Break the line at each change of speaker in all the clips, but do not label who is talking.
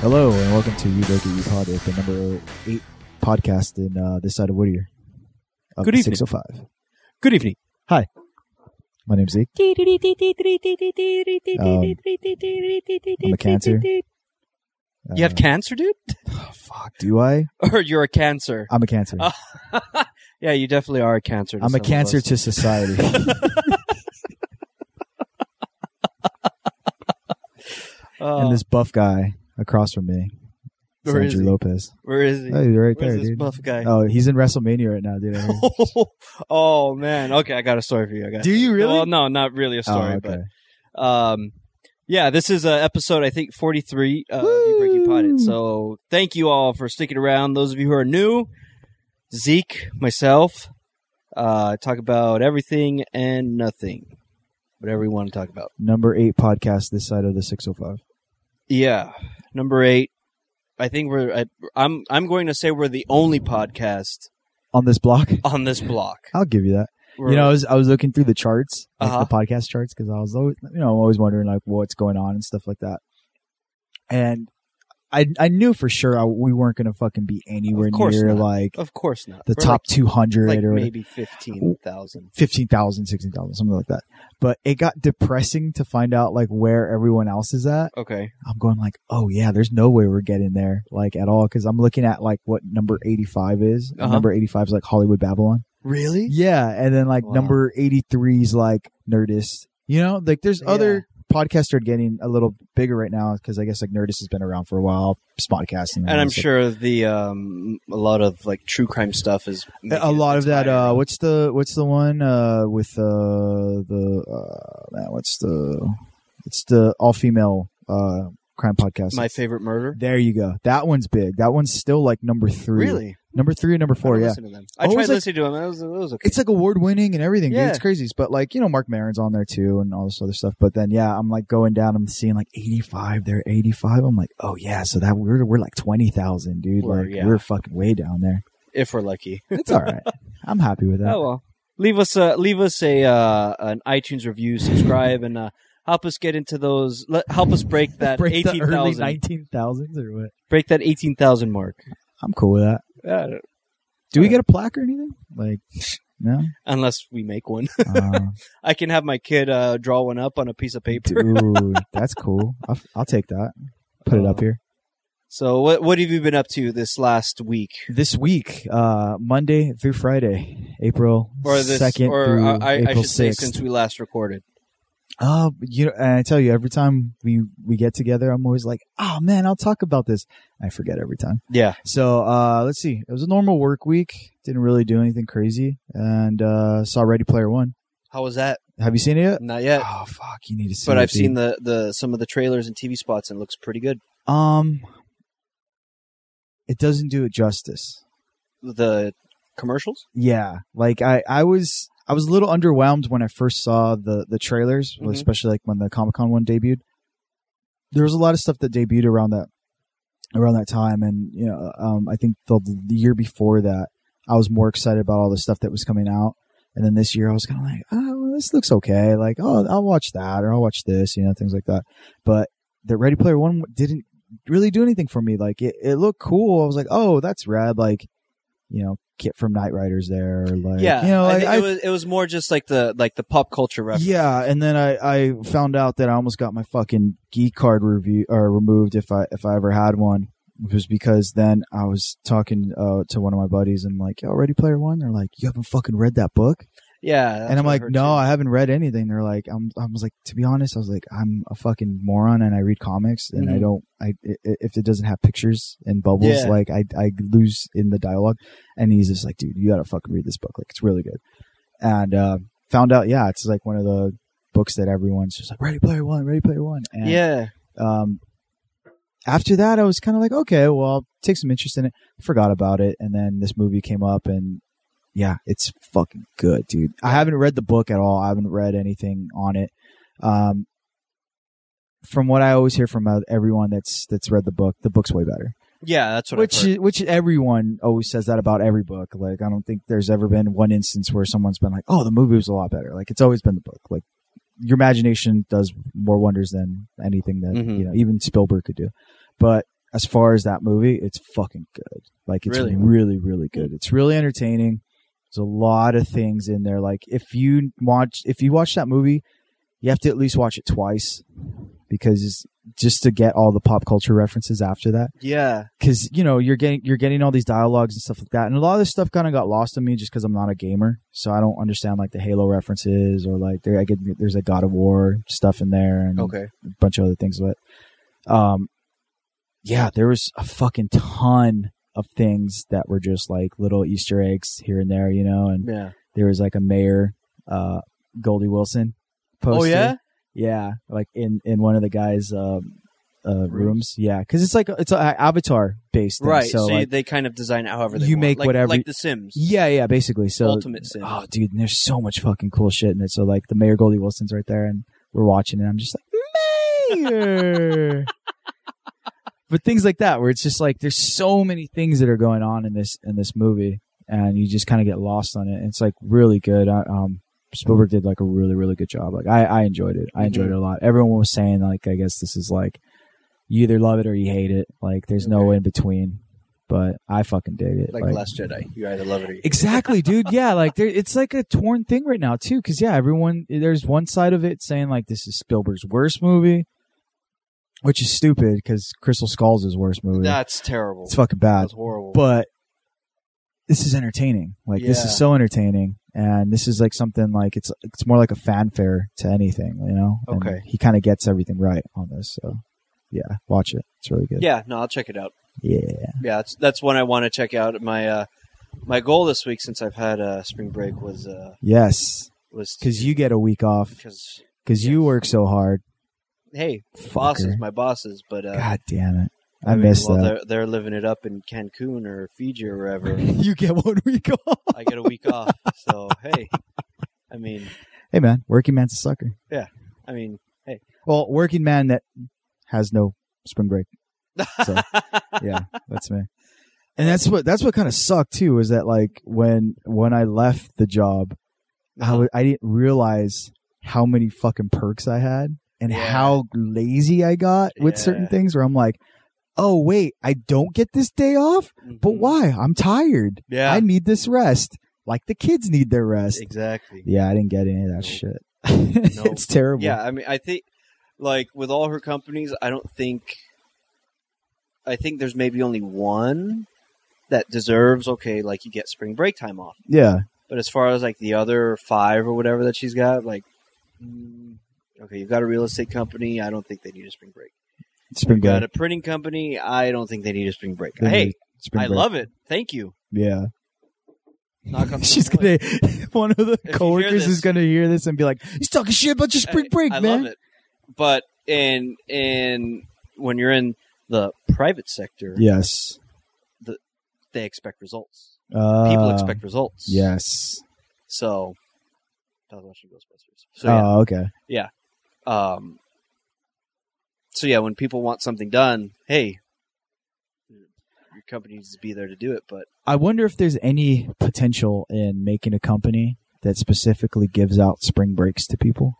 Hello and welcome to You Look at You Pod, the number eight podcast in uh, this side of Whittier. Up
Good
to
evening.
605.
Good evening.
My name's Zeke. I'm a cancer.
You have cancer, dude?
Uh, fuck, do I?
Or you're a cancer?
I'm a cancer.
Uh, yeah, you definitely are a cancer. to
I'm a
some of
cancer
us.
to society.
Uh,
and this buff guy across from me, is
where, is
Andrew
he?
Lopez.
where is he?
Oh, you're right
Where's
there,
this
dude.
buff guy?
Oh, he's in WrestleMania right now, dude. I heard.
oh man. Okay, I got a story for you. I got.
do you really?
Well, no, not really a story,
oh, okay.
but um, yeah, this is uh, episode I think 43 of You Breaking Potted. So thank you all for sticking around. Those of you who are new, Zeke, myself, uh, talk about everything and nothing, whatever we want to talk about.
Number eight podcast this side of the 605.
Yeah, number eight. I think we're. I, I'm. I'm going to say we're the only podcast
On this block?
on this block.
I'll give you that.
We're,
you know, I was I was looking through the charts, like
Uh-huh.
the podcast charts, because I was always, you know, I'm always wondering like what's going on and stuff like that. And I I knew for sure I, we weren't gonna fucking be anywhere
Of course
near
not.
like
of course not.
the
We're
top two
like,
hundred
like
or whatever.
maybe fifteen thousand.
15,000, 16,000, something like that. But it got depressing to find out like where everyone else is at.
Okay.
I'm going like, oh yeah, there's no way we're getting there like at all. Cause I'm looking at like what number 85 is. And
Uh-huh.
Number 85 is like Hollywood Babylon.
Really?
Yeah, and then like
Wow.
number eighty three is like Nerdist. You know, like there's
Yeah.
other podcasts are getting a little bigger right now because I guess like Nerdist has been around for a while, Spotcast,
And I'm
stuff.
sure the um, a lot of like true crime stuff is
a lot of that. Uh,
Uh,
what's the what's the one uh, with uh, the uh, man, what's the it's the all female uh, crime podcast.
my favorite murder.
there you go. That one's big. That one's still like number three.
Really?
Number three or number
I
four?
don't
Yeah.
listen to them.
Oh,
I
it
tried
was like-
listening to them. It was, it was okay.
it's like award winning and everything. Dude.
Yeah.
It's crazy. But like, you know, Mark Maron's on there too and all this other stuff. But then, yeah, I'm like going down. I'm seeing like 85. They're 85. I'm like, oh yeah. So that we're, we're like 20,000, dude.
We're-
like
yeah.
we're fucking way down there.
if we're lucky.
It's all right. I'm happy with that.
Oh well. Leave us a leave us a uh, an iTunes review, subscribe, and uh, help us get into those. Let, help us break that
Break the
eighteen
early
thousand.
19,000s or what?
Break that eighteen thousand mark.
I'm cool with that.
Uh,
Do we
Okay.
get a plaque or anything? Like, no?
unless we make one,
Uh,
I can have my kid uh, draw one up on a piece of paper.
dude, that's cool. I'll, I'll take that. Put it up
Uh,
here.
So what what have you been up to this last week?
this week, uh, Monday through Friday, April
Or this,
second
or uh,
through
I, I I
April
should say,
sixth.
since we last recorded.
Uh, you know, and I tell you, every time we we get together, I'm always like, "Oh man, I'll talk about this." I forget every time.
Yeah,
So uh, let's see. It was a normal work week. Didn't really do anything crazy, and uh, saw Ready Player One.
how was that?
Have you seen it yet?
Not yet,
Oh fuck, you need to see.
but
it,
I've
dude.
seen the, the some of the trailers and TV spots, and it looks pretty good.
Um, it doesn't do it justice.
The commercials.
yeah like i i was i was a little underwhelmed when i first saw the the trailers
Mhm.
especially like when the comic-con one debuted there was a lot of stuff that debuted around that around that time and you know um i think the, the year before that i was more excited about all the stuff that was coming out and then this year i was kind of like oh well, this looks okay like oh i'll watch that or i'll watch this you know things like that but the ready player one didn't really do anything for me like it, it looked cool i was like oh that's rad like you know kit from Knight riders there or like
yeah,
you know
I
like
think
I-
it was it was more just like the like the pop culture reference.
yeah, and then I, I found out that I almost got my fucking geek card review or removed if I if I ever had one. It was because then I was talking uh, to one of my buddies and I'm like, "Yo, Ready Player One." They're like, "You haven't fucking read that book?"
Yeah, that's
and I'm
what I
like,
heard
"No,
too.
I haven't read anything." They're like, "I'm," I was like, "To be honest, I was like, I'm a fucking moron and I read comics and I
Mhm.
don't, I i- if it doesn't have pictures and bubbles,
Yeah.
like I I lose in the dialogue." And he's just like, "Dude, you gotta fucking read this book. Like, it's really good." And uh, found out, yeah, it's like one of the books that everyone's just like, "Ready Player One, Ready Player One." And,
yeah,
um, after that, I was kind of like, okay, well, I'll take some interest in it. Forgot about it, and then this movie came up, and yeah, it's fucking good, dude. I haven't read the book at all. I haven't read anything on it. Um, from what I always hear from uh, everyone that's that's read the book, the book's way better.
yeah, that's what
Which
I heard.
is- which everyone always says that about every book. Like I don't think there's ever been one instance where someone's been like, "Oh, the movie was a lot better." Like it's always been the book. Like your imagination does more wonders than anything that
Mhm.
you know even Spielberg could do. But as far as that movie, it's fucking good. Like it's
Really?
really, really, good. It's really entertaining. There's a lot of things in there. Like if you watch if you watch that movie, you have to at least watch it twice because just to get all the pop culture references after that.
Yeah.
Because you know you're getting you're getting all these dialogues and stuff like that, and a lot of this stuff kind of got lost on me just because I'm not a gamer, so I don't understand like the Halo references or like there I get there's a God of War stuff in there and
Okay.
a bunch of other things, but um, yeah, there was a fucking ton of things that were just like little Easter eggs here and there, you know, and
Yeah.
there was like a mayor, uh, Goldie Wilson poster.
Oh yeah.
Yeah, like in in one of the guys' um, uh,
Rooms.
rooms. Yeah, because it's like it's a avatar based, thing.
Right.
So,
So,
like,
they kind of design it however they
you
want.
make
like,
whatever-
like the Sims.
yeah, yeah, basically. So,
Ultimate Sims.
oh, dude, and there's so much fucking cool shit in it. So, like the mayor Goldie Wilson's right there, and we're watching, and I'm just like mayor. but things like that, where it's just like there's so many things that are going on in this in this movie, and you just kind of get lost on it. And it's like really good. I, um, Spielberg did like a really really good job. Like I I enjoyed it. I enjoyed
Mhm.
it a lot. Everyone was saying like I guess this is like you either love it or you hate it. Like there's no
Okay.
in between. But I fucking dig it.
Like, Last Jedi. You either love it or you
Exactly, dude. Yeah, like there, it's like a torn thing right now too. Because yeah, everyone there's one side of it saying like this is Spielberg's worst movie, which is stupid because Crystal Skull's his worst movie.
That's terrible.
it's fucking bad.
That's horrible.
But this is entertaining. Like this
Yeah.
is so entertaining, and this is like something like it's it's more like a fanfare to anything, you know. And
Okay.
he kind of gets everything right on this, so yeah, watch it. It's really good.
yeah, no, I'll check it out.
yeah.
Yeah, that's that's one I want to check out. My uh, my goal this week since I've had uh, spring break was uh,
yes,
was
because you get a week off
because
because you
Yes.
work so hard.
hey,
Fucker.
bosses, my bosses, but uh,
God damn it. I, missed
well,
that.
They're, they're living it up in Cancun or Fiji or wherever.
You get one week off.
I get a week off, so hey, I mean,
Hey, man, working man's a sucker.
I mean,
Well, working man that has no spring break. So, yeah, that's me. And that's what that's what kind of sucked too is that like when when I left the job, I
Uh-huh.
w- I didn't realize how many fucking perks I had and
Yeah.
how lazy I got with certain
Yeah.
things. Where I'm like, oh wait, I don't get this day off, but
mhm.
why? I'm tired.
Yeah,
I need this rest, like the kids need their rest.
exactly.
Yeah, I didn't get any of that
Nope.
shit.
Nope.
it's terrible.
Yeah, I mean, I think like with all her companies, I don't think I think there's maybe only one that deserves okay, like you get spring break time off.
Yeah.
But as far as like the other five or whatever that she's got, like mm, okay, you've got a real estate company. I don't think they need a spring break.
Spring
You've got
break.
a printing company. I don't think they need a spring break.
They
hey,
need Spring
I
break.
love it. Thank you.
Yeah.
Knock on
She's
wood.
gonna. One of the
hear
coworkers
this-
is gonna hear this and be like, "He's talking shit about your spring
Hey,
break,
I
man."
love it. But and and when you're in the private sector,
Yes.
they expect results.
Uh,
People expect results.
Yes.
So that was watching Ghostbusters. So
Oh, okay.
yeah. Um. So yeah, when people want something done, hey, your company needs to be there to do it. But
I wonder if there's any potential in making a company that specifically gives out spring breaks to people.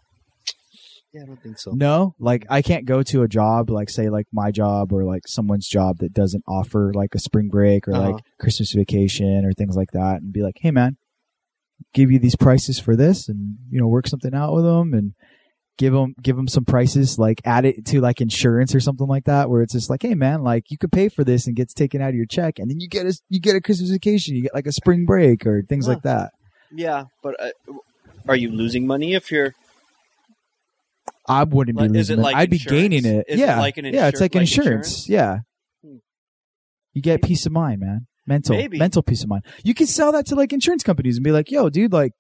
yeah, I don't think so.
No, like I can't go to a job like say like my job or like someone's job that doesn't offer like a spring break or
Uh-huh.
like Christmas vacation or things like that and be like, "Hey man, give you these prices for this and you know, work something out with them and give them give them some prices like add it to like insurance or something like that where it's just like, "Hey man, like you could pay for this and gets taken out of your check and then you get a you get a Christmas vacation, you get like a spring break or things like that."
Yeah, but uh, are you losing money if you're?
I wouldn't be
Like, is
losing.
it
it.
like
I'd
insurance?
be gaining it.
Is it
yeah,
like an
yeah, it's
insur-
like,
like
insurance.
insurance?
Yeah,
Hmm.
you get peace of mind, man. Mental,
Maybe.
mental peace of mind. You can sell that to like insurance companies and be like, "Yo, dude, like,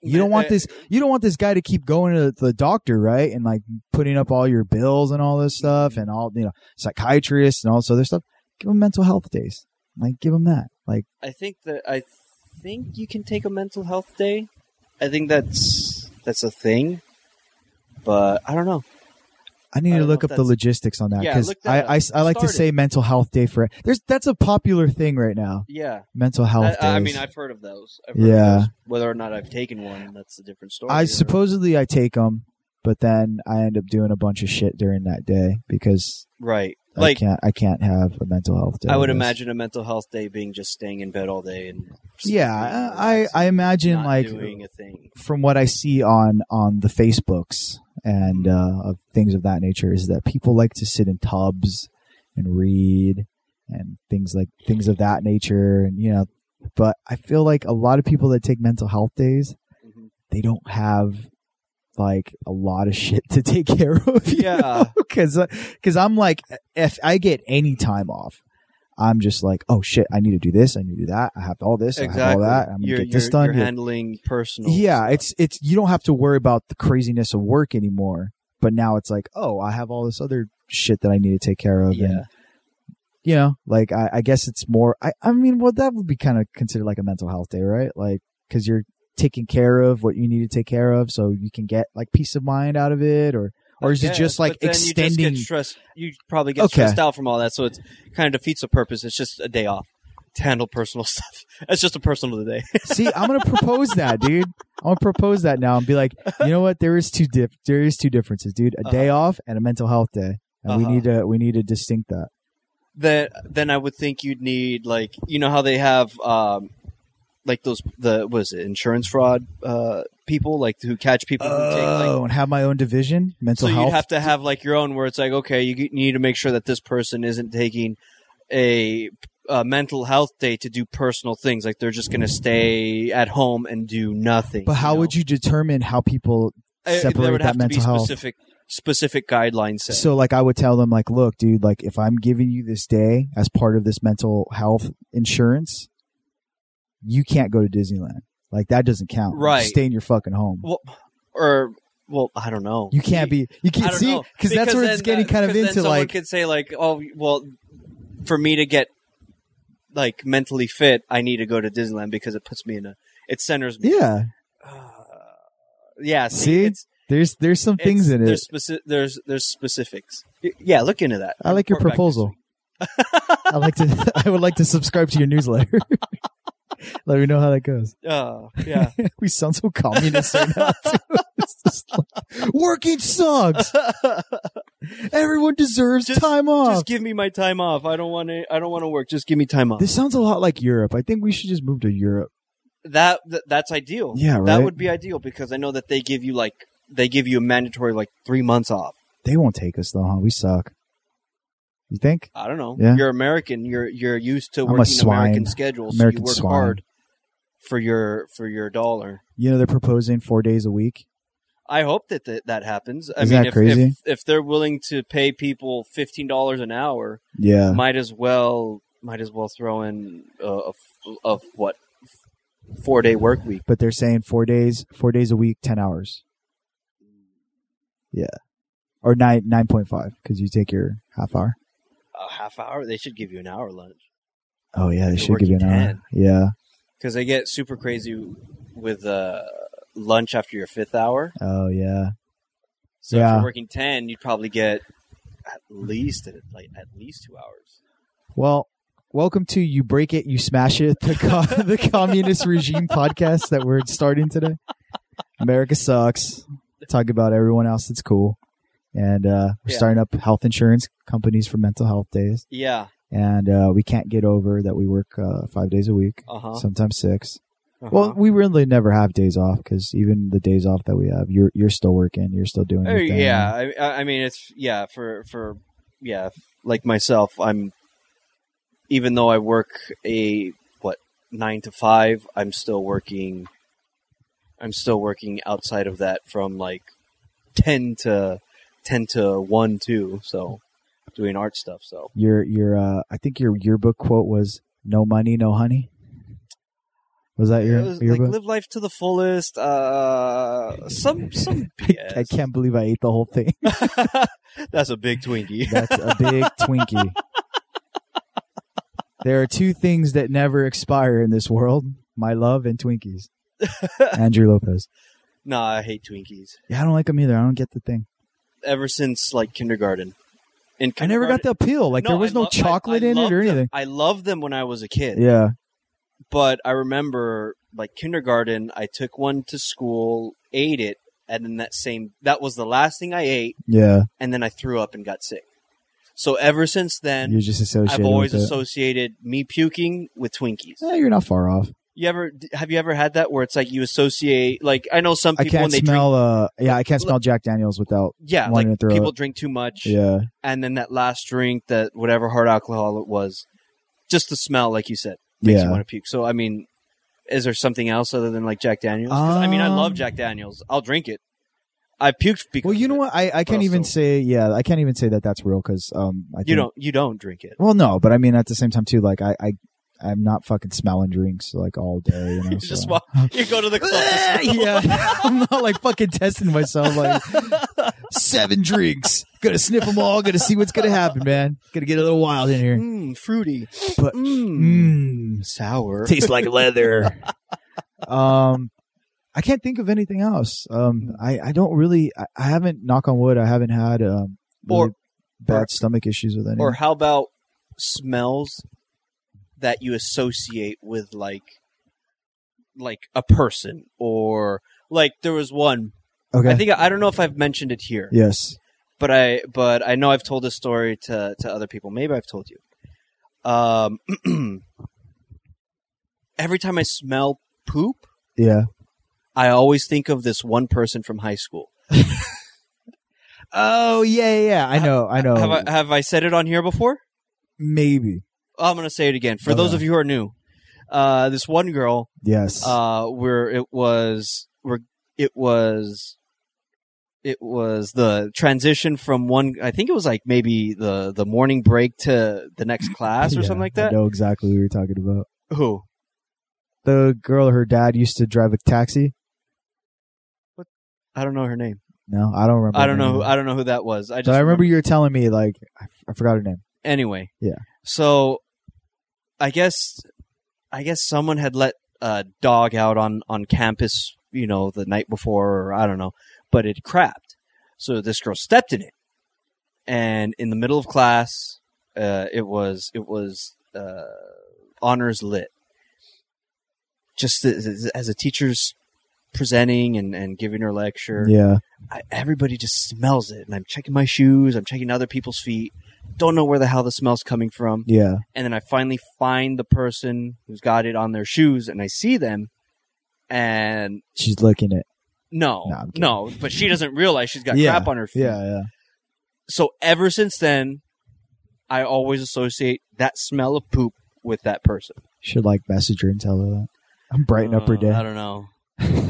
you don't want
Uh,
this. You don't want this guy to keep going to the doctor, right? And like putting up all your bills and all
Hmm.
this stuff, and all you know, psychiatrists and all this other stuff. Give them mental health days. Like, give them that. Like,
I think that I think you can take a mental health day. I think that's that's a thing. But I don't know.
I need
I
to
don't
look
know if
up the
that's-
logistics on that
Yeah,
because
look that
I,
up.
I, I like to
Start it.
say mental health day for there's that's a popular thing right now.
Yeah.
Mental health.
I, I
days.
mean, I've heard of those. I've heard of
Yeah.
those. Whether or not I've taken one, that's a different story.
I
or-
supposedly I take them, but then I end up doing a bunch of shit during that day because
Right. Like-
I can't I can't have a mental health day.
I would
on this.
imagine a mental health day being just staying in bed all day and
Yeah, I I imagine
not
like
doing a thing.
from what I see on on the Facebooks and
Mm-hmm.
uh, of things of that nature is that people like to sit in tubs and read and things like things of that nature and you know but I feel like a lot of people that take mental health days
Mhm.
they don't have like a lot of shit to take care of you
Yeah.
because because I'm like, if I get any time off, I'm just like, oh shit, I need to do this, I need to do that, I have all this, I have all
Exactly.
that, I'm gonna
you're,
get this
you're-
done.
You're
Yeah.
handling personal.
yeah,
stuff.
it's it's you don't have to worry about the craziness of work anymore. But now it's like, oh, I have all this other shit that I need to take care of,
yeah.
and you know, like I, I guess it's more. I I mean, well, that would be kind of considered like a mental health day, right? Like because you're taking care of what you need to take care of, so you can get like peace of mind out of it, or or is
Yeah,
it just like
but then You,
extending?
just get stressed. you probably get
Okay.
stressed out from all that, so it kind of defeats the purpose. It's just a day off to handle personal stuff. It's just a personal day.
See, I'm gonna propose that, dude. I'm gonna propose that now and be like, you know what? There is two dif- there is two differences, dude. A day off and a mental health day, and we
Uh-huh.
need to we need to distinct that.
that then I would think you'd need like you know how they have um like those the what is it insurance fraud uh people like who catch people who take like
Oh, and have my own division, mental
so
health.
you'd have to have like your own where it's like okay you g- need to make sure that this person isn't taking a, a mental health day to do personal things like they're just going to stay at home and do nothing
but how
know?
would you determine how people?
I-
separate
there would
that
have to
mental
be
health?
specific specific guidelines set.
So, like, I would tell them, like, look, dude, like, if I'm giving you this day as part of this mental health insurance, you can't go to Disneyland. Like, that doesn't count.
Right.
Stay in your fucking home.
well, or well I don't know
You can't be. You
I
can't
don't
see
know.
because that's where
then
it's getting
that-
kind of
'cause then
into
someone
like.
could say like, oh, well, for me to get like mentally fit, I need to go to Disneyland because it puts me in a, it centers me.
yeah,
Uh, yeah. See,
See?
it's,
there's there's some
it's-
things in it.
There's specific. There's there's specifics. Y- Yeah, look into that.
I like your
Report back next
proposal. I like to. I would like to subscribe to your newsletter. Let me know how that goes.
week. Uh, yeah.
We sound so communist right now. too. It's just like, working sucks. Everyone deserves
Just-
time off.
Just give me my time off. I don't want to. I don't want to work. Just give me time off.
this sounds a lot like Europe. I think we should just move to Europe.
that th- that's ideal.
Yeah, right.
That would be ideal because I know that they give you like they give you a mandatory like three months off.
They won't take us though, huh? We suck. You think?
I don't know.
Yeah.
You're American. You're you're used to
I'm a
working American
swine.
schedules.
American
so you work
swine.
hard for your for your dollar.
You know they're proposing four days a week.
I hope that that, that happens. I
Is
mean,
that
if,
crazy?
if if they're willing to pay people fifteen dollars an hour,
Yeah.
might as well might as well throw in uh, a f- of what four day work week.
but they're saying four days, four days a week, ten hours. Yeah, or nine nine point five because you take your half hour.
A half hour. They should give you an hour lunch
Oh yeah, they
You're
should give you an
working
hour.
10.
Yeah.
because they get super crazy with uh, lunch after your fifth hour.
Oh yeah.
So if
Yeah.
you're working ten, you'd probably get at least at like at least two hours.
Well, welcome to you break it, you smash it, the co- the communist regime podcast that we're starting today. America sucks. Talk about everyone else that's cool, and uh, we're
Yeah.
starting up health insurance companies for mental health days,
Yeah.
and uh, we can't get over that we work uh, five days a week,
Uh huh.
sometimes six.
Uh-huh.
Well, we really never have days off because even the days off that we have, you're you're still working, you're still doing. your thing.
Oh, yeah. I- I, I mean, it's yeah for for yeah f- like myself. I'm even though I work a what nine to five, I'm still working. I'm still working outside of that from like ten to ten to one two. So doing art stuff. So
Your your uh, I think your yearbook quote was "No money, no honey." Was that your
It was, like
yearbook?
live life to the fullest. Uh, some some.
I, I can't believe I ate the whole thing.
BS. That's a big Twinkie.
That's a big Twinkie. There are two things that never expire in this world: my love and Twinkies. Andrew Lopez.
nah, I hate Twinkies.
Yeah, I don't like them either. I don't get the thing.
ever since like kindergarten. In
I never got
kindergarten-
the appeal. Like there was
I
no
lo- I-
chocolate
I
in it
loved
or
them.
anything.
I loved them when I was a kid.
Yeah.
But I remember like kindergarten, I took one to school, ate it, and then that same that was the last thing I ate,
Yeah.
and then I threw up and got sick. So ever since then,
You're just associated.
I've always
with it.
associated me puking with Twinkies.
Eh, you're not far off.
You ever have you ever had that where it's like you associate like I know some
I
people when
can't
they
smell. Uh, yeah, I can't smell Jack Daniels without.
drink yeah
wanting
like
to throw
people
up.
drink too much
Yeah,
and then that last drink that whatever hard alcohol it was just the smell like you said makes you
yeah.
want to puke. So I mean, is there something else other than like Jack Daniels? 'Cause, I mean, I love
Um,
Jack Daniels. I'll drink it. I puked because
Well, you
of
know
it.
what? I, I can't even
also-
say. Yeah, I can't even say that that's real because um, I
You
think-
don't you don't drink it.
Well, no, but I mean at the same time too. Like I, I I'm not fucking smelling drinks like all day. You know,
You just
so.
walk. You go to the club. to smell.
yeah, I'm not like fucking testing myself. Like seven drinks, gonna sniff them all. Gonna see what's gonna happen, man. Gonna get a little wild in here.
Mm, fruity.
But-
Mm,
Mmm,
sour.
tastes like leather. um, I can't think of anything else. Um, I, I don't really. I, I haven't. Knock on wood. I haven't had um really
Or-
bad
or-
stomach issues with any.
Or how about smells that you associate with like like a person or like there was one.
okay.
I think I don't know if I've mentioned it here.
yes.
but I but I know I've told this story to to other people. Maybe I've told you. Um, every time I smell poop,
Yeah.
I always think of this one person from high school.
Oh yeah, yeah, yeah. I know. I know.
Have I have I said it on here before? Oh,
Maybe.
I'm gonna say it again for those
Okay.
of you who are new. Uh, this one girl,
Yes.
uh, where it was, where it was. It was the transition from one. I think it was like maybe the the morning break to the next class or
Yeah,
something like
I
that.
know exactly what you're talking about.
Who?
The girl, her dad used to drive a taxi.
I don't know her name.
No, I don't remember.
I don't
her
know.
name.
Who, I don't know who that was. I just
but I remember you were telling me like I, I forgot her name.
Anyway,
Yeah.
So, I guess, I guess someone had let a dog out on on campus, you know, the night before, or I don't know, but it crapped. So this girl stepped in it, and in the middle of class, uh, it was it was uh, honors lit. Just as, as- as a teacher's presenting and, and giving her lecture,
Yeah.
I, everybody just smells it. And I'm checking my shoes. I'm checking other people's feet. Don't know where the hell the smell's coming from.
Yeah.
And then I finally find the person who's got it on their shoes and I see them. And
She's licking it.
no,
No, I'm kidding.
no, but she doesn't realize she's got
Yeah,
crap on her feet.
Yeah. Yeah.
So ever since then, I always associate that smell of poop with that person.
Should like message her and tell her that. I'm brightening up her
Uh, I
day.
don't know.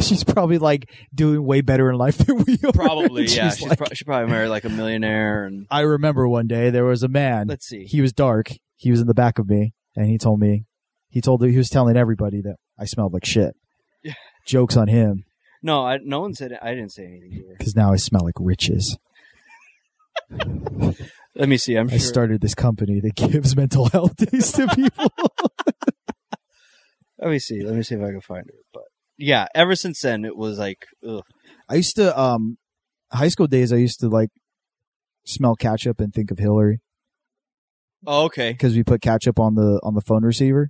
She's probably like doing way better in life than we are.
Probably,
She's
yeah. She's
like,
pro- she probably married like a millionaire. And
I remember one day there was a man.
let's see.
He was dark. He was in the back of me, and he told me he told he was telling everybody that I smelled like shit.
Yeah.
Jokes on him.
No, I, no one said it. I didn't say anything to her.
because now I smell like riches.
Let me see. I'm
I
sure.
started this company that gives mental health days to people.
Let me see. Let me see if I can find it. But yeah, ever since then, it was like, ugh.
I used to, um, high school days, I used to like smell ketchup and think of Hillary
oh, okay.
because we put ketchup on the on the phone receiver.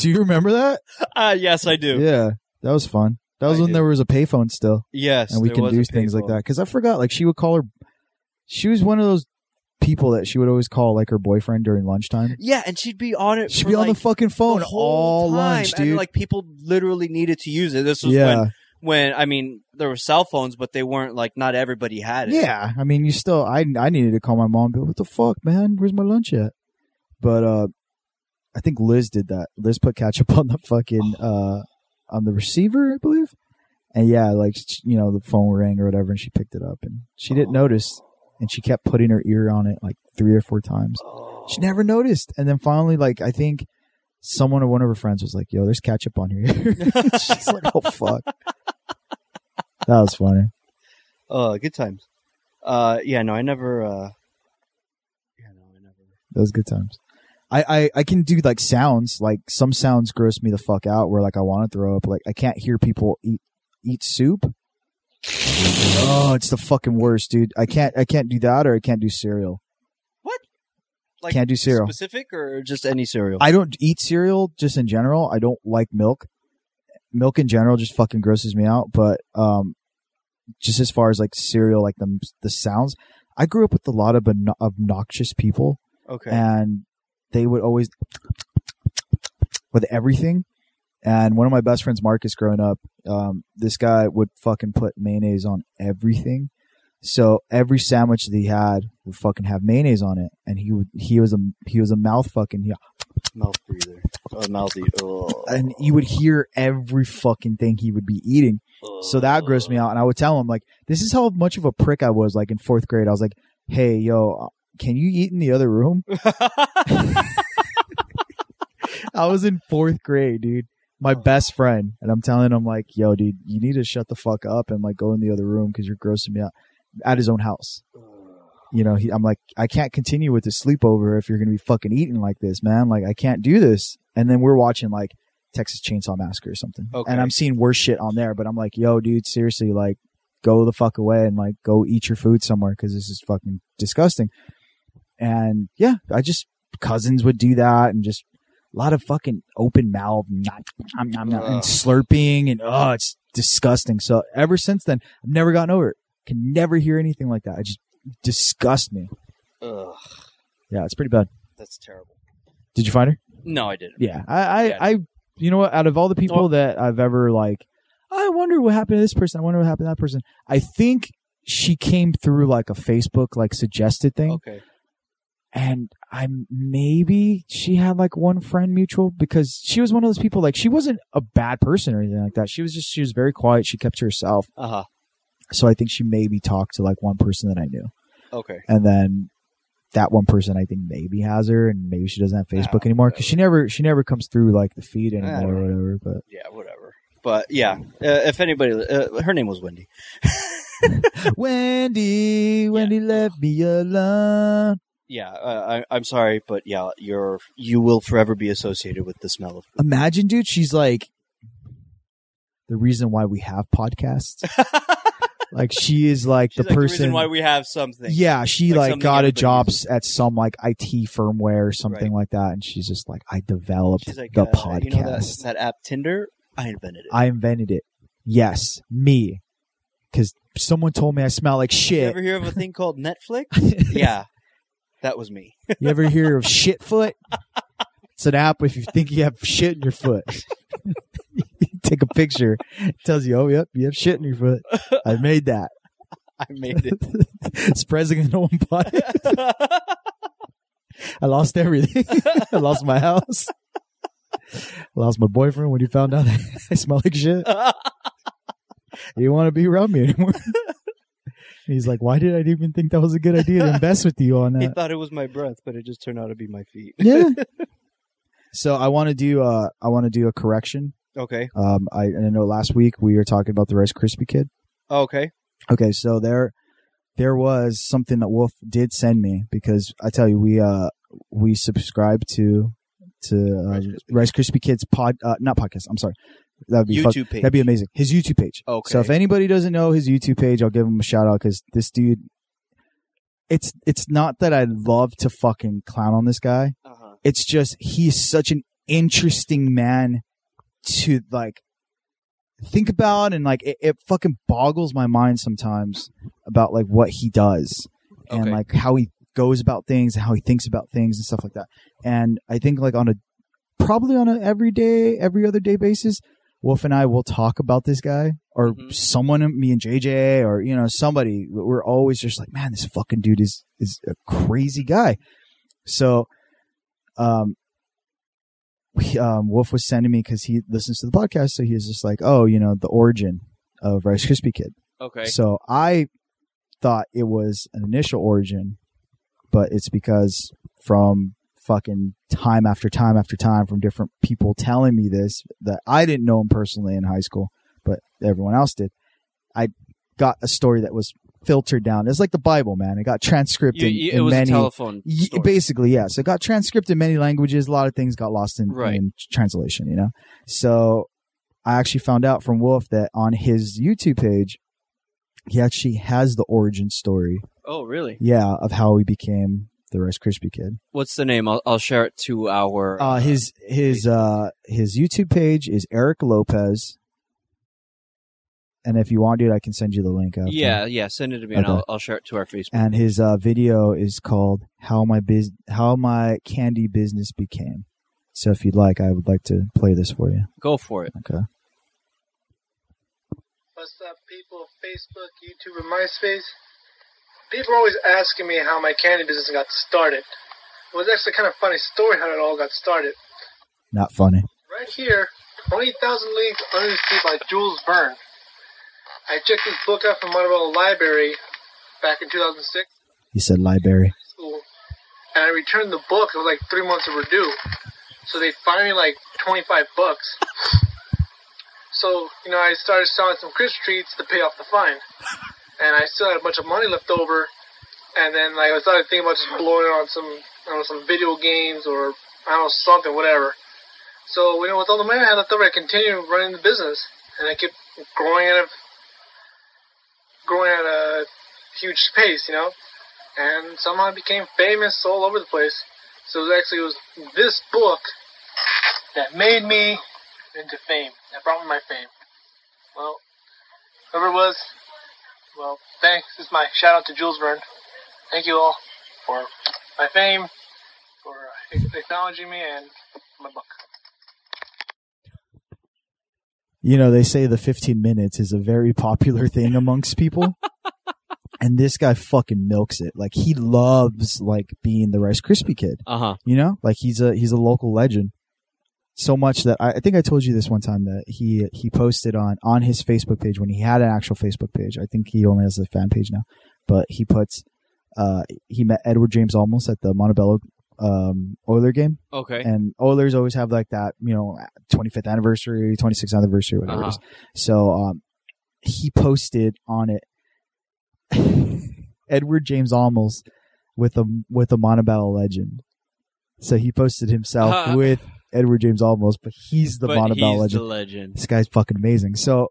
Do you remember that?
uh, yes, I do.
Yeah, that was fun. That was
I
when
do.
there was a payphone still,
Yes,
and we
there
can
was
do
a
things like
payphone.
that. Because I forgot, like she would call her. She was one of those people that she would always call like her boyfriend during lunchtime.
Yeah, and she'd be on it.
She'd
for,
be on the
like,
fucking phone
whole
all
time,
lunch,
And,
dude.
like people literally needed to use it. This was
yeah,
when, when I mean, there were cell phones, but they weren't like not everybody had it.
Yeah, I mean, you still. I I needed to call my mom. But what the fuck, man? Where's my lunch at? But uh, I think Liz did that. Liz put ketchup on the fucking uh on the receiver, I believe. And yeah, like sh- you know, the phone rang or whatever, and she picked it up, and she didn't
Oh.
notice, and she kept putting her ear on it like three or four times.
Oh.
She never noticed, and then finally, like I think someone or one of her friends was like, "Yo, there's ketchup on your ear." She's like, "Oh fuck." That was funny.
Uh, good times. Uh, yeah, no, I never. Uh, yeah, no, I never.
Those good times. I, I, I can do like sounds. Like some sounds gross me the fuck out where like I want to throw up. Like I can't hear people eat eat soup. Oh, it's the fucking worst, dude. I can't I can't do that or I can't do cereal.
Like
can't do cereal.
specific or just any cereal.
I don't eat cereal just in general. I don't like milk. Milk in general just fucking grosses me out, but um just as far as like cereal like the the sounds, I grew up with a lot of obno- obnoxious people,
Okay.
and they would always with everything. And one of my best friends, Marcus, growing up, um, this guy would fucking put mayonnaise on everything. So every sandwich that he had would fucking have mayonnaise on it, and he would he was a he was a mouth fucking he,
mouth breather. Oh, mouthy. Oh.
and you would hear every fucking thing he would be eating. So that grossed me out. And I would tell him, like, this is how much of a prick I was, like, in fourth grade. I was like, hey, yo, uh, can you eat in the other room? I was in fourth grade, dude. My best friend. And I'm telling him, like, yo, dude, you need to shut the fuck up and, like, go in the other room because you're grossing me out at his own house. You know, he, I'm like, I can't continue with this sleepover if you're going to be fucking eating like this, man. Like, I can't do this. And then we're watching, like, Texas Chainsaw Massacre or something.
Okay.
And I'm seeing worse shit on there, but I'm like, yo, dude, seriously, like, go the fuck away and like go eat your food somewhere because this is fucking disgusting. And yeah, I just cousins would do that and just a lot of fucking open mouth nom, nom, nom, nom,
Ugh.
and slurping and oh, it's disgusting. So ever since then, I've never gotten over it. Can never hear anything like that. It just disgusts me.
Uh, Ugh,
Yeah, it's pretty bad.
that's terrible.
Did you find her?
No, I didn't.
Yeah, I, I,
Yeah.
I you know what? Out of all the people
Oh.
that I've ever like, I wonder what happened to this person. I wonder what happened to that person. I think she came through like a Facebook like suggested thing,
Okay.
and I maybe she had like one friend mutual because she was one of those people like she wasn't a bad person or anything like that. She was just she was very quiet. She kept to herself.
Uh huh.
So I think she maybe talked to like one person that I knew,
Okay.
and then. That one person, I think, maybe has her, and maybe she doesn't have Facebook
Ah,
anymore because she never she never comes through like the feed
don't
anymore or
know.
whatever. But
Yeah, whatever. But yeah, uh, if anybody, uh, her name was Wendy.
Wendy, Wendy left me alone.
Yeah, uh, I, I'm sorry, but yeah, you're you will forever be associated with the smell of.
Imagine, dude, she's like the reason why we have podcasts. like she is like
She's
the
like,
person.
reason why we have something.
yeah, she
Like
like,
something
got a
everybody
job
uses.
s- at some like IT firmware or something like that, and she's just like, I developed
she's like
the
uh,
podcast.
You know that, that app Tinder? I invented it.
I invented it. Yes, me, because someone told me I smell like
you
shit.
ever hear of a thing called Netflix? yeah, that was me.
You ever hear of shit foot? It's an app if you think you have shit in your foot. you take a picture, it tells you, oh, yep, you have shit in your foot. I made that.
I made it.
Surprisingly, no one bought it. I lost everything. I lost my house. I lost my boyfriend when he found out I smell like shit. He didn't want to be around me anymore. He's like, why did I even think that was a good idea to invest with you on that?
he thought it was my breath, but it just turned out to be my feet.
Yeah. so I want to do uh I want to do a correction.
Okay.
Um I, and I know last week we were talking about the Rice Krispie kid.
Okay.
Okay, so there there was something that Wolf did send me because I tell you we uh we subscribe to to uh,
Rice Krispie.
Rice Krispie Kids pod uh, not podcast. I'm sorry. That'd be fuck-
YouTube page.
that'd be amazing. His YouTube page.
Okay.
So if anybody doesn't know his YouTube page, I'll give him a shout out because this dude. It's it's not that I love to fucking clown on this guy
uh-huh.
it's just he's such an interesting man to like think about and like it, it fucking boggles my mind sometimes about like what he does and
Okay.
like how he goes about things and how he thinks about things and stuff like that and i think like on a probably on a everyday every other day basis wolf and i will talk about this guy or
Mhm.
someone me and jj or you know somebody we're always just like man this fucking dude is is a crazy guy so um, he, um, Wolf was sending me because he listens to the podcast, so he was just like, "Oh, you know, the origin of Rice Krispie Kid."
Okay.
So I thought it was an initial origin, but it's because from fucking time after time after time from different people telling me this that I didn't know him personally in high school, but everyone else did. I got a story that was filtered down. It's like the Bible, man. It got transcribed
You-
in,
you-
in
it was
many
a telephone.
Y-
story.
basically yeah so it got transcripted in many languages a lot of things got lost in,
Right.
in translation you know so i actually found out from wolf that on his youtube page he actually has the origin story
oh, really?
yeah of how he became the rice krispie kid
What's the name? I'll, I'll share it to our.
uh his his uh his youtube page is eric lopez And if you want, dude, I can send you the link. After.
Yeah, yeah. Send it to me, and
Okay.
I'll, I'll share it to our Facebook.
And his uh, video is called "How My Biz How My Candy Business Became." So if you'd like, I would like to play this for you. uh,
Go for it.
Okay.
What's up, people? Facebook, YouTube, and MySpace. People are always asking me how my candy business got started. It was actually kind of funny story how it all got started.
Not funny.
Right here, 20,000 Leagues Under the Sea by Jules Verne. I checked this book out from Monroe Library back in 2006
He said library.
school, and I returned the book. It was like three months overdue, so they fined me like twenty-five bucks. So you know, I started selling some Christmas treats to pay off the fine, and I still had a bunch of money left over. And then like I started thinking about just blowing it on some, I don't know, some video games or I don't know something, whatever. So you know, with all the money I had left over, I continued running the business, and I kept growing at a growing at a huge pace, you know and somehow I became famous all over the place. So it was actually it was this book that made me into fame. That brought me my fame. Well, whoever it was, well, thanks. This is my shout out to Jules Verne. Thank you all for my fame, for uh, acknowledging me, and my book.
You know, they say the 15 minutes is a very popular thing amongst people. and this guy fucking milks it. Like he loves like being the Rice Krispie kid.
Uh huh.
You know, like he's a he's a local legend. So much that I, I think I told you this one time that he he posted on on his Facebook page when he had an actual Facebook page. I think he only has a fan page now, but he puts uh he met Edward James almost at the Montebello um Oiler game
Okay.
and Oilers always have like that, you know, 25th anniversary, 26th anniversary, whatever
Uh-huh.
it is. So um, he posted on it Edward James Almels with a with a Montebello legend. So he posted himself
Uh-huh.
with Edward James Almels, but he's the
but
Montebello
he's
legend.
the legend.
this guy's fucking amazing. So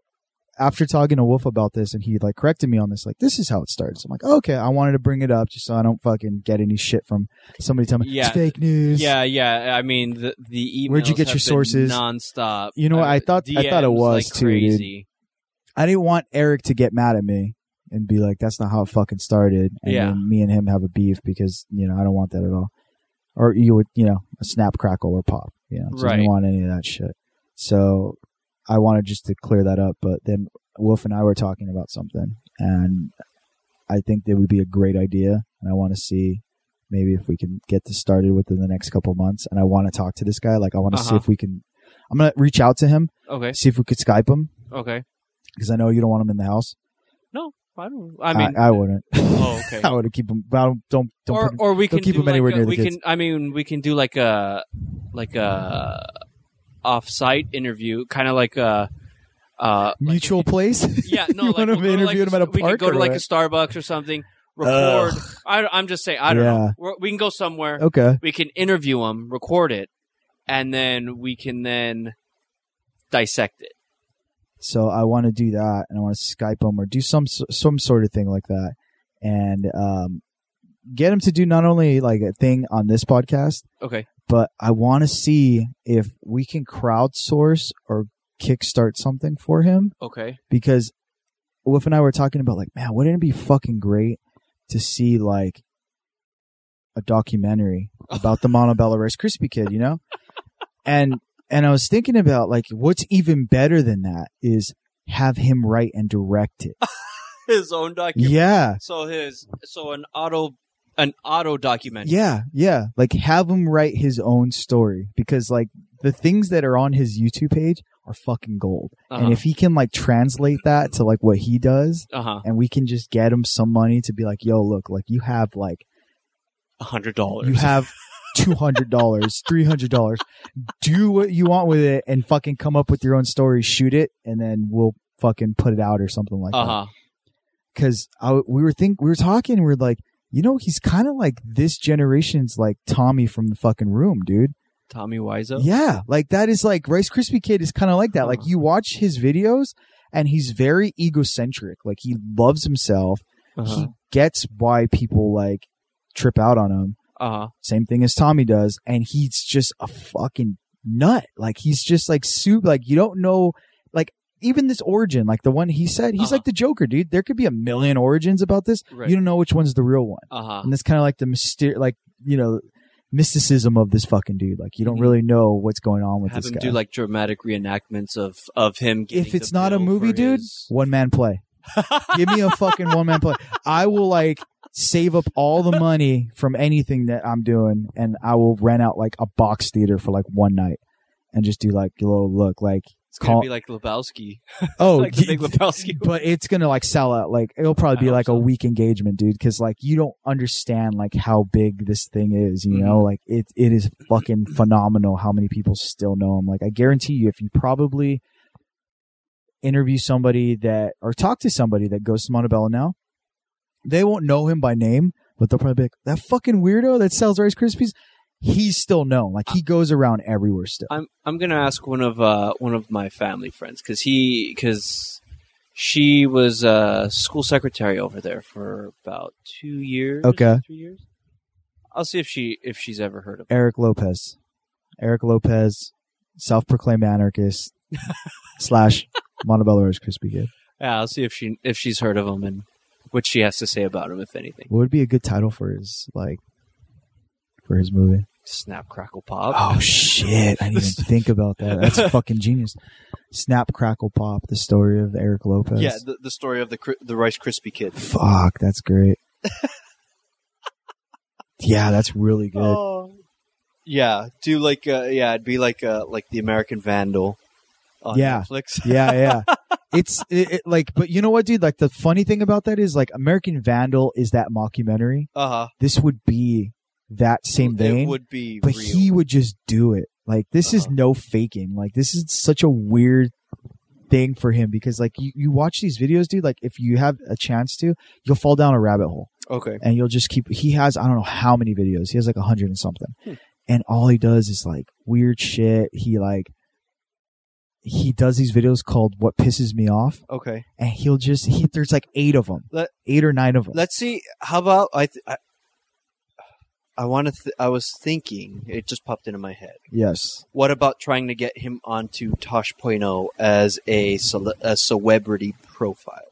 after talking to Wolf about this, and he like corrected me on this, like this is how it starts. I'm like, okay, I wanted to bring it up just so I don't fucking get any shit from somebody telling me
Yeah.
it's fake news.
Yeah, yeah. I mean, the the emails.
Where'd you get
have
your
been
sources?
Nonstop.
You know what? I thought- I thought it
DMs
was
Uh, like
too, dude.
crazy.
I didn't want Eric to get mad at me and be like, "That's not how it fucking started." And
Yeah.
then me and him have a beef because you know I don't want that at all. Or you would, you know, a snap, crackle, or pop. You know, so I
Right.
didn't want any of that shit. So I wanted just to clear that up. But then Wolf and I were talking about something, and I think that would be a great idea. And I want to see maybe if we can get this started within the next couple months. And I want to talk to this guy. Like I want to see
Uh-huh.
if we can. I'm gonna reach out to him,
Okay.
see if we could Skype him
Okay.
because I know you don't want him in the house.
I, don't, I mean,
I, wouldn't.
Oh, okay.
I would keep them. I don't. Don't. don't
or
put 'em-
or we
don't
can
keep
do
them anywhere
like a-
near the
we
kids.
can. I mean, we can do like a like a off-site interview, kind of like a. Uh,
mutual place.
yeah, no,
you
like
want
we'll
to
go to,
interview
like,
him at a
we
park
could go
or
to like a
what?
Starbucks or something. Record. I, I'm just saying. I don't
Yeah.
know. We're, we can go somewhere.
okay.
we can interview him, record it, and then we can then dissect it.
So I want to do that, and I want to Skype him or do some s- some sort of thing like that, and um, get him to do not only like a thing on this podcast,
Okay.
but I want to see if we can crowdsource or kickstart something for him
Okay.
because Wolf and I were talking about like, man, wouldn't it be fucking great to see like a documentary about the Montebello Rice Krispie Kid, you know? And and I was thinking about like what's even better than that is have him write and direct it.
His own document.
yeah.
So his so an auto an auto document.
Yeah, yeah. Like have him write his own story because like the things that are on his YouTube page are fucking gold.
Uh-huh.
And if he can like translate that to like what he does,
uh huh.
and we can just get him some money to be like, yo, look, like you have like
A hundred
you
dollars.
have two hundred dollars, three hundred dollars. Do what you want with it and fucking come up with your own story, shoot it, and then we'll fucking put it out or something like
Uh
that.
huh.
Because I we were think we were talking, we we're like, you know, he's kind of like this generation's like Tommy from the fucking room, dude.
Tommy Wiseau.
Yeah, like that is like Rice Krispie Kid is kind of like that. Like
Uh-huh.
you watch his videos. And he's very egocentric. Like he loves himself.
Uh-huh.
he gets why people like trip out on him.
Uh-huh.
Same thing as Tommy does, and he's just a fucking nut. Like he's just like soup. Like you don't know. Like even this origin, like the one he said, he's
Uh-huh.
like the Joker, dude. There could be a million origins about this.
Right.
You don't know which one's the real one.
Uh huh.
And that's kind of like the myster- like, you know, mysticism of this fucking dude. Like you don't
Mhm.
really know what's going on with
Have
this
him
guy.
do like dramatic reenactments of of him. Getting
if it's
the
not a
bill
movie,
for
dude,
his-
one man play. Give me a fucking one man play. I will like save up all the money from anything that I'm doing and I will rent out like a box theater for like one night and just do like a little look like
it's gonna
call-
be like Lebowski,
oh
like the big Lebowski.
but it's gonna like sell out like it'll probably
I
be
hope
like a
so.
week engagement dude because like you don't understand like how big this thing is you
Mm-hmm.
know like it it is fucking phenomenal how many people still know him like i guarantee you if you probably interview somebody that or talk to somebody that goes to montebello now they won't know him by name but they'll probably be like that fucking weirdo that sells rice krispies he's still known like he goes around everywhere still
I'm I'm gonna ask one of uh, one of my family friends because he because she was uh, school secretary over there for about two years.
Okay.
three years. I'll see if she if she's ever heard of. Him.
Eric Lopez. Eric Lopez, self proclaimed anarchist slash Montebello Rice Krispie Kid.
Yeah, I'll see if she if she's heard of him and what she has to say about him, if anything.
What would be a good title for his like for his movie?
Snap, crackle, pop.
Oh shit. I didn't even think about that. That's fucking genius. Snap Crackle Pop, the story of Eric Lopez.
Oh, Yeah, the, the story of the Cri- the Rice Krispie Kid.
Fuck, that's great. yeah, that's really good.
Oh. Yeah, do like uh, yeah, it'd be like uh, like the American Vandal on
Yeah.
Netflix.
yeah, yeah. It's it, it, like, but you know what, dude? Like, the funny thing about that is, like, American Vandal is that mockumentary.
Uh huh.
this would be that same
It
vein,
would be
but
real.
he would just do it. Like this is
Uh-huh.
no faking. Like this is such a weird thing for him because like you, you watch these videos, dude, like if you have a chance to, you'll fall down a rabbit hole
okay.
and you'll just keep he has I don't know how many videos. He has like a hundred and something.
Hmm.
And all he does is like weird shit. He like he does these videos called What Pisses Me Off
Okay.
and he'll just he there's like eight of them.
Let-
eight or nine of them.
Let's see. How about I? Th- I, I want to. Th- I was thinking. It just popped into my head.
yes.
What about trying to get him onto Tosh.0 as a, cele- a celebrity profile?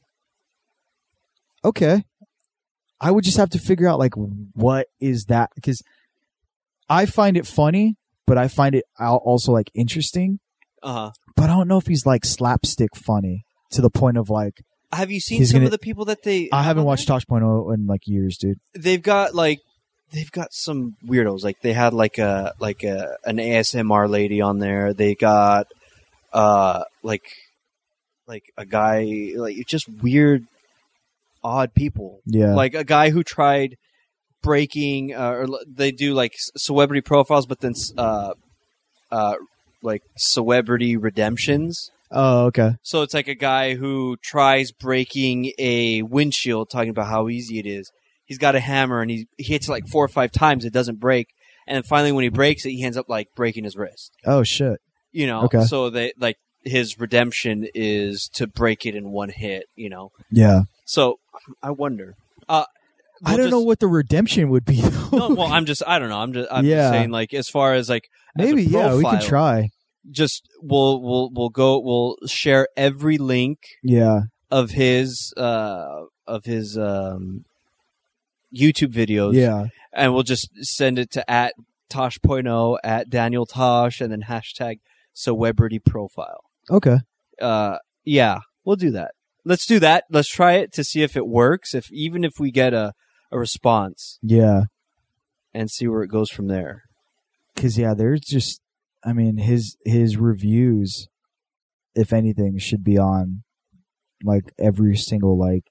okay i would just have to figure out like what is that because i find it funny but i find it al- also like interesting
Uh huh.
but i don't know if he's like slapstick funny to the point of like
Have you seen
He's
some
gonna-
of the people that they?
i haven't
on
watched tosh.0 in like years dude
there? They've got like. They've got some weirdos. Like they had like a like a an ASMR lady on there. They got uh like like a guy like just weird odd people.
yeah
like a guy who tried breaking uh, or l- they do like c- celebrity profiles but then s- uh, uh, like celebrity redemptions
oh okay
so it's like a guy who tries breaking a windshield talking about how easy it is he's got a hammer and he, he hits it like four or five times it doesn't break and then finally when he breaks it he ends up like breaking his wrist
oh shit
you know
Okay.
so they like his redemption is to break it in one hit you know
yeah
so i wonder uh,
i
we'll
don't
just-
know what the redemption would be though.
no, well, I'm just I don't know. I'm just I'm
Yeah.
just saying like as far as like as a
maybe yeah we can
profile,
try
Just we'll we'll we'll go we'll share every link
yeah
of his uh of his um YouTube videos.
yeah
And we'll just send it to at Tosh.0 at Daniel Tosh and then hashtag celebrity profile.
okay
Uh yeah, we'll do that. Let's do that. Let's try it to see if it works. If even if we get a, a response
yeah
and see where it goes from there.
because yeah there's just i mean his his reviews if anything should be on like every single like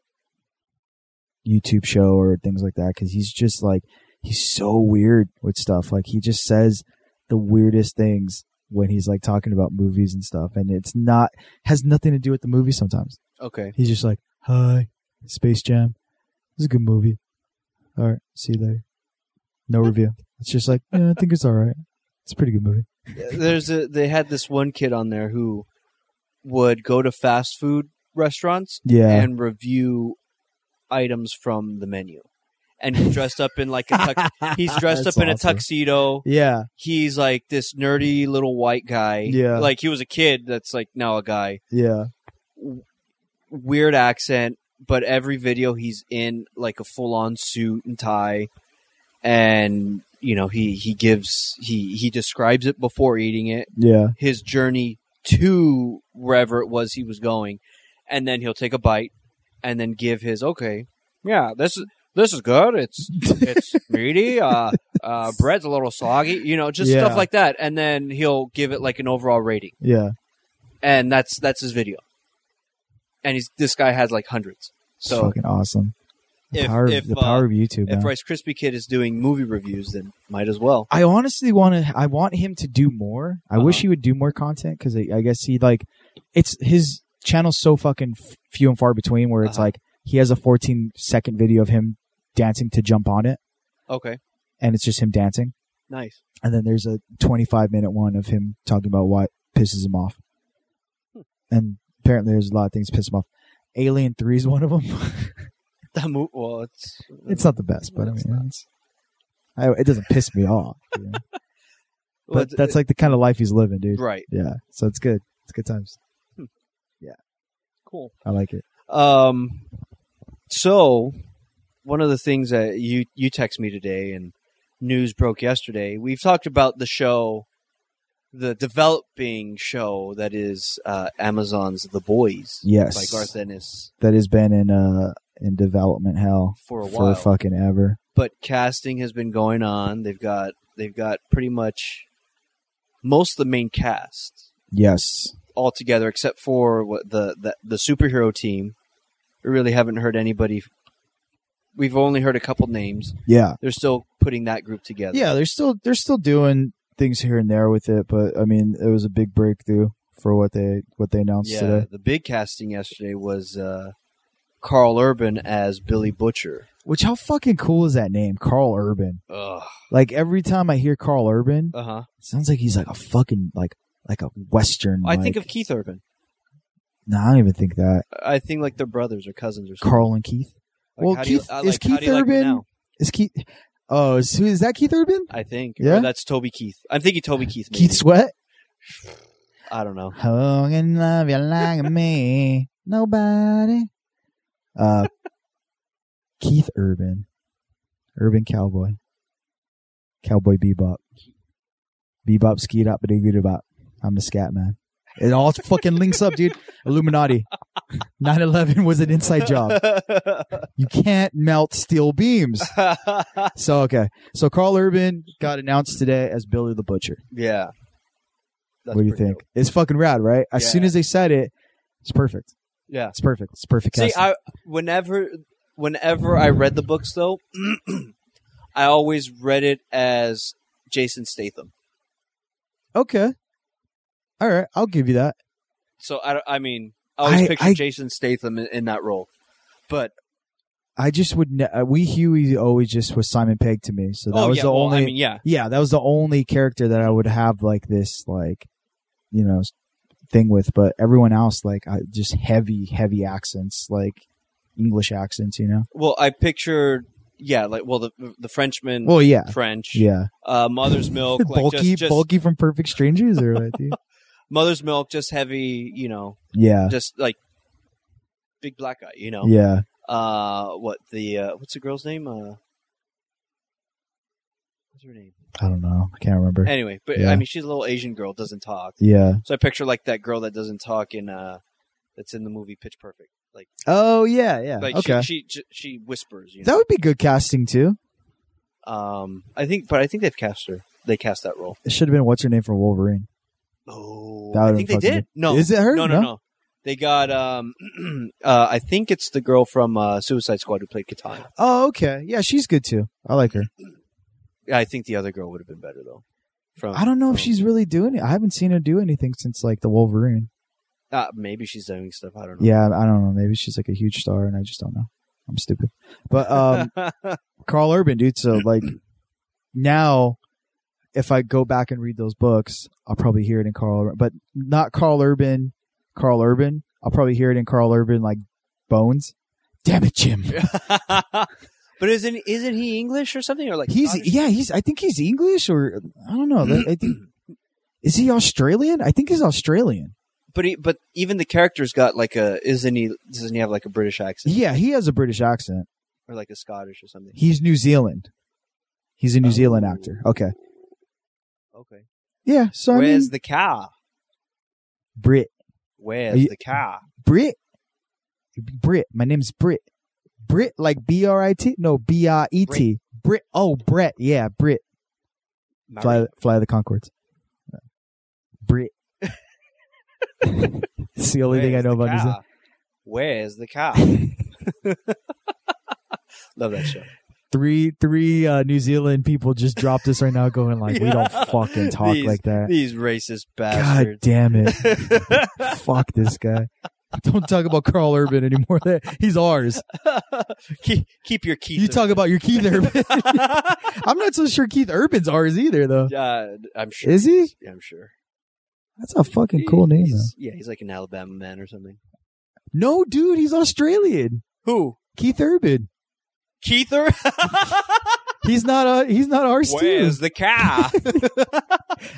youtube show or things like that because he's just like he's so weird with stuff like he just says the weirdest things when he's like talking about movies and stuff and it's not has nothing to do with the movie sometimes
Okay.
he's just like hi space jam it's a good movie all right see you later no review it's just like yeah, i think it's all right it's a pretty good movie
there's a they had this one kid on there who would go to fast food restaurants
Yeah.
and review items from the menu. And he's dressed up in like a tux- he's dressed up
That's
in a
awesome.
tuxedo.
Yeah.
He's like this nerdy little white guy.
Yeah.
Like he was a kid that's like now a guy.
Yeah.
w- weird accent, but every video he's in like a full on suit and tie, and you know he he gives he he describes it before eating it,
Yeah.
his journey to wherever it was he was going, and then he'll take a bite and then give his okay, yeah, this is this is good. It's it's meaty. Uh, uh, bread's a little soggy. You know, just
Yeah.
stuff like that, and then he'll give it like an overall rating,
Yeah.
and that's that's his video. And he's this guy has like hundreds.
It's
So
fucking awesome. The,
if-
power, of
if,
the
uh,
power of YouTube.
if
man.
Rice Krispie Kid is doing movie reviews, then might as well.
I honestly want to. I want him to do more. I wish
Uh-huh.
he would do more content because I, I guess he like it's his channel's so fucking f- few and far between. Where it's
Uh-huh.
like he has a 14 second video of him dancing to jump on it,
Okay,
and it's just him dancing.
nice.
And then there's a 25 minute one of him talking about what pisses him off.
Hmm.
And apparently, there's a lot of things piss him off. Alien Three is one of them.
That move. Well, it's
it's not the best, but I mean,
It's
it's, I, it doesn't piss me off. you know?
well,
But that's like the kind of life he's living, dude.
right. Hmm.
Yeah. So it's good. It's good times.
Cool.
I like it.
Um, so one of the things that you you text me today and news broke yesterday. We've talked about the show, the developing show that is uh, Amazon's The Boys
Yes,
by Garth Ennis
that has been in uh in development hell
for a
for
while,
fucking ever.
but casting has been going on. They've got they've got pretty much most of the main cast
Yes,
all together except for what the, the the superhero team. We really haven't heard anybody. We've only heard a couple names.
yeah,
they're still putting that group together.
yeah. They're still they're still doing things here and there with it, but I mean, it was a big breakthrough for what they what they announced
Yeah,
today,
The big casting yesterday was uh, Carl Urban as Billy Butcher.
which how fucking cool is that name, Carl Urban?
Ugh.
Like every time I hear Carl Urban,
Uh huh.
it sounds like he's like a fucking like like a western.
I
like-
think of Keith Urban.
no, I don't even think that
I think like they're brothers or cousins or something.
Carl and Keith
Like,
well,
how do you-
Keith-
I-
is
like, how
Keith
do you like me
Urban-
now?
is Keith. Oh, is, who is that? Keith Urban,
I think.
Yeah?
Or that's Toby Keith. I'm thinking Toby Keith. maybe.
Keith Sweat.
I don't know.
Who can love you like me? Nobody. Uh, Keith Urban, Urban Cowboy, Cowboy Bebop, Bebop skied up, but bop. I'm the scat man. It all fucking links up, dude. Illuminati. 9/11 was an inside job. You can't melt steel beams. So okay. So Carl Urban got announced today as Billy the Butcher
yeah. That's
what do you
pretty
think? It's fucking rad, right? As
Yeah.
soon as they said it, it's perfect.
Yeah.
It's perfect. It's perfect.
See,
casting.
I whenever whenever I read the books though, I always read it as Jason Statham.
okay. All right, I'll give you that.
So I, don't- I mean, I always
I-
picture
I-
Jason Statham in, in that role. But
I just would. Ne- uh, we Huey always just was Simon Pegg to me, so that
oh
was
yeah,
the
well,
only.
I mean, yeah,
yeah, that was the only character that I would have like this, like you know, s- thing with. But everyone else, like, I, just heavy, heavy accents, like English accents, you know.
well, I pictured yeah, like well, the the Frenchman,
Well, yeah,
French,
yeah.
uh, Mother's Milk, like
bulky,
just, just
bulky from Perfect Strangers, or what, dude?
Mother's Milk, just heavy, you know,
Yeah,
just like big black guy, you know.
yeah.
Uh, what the uh, what's the girl's name? Uh, what's her name?
I don't know. I can't remember.
Anyway, but
Yeah.
I mean, she's a little Asian girl, doesn't talk.
yeah.
So I picture like that girl that doesn't talk in uh, that's in the movie Pitch Perfect. Like,
Oh yeah, yeah.
like
okay,
she, she she whispers. You know?
that would be good casting too.
Um, I think, but I think they've cast her. They cast that role.
It should have been what's her name from Wolverine.
Oh,
That
I
would've
think they
been
did.
fucking
No,
Is it her?
no, no, no. They got um, uh, I think it's the girl from uh, Suicide Squad who played Katana.
Oh, okay. Yeah, she's good too. I like her.
I think the other girl would have been better though. From
I don't know if
from-
she's really doing it. I haven't seen her do anything since like the Wolverine.
uh, maybe she's doing stuff. I don't know.
Yeah, I don't know. Maybe she's like a huge star, and I just don't know. I'm stupid. But um, Carl Urban, dude. So like now, if I go back and read those books, I'll probably hear it in Carl Urban, but not Carl Urban. Carl Urban. I'll probably hear it in Carl Urban like Bones. Damn it, Jim.
but isn't isn't he English or something or like
He's
Scottish?
yeah, he's I think he's English or I don't know. That- I think is he Australian? I think he's Australian.
but he, but even the character's got like a isn't he doesn't he have like a British accent
Yeah, he has a British accent.
or like a Scottish or something?
He's New Zealand. He's a New
Oh.
Zealand actor. Okay.
Okay.
Yeah. So I
Where's
mean,
the car?
Brit. Are
Where's
you-
the car?
Brit. Brit. My name's Brit. Brit, like B R I T? No, B R E T. Brit. Oh, Brett. Yeah, Brit. Fly, fly the Concords. Brit. it's the only thing I know about New Zealand.
Where's the car? Love that show.
Three, three uh, New Zealand people just dropped us right now going like, we don't
Yeah.
fucking talk
These-
like that.
These racist
God
bastards.
damn it. Fuck this guy. Don't talk about Carl Urban anymore. That- He's ours.
keep, keep your Keith.
You talk about your Keith Urban. I'm not so sure Keith Urban's ours either, though.
Yeah, I'm sure.
Is he?
Yeah, I'm sure.
That's a fucking cool name, though.
He's- Yeah, he's like an Alabama man or something.
No, dude, he's Australian.
Who?
Keith Urban.
Keither?
He's not a. He's not ours too.
Where's the car?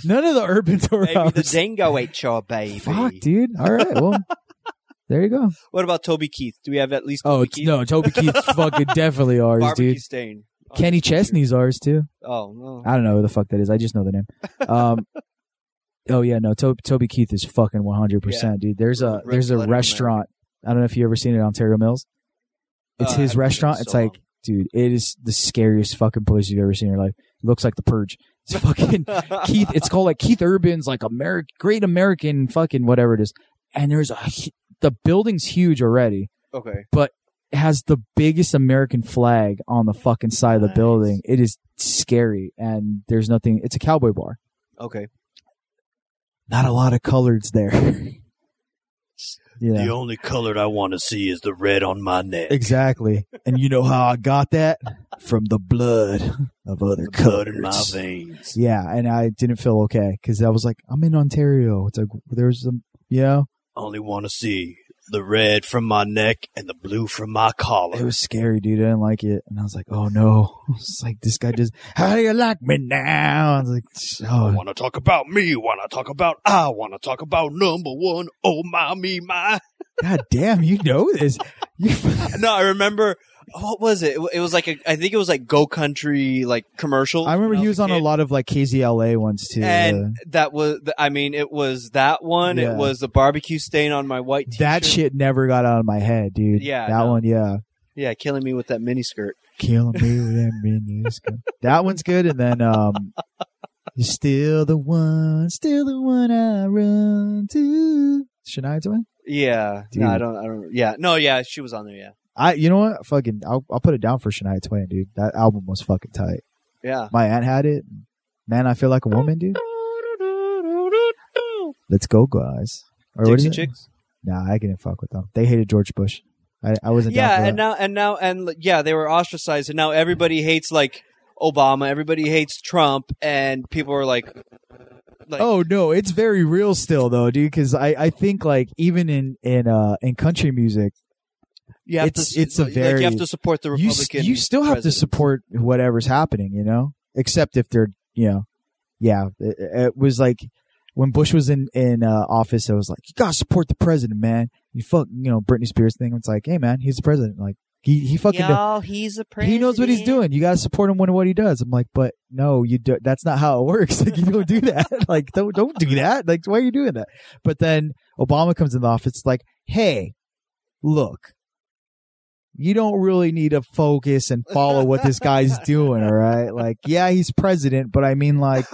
None of the Urbans are
Maybe
ours.
the dingo ate your baby.
Fuck, dude. All right, well, there you go.
What about Toby Keith? Do we have at least
Oh
Toby
it's-
Keith?
no, Toby Keith's fucking definitely ours,
Barbecue
dude.
stain. Oh,
Kenny
that's weird.
Chesney's ours too.
Oh no.
I don't know who the fuck that is. I just know the name. Um, oh yeah, no, Toby, Toby Keith is fucking one hundred percent, dude. There's a
Rick
there's a
Letterman.
restaurant. I don't know if you ever seen it, in Ontario Mills. It's
Uh, I haven't
his
been in
restaurant.
so
It's like, dude, it is the scariest fucking place you've ever seen in your life. It looks like the Purge. It's fucking Keith. It's called like Keith Urban's like Ameri- Great American fucking whatever it is. And there's a hu- the building's huge already.
okay.
It has the biggest American flag on the fucking side of the
Nice.
building. It is scary, and there's nothing. It's a cowboy bar
Okay.
not a lot of coloreds there. yeah,
only color I want to see is the red on my neck.
exactly. And you know how I got that from the blood of other coloreds.
veins.
Yeah, and I didn't feel okay because I was like, I'm in Ontario. It's like there's some, you know,
Only want to see the red from my neck and the blue from my
it
collar.
was scary, dude. I didn't like it, and I was like, oh no. It's like this guy just, how do you like me now? I was like,
I
oh,
want to talk about me. Want to talk about I. Want to talk about number one. Oh my, me, my.
god damn, you know this. You,
No, I remember. What was it? It wa- It was like a. I think it was like Go Country like commercial.
I remember
when
he
was
was on a
kid.
lot of like KZLA ones too. yeah.
And that was. th- I mean, it was that one.
Yeah.
It was the barbecue stain on my white. T-shirt.
That shit never got out of my head, dude.
Yeah,
that
no.
one, yeah.
Yeah, killing me with that miniskirt.
Killing me with that miniskirt. That one's good. And then, um, you're still the one, still the one I run to. Shania Twain.
Yeah.
Dude.
No, I don't. I don't. Yeah. No. Yeah, she was on there. Yeah.
I, you know what? Fucking, I'll, I'll put it down for Shania Twain, dude. That album was fucking tight.
Yeah.
My aunt had it. Man, I feel like a woman, dude. Let's go, guys. Or what is
Dixie
it?
Chicks.
Nah, I couldn't fuck with them. They hated George Bush. I, I wasn't. down for
Yeah, and
that.
now and now and like, yeah, they were ostracized, and now everybody hates like Obama. Everybody hates Trump, and people are like, like
oh no, it's very real still though, dude. Because I, I think like even in in uh in country music,
you have
it's-
to,
it's a
like, you have
very-
to support the
you s-
Republican.
you still have to
president.
support whatever's happening, you know. Except if they're you know, yeah, it, it was like when Bush was in in uh, office, it was like you gotta support the president, man. You fuck, you know, Britney Spears thing. It's like, hey man, he's the president. Like he he fucking. did-
Y'all, he's a president.
he knows what he's doing. You gotta support him when what he does. I'm like, but no, you do, that's not how it works. Like you don't do that. like don't don't do that. Like why are you doing that? But then Obama comes in the office. It's like, hey, look, you don't really need to focus and follow what this guy's doing. All right, like yeah, he's president, but I mean, like,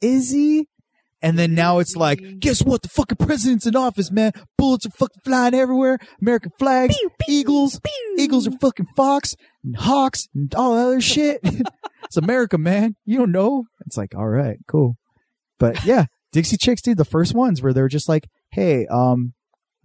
is he? And then now it's like, guess what? The fucking president's in office, man. Bullets are fucking flying everywhere. American flags, eagles, eagles are fucking fox and hawks and all that other shit. it's America, man. You don't know. It's like, all right, cool. But yeah, Dixie Chicks, dude, the first ones where they're just like, hey, um,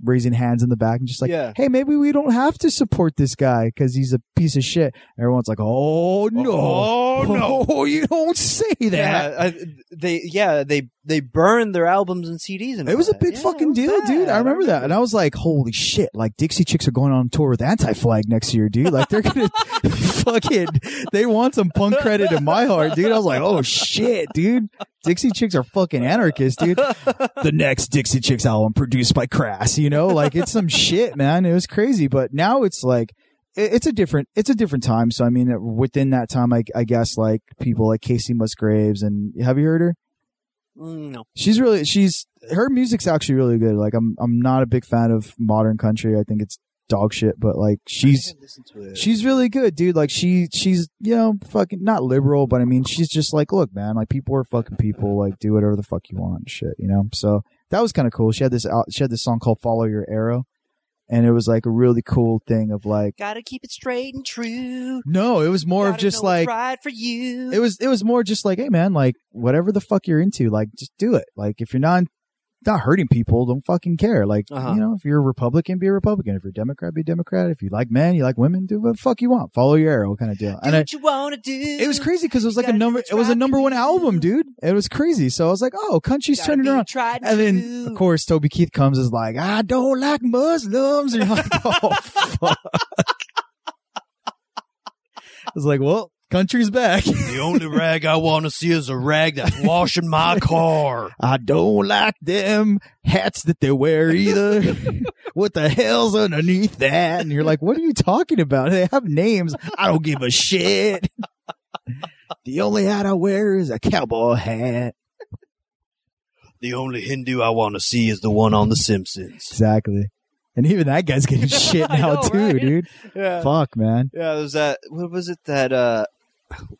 raising hands in the back and just like,
Yeah.
hey, maybe we don't have to support this guy because he's a piece of shit. Everyone's like, oh no,
Oh no.
oh, you don't say that.
Yeah, I, they yeah they they burned their albums and CDs, and
It
all
was a
that.
big
Yeah, it
fucking
was
deal,
bad.
dude. I remember that. And I was like, holy shit, like Dixie Chicks are going on tour with Anti Flag next year, dude. Like they're gonna fucking they want some punk credit in my heart, dude. I was like, oh shit, dude. Dixie Chicks are fucking anarchists, dude. the next Dixie Chicks album produced by Crass, you know, like it's some shit, man. It was crazy, but now it's like it- it's a different it's a different time. So I mean, within that time, I, I guess like people like Casey Musgraves and have you heard her?
Mm, no.
She's really she's her music's actually really good. Like I'm I'm not a big fan of modern country. I think it's dog shit, but like she's
I listen to it.
she's really good, dude. Like she, she's you know fucking not liberal, but I mean she's just like, look, man, like people are fucking people. Like do whatever the fuck you want, and shit, you know. So that was kind of cool. She had this out, she had this song called "Follow Your Arrow," and it was like a really cool thing of like,
Gotta keep it straight and true.
no, it was more of
Gotta know
just like
what's right for you.
it was it was more just like, hey man, like whatever the fuck you're into, like just do it. Like if you're not not hurting people, don't fucking care. Like
Uh-huh.
you know, if you're a Republican, be a Republican. If you're a Democrat, be a Democrat. If you like men, you like women, do what the fuck you want. Follow your arrow, kind of deal.
do
I-
what you wanna do.
it was crazy because it was
You
like a
gotta do
number.
what's
It was a
right
number
for
one
you.
album, dude. It was crazy. So I was like, "Oh, country's
Gotta
turning
be
around."
tried
And then,
true.
of course, Toby Keith comes is like, "I don't like Muslims." And you're like, "Oh fuck!" I was like, "Well, country's back."
The only rag I want to see is a rag that's washing my car.
I don't like them hats that they wear either. what the hell's underneath that? And you're like, what are you talking about? They have names. I don't give a shit. the only hat I wear is a cowboy hat.
The only Hindu I want to see is the one on The Simpsons.
Exactly. And even that guy's getting shit
I
now
know,
too,
right?
dude.
Yeah.
Fuck, man.
Yeah, there's that. What was it that? uh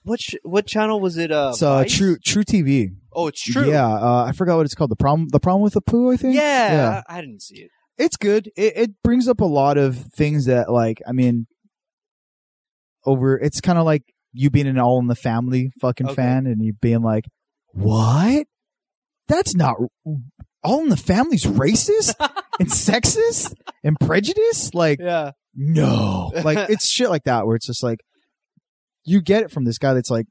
What sh- what channel was it? Uh,
It's uh,
Vice?
true, true TV.
Oh, it's true.
Yeah, uh, I forgot what it's called. The problem, the problem with the poo. I
yeah.
think.
I, I didn't see it.
it's good. It, it brings up a lot of things that, like, I mean, over. It's kind of like you being an All in the Family fucking
Okay.
fan, and you being like, "What? That's not All in the Family's racist and sexist and prejudiced." Like,
Yeah,
no, like it's shit like that where it's just like you get it from this guy that's like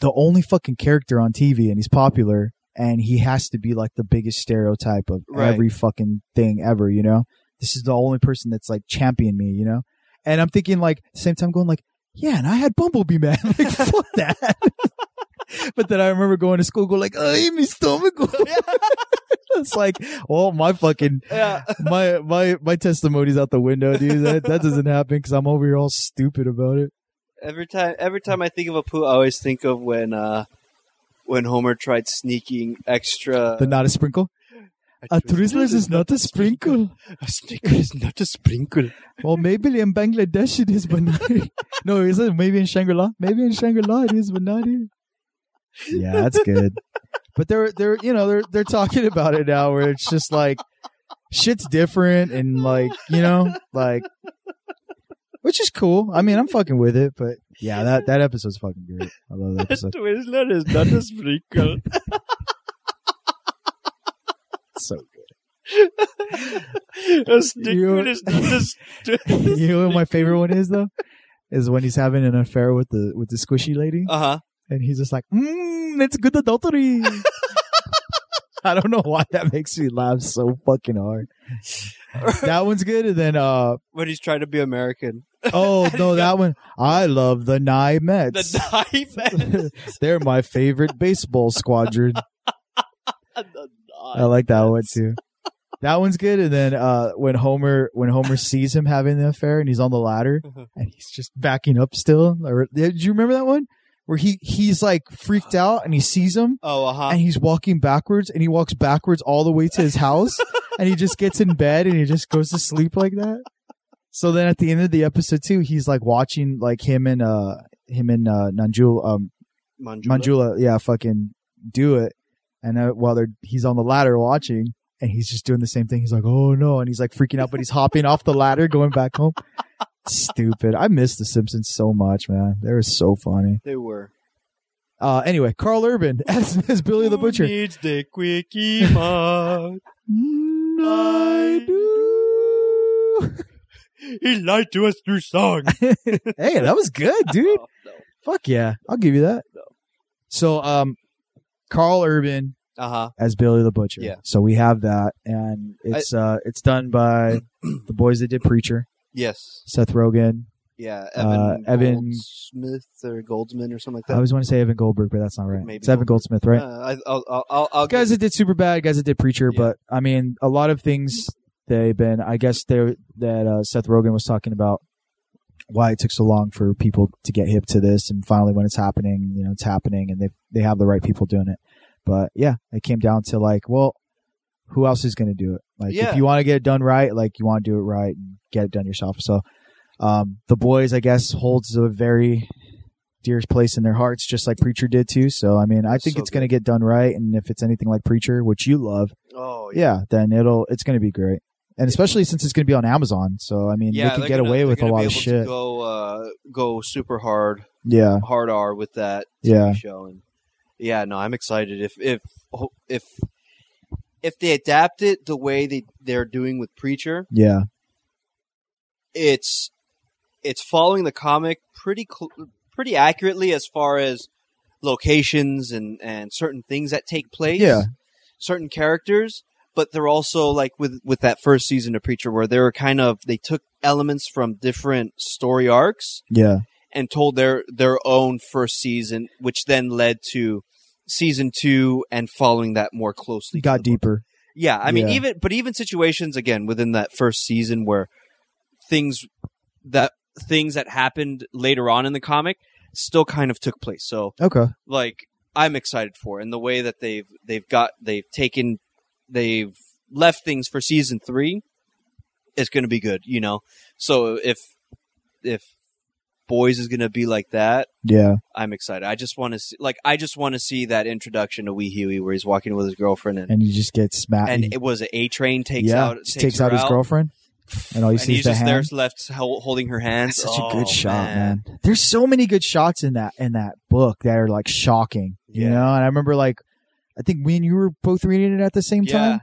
the only fucking character on TV, and he's popular, and he has to be like the biggest stereotype of
Right.
every fucking thing ever. You know, this is the only person that's like champion me. You know, and I'm thinking like same time going like, yeah, and I had Bumblebee man, like fuck that. but then I remember going to school, going like, "Oh, I my stomach. it's like, well, my fucking
yeah.
my my my testimony's out the window, dude. That that doesn't happen because I'm over here all stupid about it.
Every time, every time I think of a poo, I always think of when uh when Homer tried sneaking extra.
The not a sprinkle. A twizzler is not a sprinkle.
A snicker is not a sprinkle.
Well, maybe in Bangladesh it is, but not here. no, is it maybe in Shangri La? Maybe in Shangri La it is, but not here. Yeah, that's good. But they're they're you know they're they're talking about it now where it's just like shit's different and like you know like which is cool. I mean, I'm fucking with it, but yeah, that that episode's fucking great. I love that episode.
Twizzler is not a sprinkle.
It's so
a snicker
You-
is not a stri-
you know what my favorite one is though is when he's having an affair with the with the squishy lady
Uh huh.
and he's just like mmm it's good adultery i don't know why that makes me laugh so fucking hard that one's good and then uh
When he's trying to be American.
oh no that one i love the nye mets
The knife.
they're my favorite baseball squadron
the knife.
I like that one too. That one's good. And then uh, when Homer when Homer sees him having the affair and he's on the ladder
Uh-huh.
and he's just backing up still. Or did you remember that one where he he's like freaked out and he sees him
Oh, uh huh.
and he's walking backwards and he walks backwards all the way to his house and he just gets in bed and he just goes to sleep like that. So then at the end of the episode too, he's like watching like him and uh him and uh Nanjul um Manjula, yeah, fucking do it. And uh, while they're he's on the ladder watching, and he's just doing the same thing. He's like, "Oh no!" And he's like freaking out, but he's hopping off the ladder, going back home. Stupid. I miss The Simpsons so much, man. They were so funny.
They were.
Uh, anyway, Carl Urban as, as Billy the Butcher.
needs the quickie mug?
Mm, I do.
He lied to us through song.
hey, that was good, dude.
Oh, no.
Fuck yeah, I'll give you that.
No.
So, um, Carl Urban
Uh huh.
as Billy the Butcher.
Yeah.
So we have that, and it's uh it's done by the boys that did Preacher,
Yes.
Seth Rogen,
Yeah,
Uh,
Evan,
Evan-
Smith or Goldsman or something like
I
that.
always want to say Evan Goldberg, but that's not right.
Maybe
it's Evan Goldsmith, right?
Uh, I, I'll, I'll, I'll, I'll
guys that did super bad, guys that did preacher,
Yeah.
but I mean, a lot of things they've been. I guess they that uh, Seth Rogen was talking about why it took so long for people to get hip to this, and finally when it's happening, you know, it's happening, and they they have the right people doing it. But yeah, it came down to like, well, who else is going to do it? Like,
Yeah.
if you want to get it done right, like you want to do it right and get it done yourself. So, um, the boys, I guess, holds a very dear place in their hearts, just like Preacher did too. So, I mean, I think
So
it's going to get done right, and if it's anything like Preacher, which you love,
Oh
yeah,
yeah.
then it'll it's going to be great, and especially since it's going to be on Amazon. So, I mean, they
they're
could get
gonna-
away
they're
with a
gonna be
lot of
able to
shit.
Go, uh, go super hard,
Yeah,
hard R with that TV
Yeah.
show, and yeah, no, I'm excited. If if if if they adapt it the way they they're doing with Preacher,
yeah,
it's it's following the comic pretty cl- pretty accurately as far as locations and and certain things that take place.
Yeah.
certain characters, but they're also like with with that first season of Preacher, where they were kind of they took elements from different story arcs
yeah,
and told their their own first season, which then led to season two and following that more closely.
got deeper.
Yeah, I mean,
Yeah.
even but even situations again within that first season where things that things that happened later on in the comic still kind of took place. So
Okay,
like I'm excited for, and the way that they've they've got they've taken they've left things for season three is going to be good. You know, so if if boys is going to be like that.
yeah,
I'm excited. I just want to see, like, I just want to see that introduction to Wee Huey where he's walking with his girlfriend and
and you just get smacked.
and it was a train takes
e yeah,
out
just takes out
her
his girlfriend, and all you
and
see
he's
is the
just there
hand.
left hel- holding her hands.
That's such
Oh,
a good shot, man. There's so many good shots in that in that book that are like shocking, you
Yeah.
know. And I remember like, I think me and you were both reading it at the same
Yeah,
time,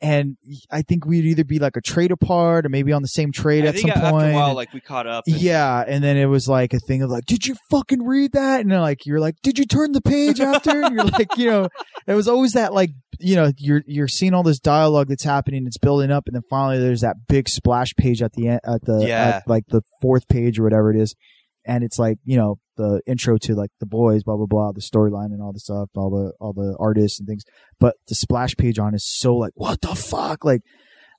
and I think we'd either be like a trade apart or maybe on the same trade
I
at
think
some
after
point.
a while, like we caught up. and-
yeah, and then it was like a thing of like, did you fucking read that? And they're like, you're like, did you turn the page after? And you're like, you know, it was always that like, you know, you're you're seeing all this dialogue that's happening, it's building up, and then finally there's that big splash page at the end, at the
Yeah.
at, like the fourth page or whatever it is, and it's like you know the intro to like the boys, blah blah blah, the storyline and all the stuff, all the all the artists and things, but the splash page on is so like, what the fuck, like,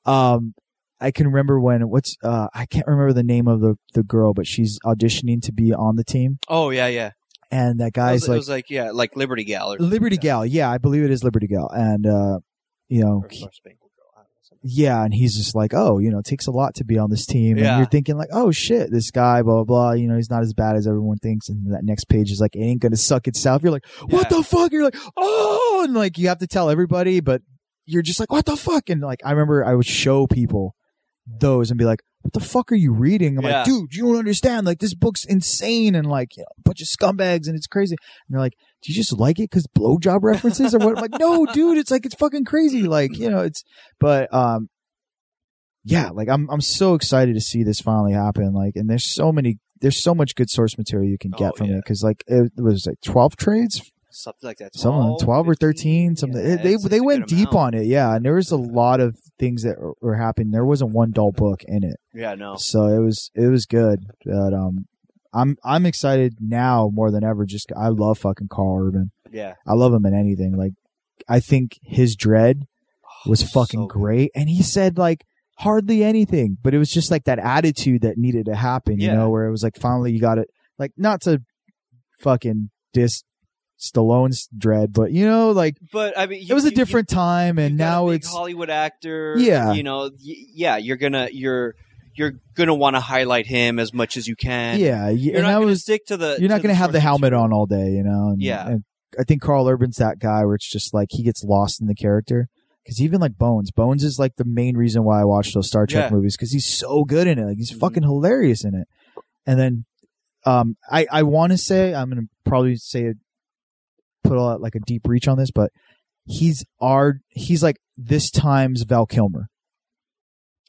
um, I can remember when what's uh I can't remember the name of the the girl, but she's auditioning to be on the team,
Oh yeah, yeah.
and that
It
guy's
was, it
like
was like yeah, like Liberty Gal or
Liberty Gal, yeah, I believe it is Liberty Gal, and uh, you know,
or Spangled Girl. I don't know, something.
yeah, and he's just like, oh, you know, it takes a lot to be on this team, and
Yeah.
you're thinking like, oh shit, this guy, blah blah, blah, you know, he's not as bad as everyone thinks, and that next page is like, it ain't gonna suck itself. You're like, what
Yeah.
the fuck? You're like, oh, and like you have to tell everybody, but you're just like, what the fuck? And like, I remember I would show people those and be like, what the fuck are you reading? I'm
Yeah.
like, dude, you don't understand. Like, this book's insane and like you know, a bunch of scumbags and it's crazy. And they're like, do you just like it because blowjob references or what? I'm like, no, dude, it's like it's fucking crazy. Like, you know, it's but um, yeah, like I'm I'm so excited to see this finally happen. Like, and there's so many. There's so much good source material you can get
Oh,
from
yeah.
it because, like, it was like twelve trades
something like that.
some of them 12 or 13
15,
something
yeah,
they
it's-
they
it's a
went
good
deep
amount.
on it yeah and there was a lot of things that were- were happening there wasn't one dull book in it
Yeah, no.
so it was it was good but um i'm i'm excited now more than ever just i love fucking carl urban
Yeah,
i love him in anything like i think his dread was
Oh,
fucking
so good.
great and he said like hardly anything but it was just like that attitude that needed to happen you
Yeah.
know where it was like finally you got it like not to fucking diss Stallone's dread, but you know, like
But I mean,
it
you-
was a
you- you-
different time, and
you've got a
now
big
it's
Hollywood actor.
Yeah.
you know, y- yeah, you're gonna you're you're gonna want to highlight him as much as you can.
yeah. y-
you're
and
not
I
gonna
was
stick to the.
you're not
to
gonna have the
sources.
helmet on all day, you know. And,
Yeah.
and I think Carl Urban's that guy where it's just like he gets lost in the character. Because even like Bones, Bones is like the main reason why I watch those Star Trek
Yeah.
movies because he's so good in it. Like he's
Mhm.
fucking hilarious in it. And then, um, I I want to say I'm gonna probably say it, put a lot, like a deep reach on this, but he's our he's like this time's Val Kilmer.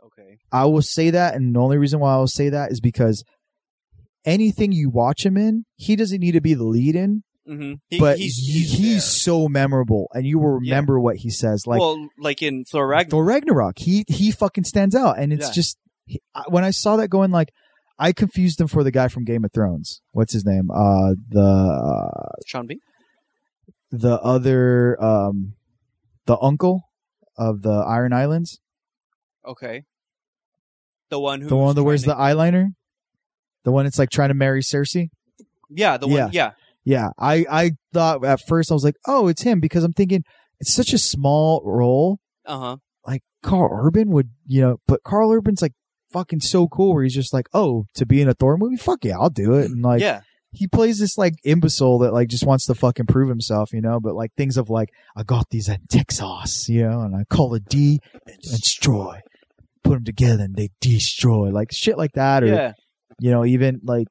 Okay.
I will say that, and the only reason why I will say that is because anything you watch him in, he doesn't need to be the lead in,
hmm He,
but
he's,
he's,
he's,
so memorable, and you will remember what he says.
there.
Like
well, like in Thor Ragnarok.
Thor Ragnarok, he he fucking stands out, and it's
Yeah.
just he, I- when I saw that going, like I confused him for the guy from Game of Thrones. What's his name? Uh, the uh,
Sean B.
the other um, the uncle of the Iron Islands,
Okay. The one who
the one that wears the eyeliner, the one that's like trying to marry Cersei.
yeah the one
Yeah.
yeah,
Yeah, I I thought at first I was like, oh, it's him because I'm thinking it's such a small role.
uh huh
Like Carl Urban would, you know, but Carl Urban's like fucking so cool where he's just like, oh, to be in a Thor movie, fuck yeah, I'll do it. And like,
yeah
he plays this like imbecile that like just wants to fucking prove himself, you know. But like things of like I got these at Texas, you know, and I call a D and destroy, put them together and they destroy, like shit like that, or
yeah
you know, even like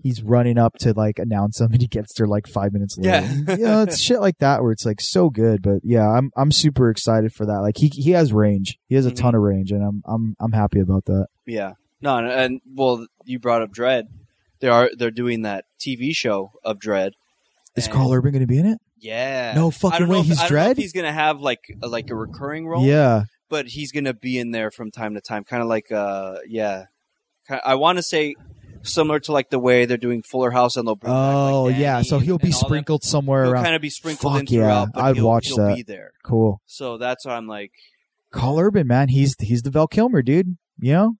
he's running up to like announce him and he gets there like five minutes later.
yeah
you know, it's shit like that where it's like so good. But yeah, I'm I'm super excited for that. Like he he has range, he has a
Mhm.
ton of range, and I'm I'm I'm happy about that.
Yeah. No, and, and well, you brought up Dread. They are they're doing that TV show of Dread.
Is
And-
Carl Urban going to be in it?
Yeah.
No
I
fucking
don't know
way.
if-
He's
I don't know if
dread.
he's gonna have like a, like a recurring role.
Yeah,
But he's gonna be in there from time to time, kind of like uh yeah. Kinda, I want to say similar to like the way they're doing Fuller House and they'll bring back, like,
Oh yeah,
Danny
so he'll
and-
be
and all them.
sprinkled somewhere
He'll
around.
kind of be sprinkled
Fuck
in throughout.
yeah,
but
I'd
he'll,
watch
he'll
that.
Be there.
cool.
So that's why I'm like,
Carl Urban, man, he's he's the Val Kilmer dude. You know,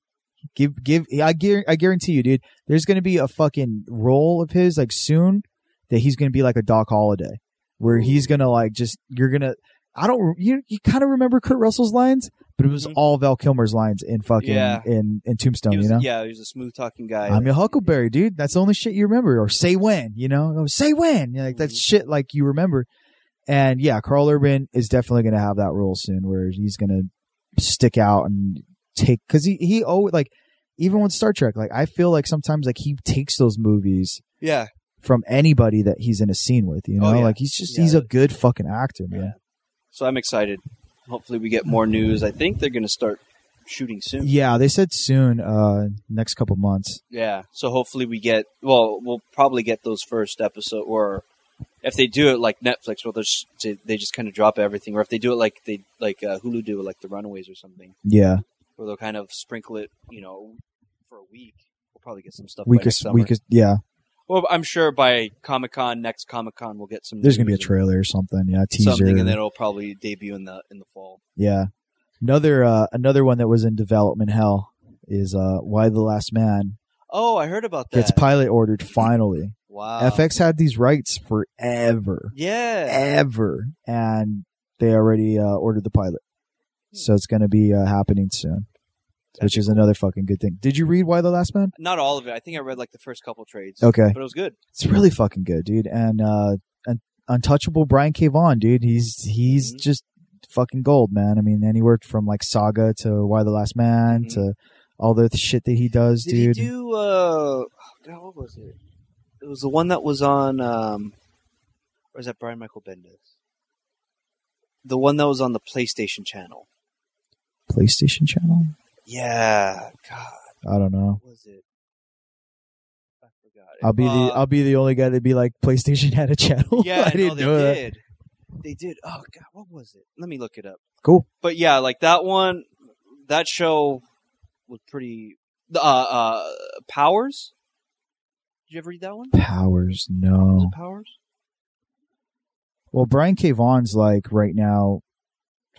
give give. I guar- I guarantee you, dude. There's gonna be a fucking role of his like soon that he's gonna be like a Doc Holiday, where he's gonna like just you're gonna. I don't you you kind of remember Kurt Russell's lines, but it was
Mhm.
all Val Kilmer's lines in fucking
Yeah.
in in Tombstone.
he was,
you know,
yeah, he's a smooth talking guy.
I'm your Huckleberry, dude. That's the only shit you remember. Or say when, you know, Or say when. You know, like that
Mhm.
shit, like you remember. And yeah, Carl Urban is definitely going to have that role soon, where he's going to stick out and take because he he always like even with Star Trek, like I feel like sometimes like he takes those movies
yeah,
from anybody that he's in a scene with. You know,
Oh, yeah.
like he's just
Yeah.
he's a good fucking actor, man.
so I'm excited. Hopefully, we get more news. I think they're gonna start shooting soon.
Yeah, they said soon, uh, next couple months.
Yeah. So hopefully we get well, we'll probably get those first episode or if they do it like Netflix, well, there's they- they just kind of drop everything, or if they do it like they like uh, Hulu do, like the Runaways or something,
Yeah,
where they'll kind of sprinkle it, you know, for a week. We'll probably get some stuff. by next
weakest
summer.
weakest. Yeah,
Well, I'm sure by Comic Con next Comic Con we'll get some.
there's gonna be a
news or
trailer or something. Yeah, a teaser.
Mm-hmm. something, and then it'll probably debut in the in the fall.
Yeah. Another uh, another one that was in development hell is uh, Why the Last Man
Oh, I heard about that. Oh.
gets pilot ordered finally.
wow.
FX had these rights forever,
Yeah.
ever, and they already uh, ordered the pilot, so it's going to be uh, happening soon,
That'd
which is another fucking good thing. Did you read Why the Last Man?
Not all of it. I think I read like the first couple trades,
Okay,
but it was good.
it's really fucking good, dude. And uh, un- untouchable Brian K. Vaughan, dude. He's he's
Mhm.
just fucking gold, man. I mean, and he worked from like Saga to Why the Last Man
Mhm.
to all the shit that he does,
Did
dude.
he do? Uh, God, what was it? It was the one that was on. Um, or is that Brian Michael Bendis? The one that was on the PlayStation channel.
PlayStation Channel.
Yeah. God,
I don't know.
what was it? I forgot.
I'll be
Uh,
the I'll be the only guy that'd be like PlayStation had a channel.
yeah,
I
no,
didn't
they
know that.
did. They did. Oh God, what was it? Let me look it up.
Cool.
But yeah, like that one, that show was pretty. Uh, uh, Powers. Did you ever read that one?
Powers,
Was
no.
it Powers?
Well, Brian K. Vaughan's like right now,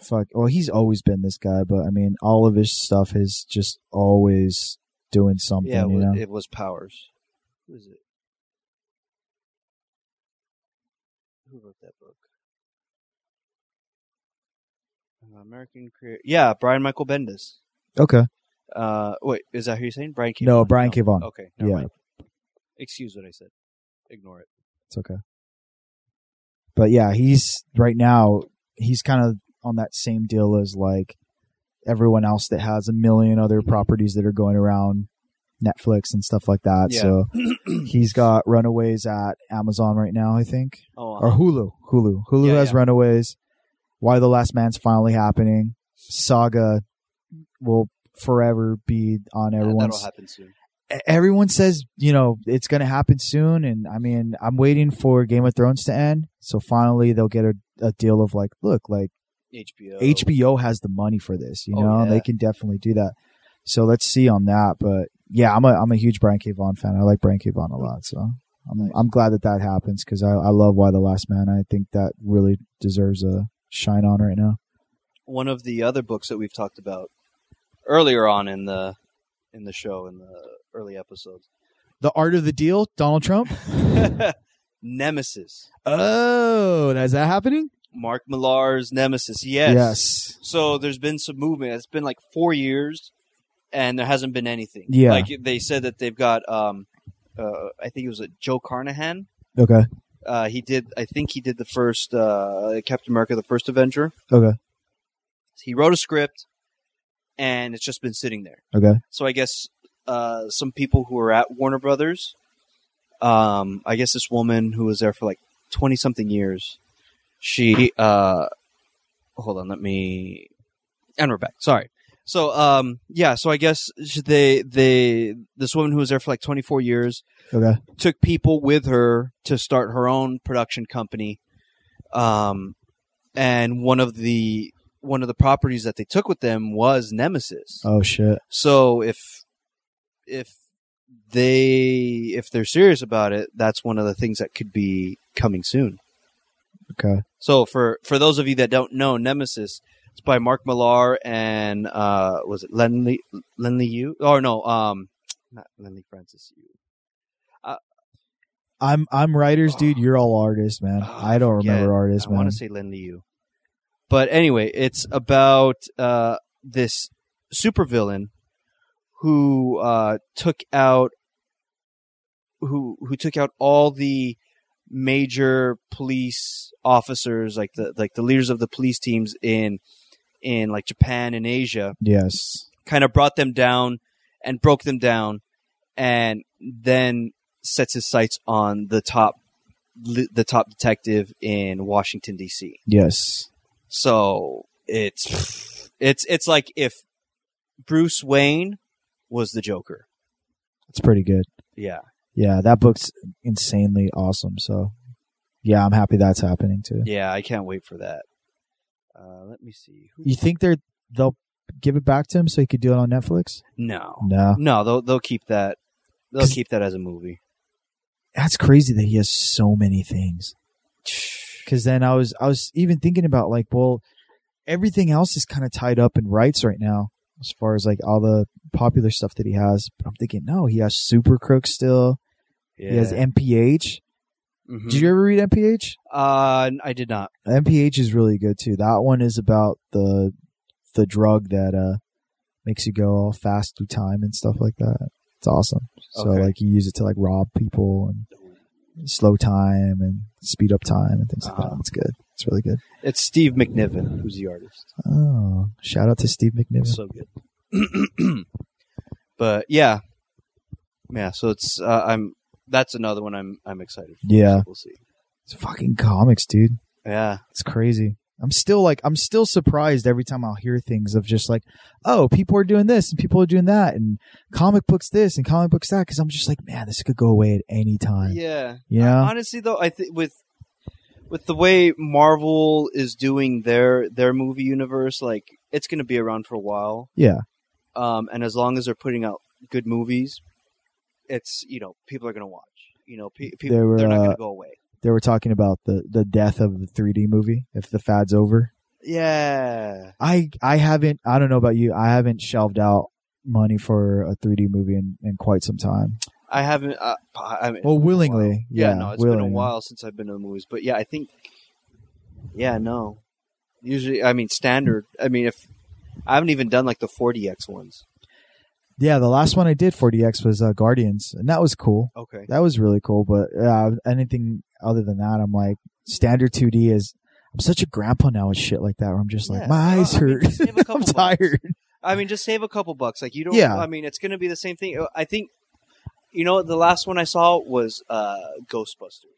fuck. Well, he's always been this guy, but I mean, all of his stuff is just always doing something.
Yeah, it
you
was,
know?
it was Powers. Who is it? Who wrote that book? Uh, American career. Yeah, Brian Michael Bendis.
okay.
Uh, wait, is that who you're saying? Brian K.
No,
Vaughan?
Brian K. Vaughan.
Okay.
Yeah.
Never mind. Excuse what I said. Ignore it.
It's okay. But yeah, he's right now he's kind of on that same deal as like everyone else that has a million other properties that are going around Netflix and stuff like that.
Yeah.
So he's got Runaways at Amazon right now, I think,
Oh,
or Hulu. Hulu. Hulu
Yeah,
has
yeah.
Runaways. Why the Last Man's finally happening. Saga will forever be on
that,
everyone's
that'll happen soon.
e-, everyone says you know it's going to happen soon and i mean i'm waiting for game of thrones to end so finally they'll get a, a deal of like look like Oh.
HBO.
hbo has the money for this you
Oh,
know
yeah.
they can definitely do that so let's see on that but yeah, I'm a I'm a huge Brian K. Vaughan fan. I like Brian K. Vaughan a lot, so I'm I'm glad that that happens because I I love Why the Last Man. I think that really deserves a shine on right now.
One of the other books that we've talked about earlier on in the in the show in the early episodes,
The Art of the Deal, Donald Trump.
Nemesis,
Oh, is that happening?
Mark Millar's Nemesis. Yes. So there's been some movement. It's been like four years, and there hasn't been anything.
Yeah.
Like they said that they've got, um, uh, I think it was a Joe Carnahan.
Okay.
Uh, he did. I think he did the first uh, Captain America: The First Avenger.
Okay.
He wrote a script, and it's just been sitting there.
Okay.
So I guess uh, some people who are at Warner Brothers, um, I guess this woman who was there for like twenty something years, she uh, hold on, let me, and we're back. Sorry. So um, yeah, so I guess sh- they they this woman who was there for like twenty four years
Okay.
took people with her to start her own production company. Um, and one of the one of the properties that they took with them was Nemesis.
Oh shit.
So if if they if they're serious about it, that's one of the things that could be coming soon.
Okay.
So for for those of you that don't know, Nemesis it's by Mark Millar and uh was it Lenley Lenley Yu? Or no, um not Lenley Francis Yu.
I'm I'm writers, dude. You're all artists, man.
Oh,
I don't
forget.
remember artists,
I want
man.
to say Lin Liu. But anyway, it's about uh, this supervillain who uh, took out who who took out all the major police officers, like the like the leaders of the police teams in in like Japan and Asia,
Yes.
kind of brought them down and broke them down and then sets his sights on the top the top detective in Washington DC.
Yes.
So it's it's it's like if Bruce Wayne was the Joker.
It's pretty good.
Yeah.
Yeah, that book's insanely awesome. So, yeah, I'm happy that's happening too.
Yeah, I can't wait for that. Uh, let me see.
You think they're they'll give it back to him so he could do it on Netflix?
No.
No,
No, they'll they'll keep that they'll
'Cause-
keep that as a movie.
that's crazy that he has so many things. Because then I was I was even thinking about like, well, everything else is kind of tied up in rights right now as far as like all the popular stuff that he has. But I'm thinking, no, he has Super Crook still.
Yeah.
He has MPH.
Mhm.
Did you ever read MPH?
uh, I did not.
MPH is really good too. That one is about the the drug that uh makes you go all fast through time and stuff like that. It's awesome. So
Okay.
like you use it to like rob people and slow time and speed up time and things like that.
Uh-huh.
It's good. It's really good.
It's Steve McNiven who's the artist.
Oh, shout out to Steve McNiven.
so good. but yeah, yeah. So it's uh, I'm that's another one I'm I'm excited for.
Yeah.
So we'll see.
It's fucking comics, dude.
Yeah,
It's crazy. I'm still like I'm still surprised every time I'll hear things of just like, oh, people are doing this and people are doing that and comic books this and comic books that because I'm just like, man, this could go away at any time.
yeah,
Yeah.
Honestly, though, I think with with the way Marvel is doing their their movie universe, like it's going to be around for a while.
Yeah.
Um, and as long as they're putting out good movies, it's you know people are going to watch. You know, pe- people
They were,
they're not going
uh,
to go away.
They were talking about the the death of the 3D movie if the fad's over.
Yeah.
I I haven't I don't know about you. I haven't shelved out money for a 3D movie in, in quite some time.
I haven't. Uh, I mean,
Well, willingly.
Yeah,
Yeah,
no, it's
willingly.
been a while since I've been to the movies, but yeah, I think, yeah, no. Usually, I mean, standard. I mean, if I haven't even done like the 40x ones.
Yeah, the last one I did 4DX was uh, Guardians, and that was cool.
Okay.
That was really cool, but uh, anything other than that, I'm like standard 2D is. I'm such a grandpa now with shit like that. Where I'm just like
Yeah,
my
well,
eyes
I mean,
hurt.
just save a
I'm
couple bucks.
tired.
I mean, just save a couple bucks. Like you don't.
Yeah.
I mean, it's going to be the same thing. I think. You know, the last one I saw was uh, Ghostbusters.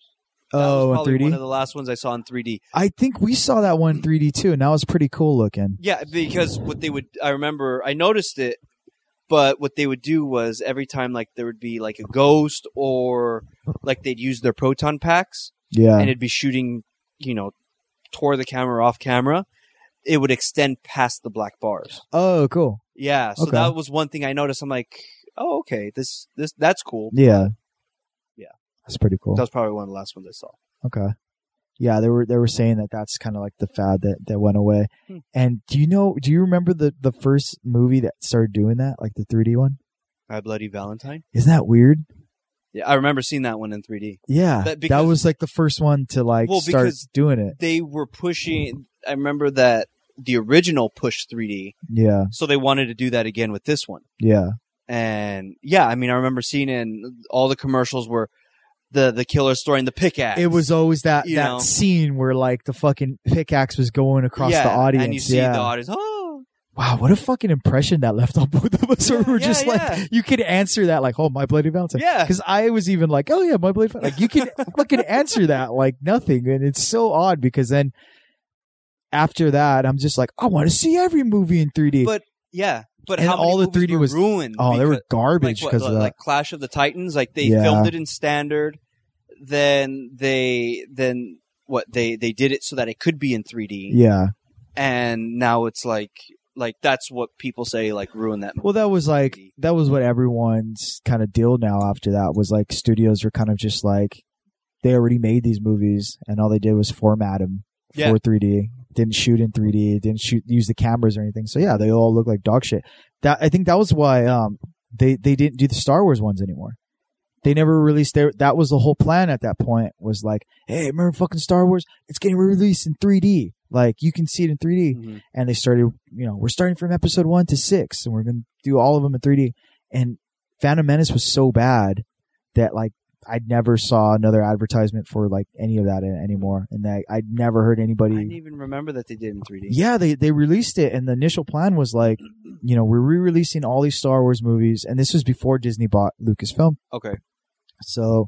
That
Oh,
was
in
probably
3D.
one of the last ones I saw in 3D.
I think we saw that one in 3D too, and that was pretty cool looking.
Yeah, because what they would, I remember, I noticed it, but what they would do was every time, like, there would be, like, a ghost or, like, they'd use their proton packs
Yeah.
and it'd be shooting, you know, tore the camera off camera. It would extend past the black bars.
oh, cool.
Yeah. So
Okay.
that was one thing I noticed. I'm like, oh, okay, this this that's cool.
Yeah.
Yeah.
That's pretty cool.
That was probably one of the last ones I saw.
Okay. Yeah, they were they were saying that that's kind of like the fad that that went away.
Hmm.
And do you know? Do you remember the the first movie that started doing that, like the 3D one?
My Bloody Valentine.
Isn't that weird?
Yeah, I remember seeing that one in 3D.
Yeah,
That-
that,
because-
was like the first one to like
Well,
start
because-
doing it.
They were pushing. I remember that the original pushed 3D,
Yeah,
so they wanted to do that again with this one.
yeah,
And yeah, I mean, I remember seeing in all the commercials were the the killers throwing the pickaxe.
it was always that
You
that
know.
scene where like the fucking pickaxe was going across
Yeah,
the audience.
and you see
yeah.
the audience. Oh,
wow, what a fucking impression that left on both of us. where
Yeah,
we're
yeah,
just
yeah.
like, you could answer that like, oh, my bloody Valentine.
yeah,
Because I was even like, oh yeah, my blade. Fire." Like you can fucking answer that like nothing, and it's so odd because then after that, I'm just like, I want to see every movie in 3D.
But- yeah. But
And
how many
all the
movies
3D
were
was-
ruined?
oh, they
because-
were garbage
like,
because
what,
of that.
like Clash of the Titans. Like they
uh, Yeah.
filmed it in standard, then they then what they they did it so that it could be in 3D,
yeah.
and now it's like like that's what people say like ruin that.
Well, that was like
3D.
that was what everyone's kind of deal now. After that was like studios were kind of just like they already made these movies, and all they did was format them
Yeah.
for 3D. Didn't shoot in 3D. Didn't shoot use the cameras or anything. So yeah, they all look like dog shit. That I think that was why um they they didn't do the Star Wars ones anymore. They never released their. That was the whole plan at that point. Was like, hey, remember fucking Star Wars? It's getting released in 3D. Like you can see it in 3D
Mhm.
and they started you know we're starting from episode one to six and we're going to do all of them in 3d and phantom menace was so bad that like i never saw another advertisement for like any of that a- anymore and I, i'd never heard
I didn't
anybody
even remember that they did in 3D.
yeah they, they released it and the initial plan was like you know we're re-releasing all these star wars movies and this was before disney bought lucasfilm
Okay.
so,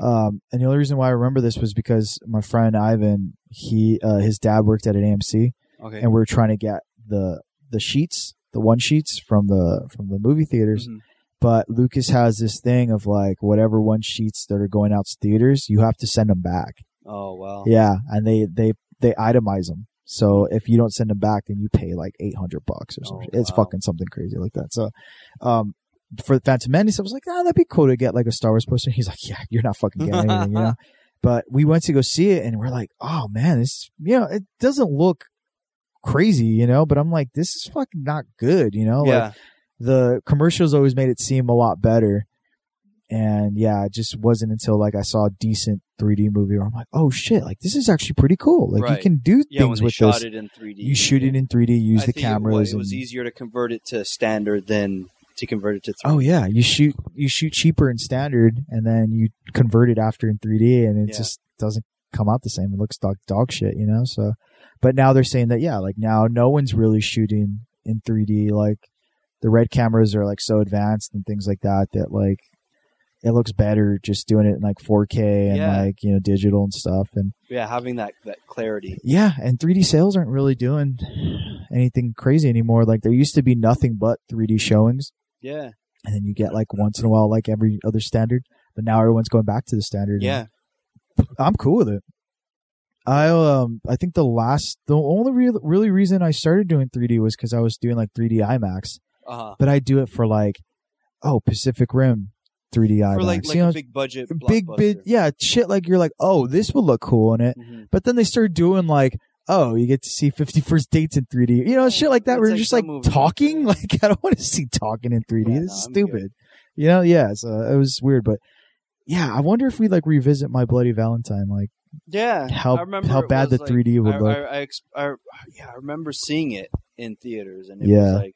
um, and the only reason why I remember this was because my friend Ivan, he uh, his dad worked at an AMC,
Okay.
and we were trying to get the the sheets, the one sheets from the from the movie theaters.
Mhm.
But Lucas has this thing of like whatever one sheets that are going out to theaters, you have to send them back.
Oh wow.
Yeah, and they they they itemize them. So if you don't send them back, then you pay like eight hundred bucks or
Oh,
something. It's
wow.
fucking something crazy like that. So, um, for Phantom Menace, I was like, ah, that'd be cool to get like a Star Wars poster. He's like, yeah, you're not fucking getting anything, you know. But we went to go see it, and we're like, oh man, this you know it doesn't look crazy, you know. But I'm like, this is fucking not good, you know. Like
yeah.
the commercials always made it seem a lot better. And yeah, it just wasn't until like I saw a decent 3D movie where I'm like, oh shit, like this is actually pretty cool. Like
Right.
you can do
yeah. When
things
they
with
shot
this.
it in 3D,
You shoot it in 3D, use
I
the
think it wa-
cameras.
It, was
and-
easier to convert it to standard than to convert it to 3D.
Oh yeah, you shoot you shoot cheaper in standard, and then you convert it after in 3D, and it
Yeah.
just doesn't come out the same. It looks dog dog shit, you know. So, but now they're saying that yeah, like now no one's really shooting in 3D. Like the red cameras are like so advanced and things like that that like it looks better just doing it in like 4K and
Yeah.
like you know digital and stuff. And
Yeah, having that that clarity.
yeah, and 3D sales aren't really doing anything crazy anymore. Like there used to be nothing but 3D showings
Yeah.
and then you get like once in a while like every other standard but now everyone's going back to the standard and
Yeah.
i'm cool with it i um i think the last the only real, really reason i started doing 3d was because i was doing like 3d imax
Uh-huh.
but i do it for like oh pacific rim 3d imax
For like, like
you know
a big budget
big bit yeah shit like you're like oh this would look cool in it
Mm-hmm.
but then they started doing like oh you get to see 51st dates in 3d you know shit like that
That's
we're
like
just
some
like
movie.
talking like i don't want to see talking in 3d
Yeah,
this
no,
is
I'm
stupid you know yeah so uh, it was weird but yeah i wonder if we like revisit my bloody valentine like
Yeah. I
how
remember
how
it
bad the
was, like,
3d would
I,
look
I, I, ex- I, yeah, I remember seeing it in theaters, and it
Yeah.
was like,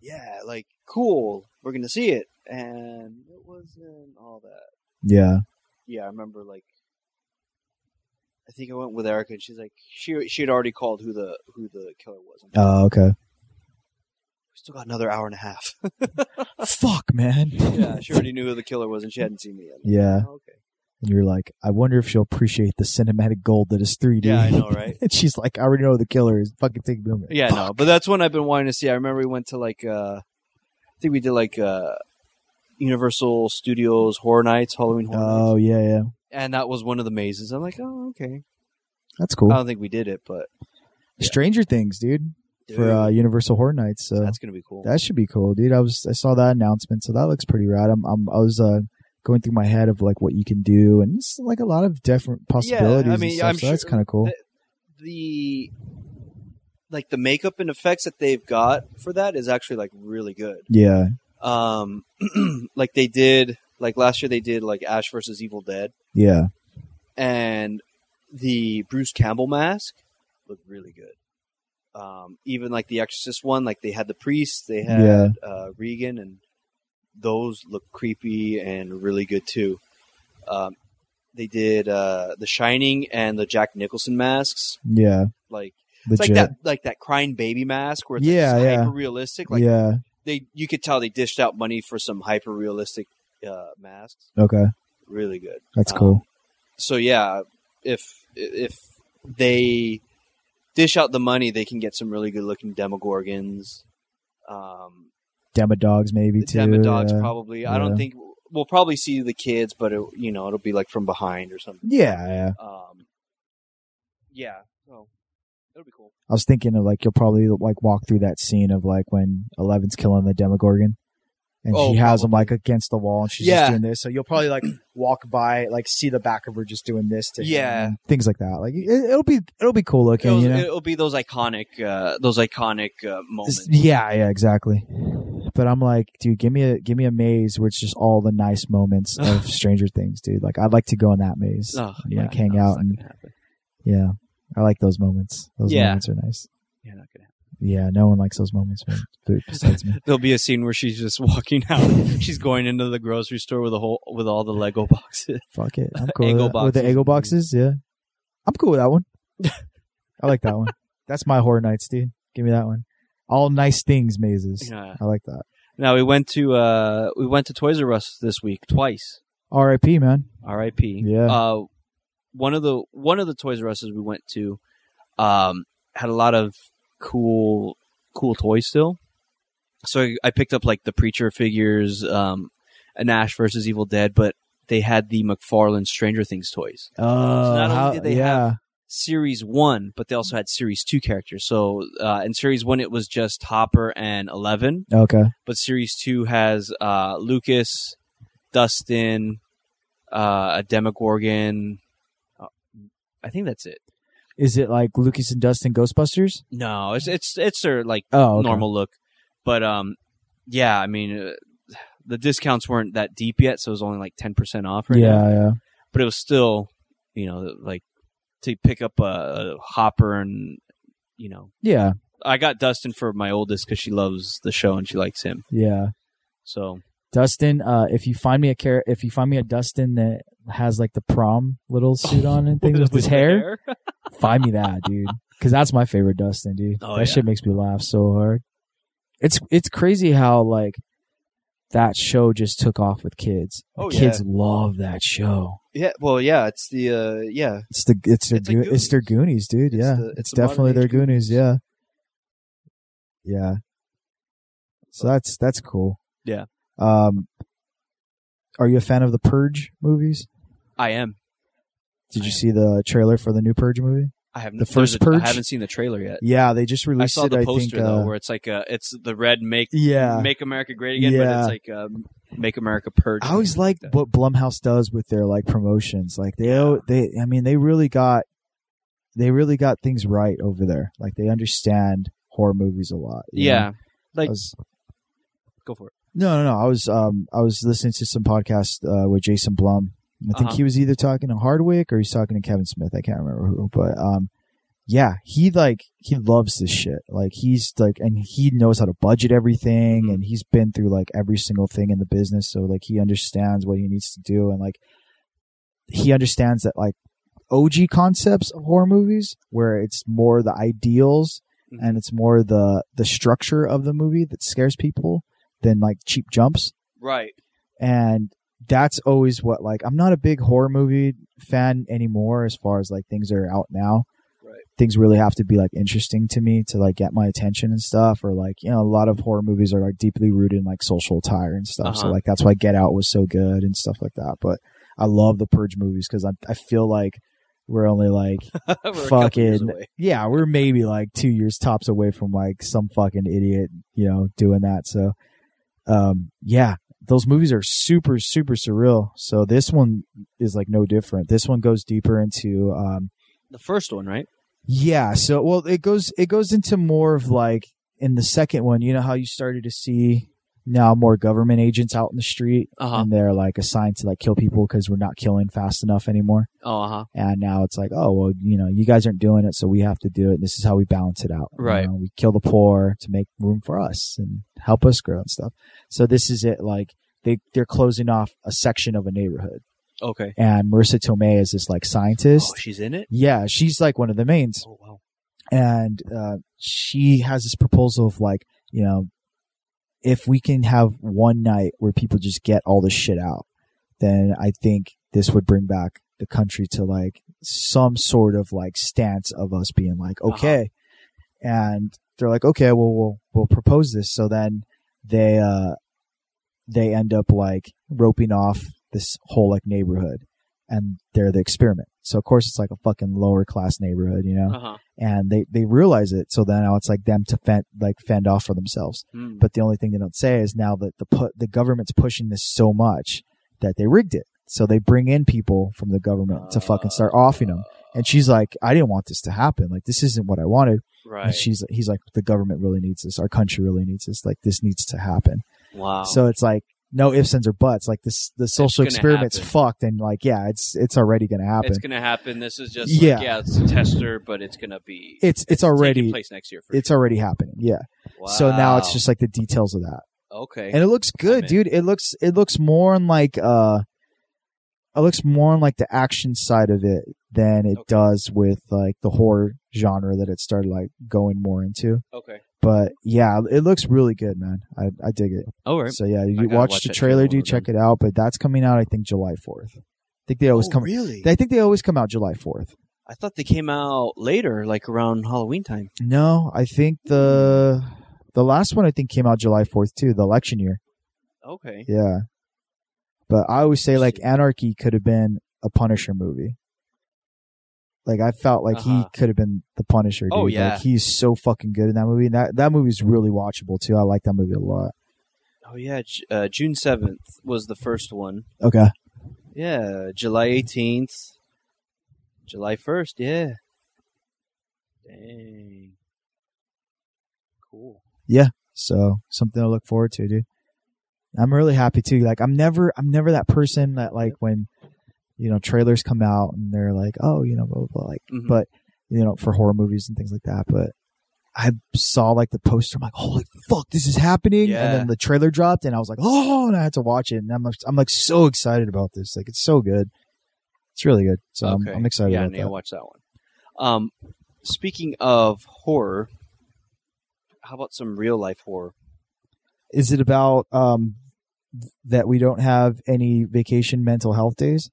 yeah, like cool. We're gonna see it, and it wasn't all that.
yeah
Yeah, I remember like. I think I went with Erica, and she's like, she she had already called who the who the killer was. I'm like,
oh okay
we still got another hour and a half.
fuck man
yeah, she already knew who the killer was, and she hadn't seen me yet.
Yeah.
Oh, okay.
and you're like i wonder if she'll appreciate the cinematic gold that is 3d
Yeah, I know, right?
and she's like i already know the killer is fucking take boomer
Yeah, no, but that's one I've been wanting to see. I remember we went to like, uh, I think we did like uh, Universal Studios Horror Nights, Halloween Horror Nights,
oh yeah yeah
and that was one of the mazes. I'm like, oh, okay.
that's cool
I don't think we did it, but
stranger things dude for uh, Universal Horror Nights. So
That's gonna be cool.
that should be cool, dude. I was I saw that announcement, so that looks pretty rad. I'm, I'm I was uh, going through my head of like what you can do, and it's like a lot of different possibilities.
I
and
mean,
stuff,
I'm
so that's
sure
kind of cool.
that- the like the makeup and effects that they've got for that is actually like really good.
yeah,
Um, like they did like last year they did like Ash versus Evil Dead
yeah,
and the Bruce Campbell mask looked really good. Um, even like the Exorcist one, like they had the priest, they had
Yeah.
uh, Regan, and those look creepy and really good too. Um, they did uh, the Shining and the Jack Nicholson masks,
yeah.
like it's
Legit.
like that, like that crying baby mask where it's
Yeah,
like
yeah.
hyper realistic. Like
yeah.
they, you could tell they dished out money for some hyper realistic uh, masks.
Okay.
Really good
That's
Um,
cool.
so yeah, if if they dish out the money, they can get some really good looking Demogorgons, um,
Demodogs maybe
the
too. uh,
Demodogs
yeah.
probably. I don't
Yeah.
think we'll probably see the kids, but it, you know it'll be like from behind or something.
Yeah, yeah.
Um, yeah, so it'll be cool.
I was thinking of like you'll probably like walk through that scene of like when Eleven's killing the Demogorgon, and
Oh,
she has him
probably.
like against the wall, and she's
Yeah.
just doing this. So you'll probably like walk by, like see the back of her just doing this to him
Yeah.
and things like that. Like it, it'll be it'll be cool looking,
it'll,
you know.
it'll be those iconic uh, those iconic uh, moments.
Just- yeah, yeah, exactly. But I'm like, dude, give me a give me a maze where it's just all the nice moments of Stranger Things, dude. Like I'd like to go in that maze,
Ugh,
and,
yeah,
like hang
no, it's
out
not
and
gonna happen.
yeah, I like those moments. Those
Yeah.
moments are nice.
Yeah, not gonna happen.
Yeah, no one likes those moments man, but besides me.
There'll be a scene where she's just walking out. She's going into the grocery store with a whole with all the Lego boxes.
Fuck it. I'm cool
Eggo
with, that. with the
boxes.
Eggo boxes. Yeah. I'm cool with that one. I like that one. That's my horror nights, dude. Give me that one. All nice things mazes.
Yeah.
I like that.
Now we went to uh we went to Toys R Us this week twice.
R.I.P. Man.
R.I.P.
Yeah.
Uh, one of the one of the Toys R Us's we went to, um, had a lot of cool cool toys still. So I, I picked up like the Preacher figures, um, an Ash versus Evil Dead, but they had the McFarlane Stranger Things toys.
Oh,
not only
how-
did they
yeah.
series one, but they also had series two characters. So uh, in series one, it was just Hopper and Eleven,
okay.
but series two has uh, Lucas, Dustin, uh, a Demogorgon. Uh, I think that's it.
Is it like Lucas and Dustin Ghostbusters?
No, it's it's it's their like
Oh, okay.
normal look, but um, yeah, I mean. Uh, the discounts weren't that deep yet, so it was only like ten percent off right
yeah,
now.
yeah.
But it was still, you know, like to pick up a, a hopper and you know
Yeah.
I got Dustin for my oldest because she loves the show and she likes him.
Yeah.
So
Dustin, uh, if you find me a car- if you find me a Dustin that has like the prom little suit on and things with his hair, find me that, dude. Because that's my favorite Dustin, dude.
Oh,
that
yeah.
shit makes me laugh so hard. It's it's crazy how like that show just took off with kids. The
Oh, yeah.
kids love that show.
Yeah, well, yeah, it's the uh, yeah,
It's the it's their it's,
It's like
it's their Goonies, dude.
It's
yeah,
the- it's
it's,
the
definitely
modern
their
age Goonies.
Goonies. Yeah, yeah. So that's that's cool.
Yeah.
Um, are you a fan of the Purge movies?
I am.
Did
I
you
am.
see the trailer for the new Purge movie?
I have
The first
there's a-
Purge?
I haven't seen the trailer yet.
Yeah, they just
I
released
saw
it.
the
I
poster
think.
though,
uh,
where it's like uh, it's the red make
yeah,
make America great again,
Yeah.
but it's like um, make America purge.
I always like
that.
what Blumhouse does with their like promotions. Like they, they, I mean, they really got, they really got things right over there. Like they understand horror movies a lot. you know?
yeah.
I
Like
was-
go for it.
No, no, no. I was um I was listening to some podcast uh, with Jason Blum. I think
Uh-huh.
he was either talking to Hardwick or he's talking to Kevin Smith. I can't remember who, but um yeah, he like he loves this shit. Like he's like and he knows how to budget everything
Mhm.
and he's been through like every single thing in the business so like he understands what he needs to do and like he understands that like OG concepts of horror movies where it's more the ideals
Mhm.
and it's more the the structure of the movie that scares people than like cheap jumps
Right.
and that's always what like I'm not a big horror movie fan anymore as far as like things that are out now.
Right.
Things really have to be like interesting to me to like get my attention and stuff or like you know a lot of horror movies are like deeply rooted in like social tire and stuff. So
Uh-huh.
like that's why Get Out was so good and stuff like that. But I love the Purge movies cuz I I feel like We're only like
We're a couple years
fucking
away.
yeah, we're maybe like two years tops away from like some fucking idiot, you know, doing that. So, um, yeah, those movies are super super surreal. So this one is like no different. This one goes deeper into um,
The first one, right?
yeah. So well, it goes it goes into more of like in the second one. You know how you started to see now more government agents out in the street,
Uh-huh.
and they're like assigned to like kill people because we're not killing fast enough anymore.
Oh,
uh-huh.
uh huh.
And now it's like, oh well, you know, you guys aren't doing it, so we have to do it. This is how we balance it out. You
Right.
know, we kill the poor to make room for us and help us grow and stuff. So this is it. Like they they're closing off a section of a neighborhood,
Okay.
and Marissa Tomei is this like scientist.
Oh, she's in it.
yeah, she's like one of the mains
Oh wow.
and uh, she has this proposal of like you know if we can have one night where people just get all this shit out then i think this would bring back the country to like some sort of like stance of us being like okay and they're like okay well we'll we'll propose this so then they uh they end up like roping off this whole like neighborhood and they're the experiment so of course it's like a fucking lower class neighborhood
Uh-huh.
you know
Uh huh.
and they they realize it. So then now it's like them to fend, like fend off for themselves.
Hmm.
But the only thing they don't say is now that the pu- the government's pushing this so much that they rigged it. So they bring in people from the government to fucking start
Ah.
offing them. And she's like, I didn't want this to happen. Like this isn't what I wanted.
Right.
And she's he's like, the government really needs this. Our country really needs this. Like this needs to happen.
wow.
So it's like no ifs ands or buts. Like this the social
Ah. gonna
experiment's
happen.
fucked. And like yeah, it's it's already gonna happen.
it's gonna happen. This is just
Yeah.
like, yeah, it's a tester, but it's gonna be
it's, it's
taking
already
place next year. For
it's already happening. Yeah.
sure.
So now it's
Wow.
just like the details of that.
okay.
And it looks good,
in.
dude. It looks it looks more on like uh it looks more on like the action side of it than it
Okay.
does with like the horror genre that it started like going more into.
okay.
But yeah, it looks really good, man. I I dig it.
All Oh, right.
So yeah, you
gotta
watch,
watch
the
that
trailer,
trailer
dude,
when we're
check it out. But that's coming out I think July fourth. I think they always
Oh,
come
Really?
I think they always come out July fourth.
I thought they came out later, like around Halloween time.
No, I think the the last one I think came out July fourth too, the election year.
Okay.
Yeah. But I always say like Anarchy could have been a Punisher movie. Like I felt like he
Uh-huh.
could have been the Punisher. Dude.
Oh, yeah.
like, he's so fucking good in that movie. And that that movie's really watchable too. I like that movie a lot.
Oh yeah, J- uh, June seventh was the first one.
Okay,
Yeah, July eighteenth, July first. Yeah. Dang. Cool.
so something to look forward to, dude. I'm really happy too. Like I'm never I'm never that person that like when you know trailers come out and they're like, oh, you know, blah blah. blah. Like
Mhm.
but you know for horror movies and things like that but i saw like the poster i'm like holy fuck this is happening
Yeah.
and then the trailer dropped and i was like oh and i had to watch it and i'm, I'm like so excited about this like it's so good it's really good so
Okay.
Um, I'm, I'm excited
yeah, I
about
need to
that
watch that one.
Um, speaking of horror, how about some real life horror?
is it about um that we don't have any vacation mental health days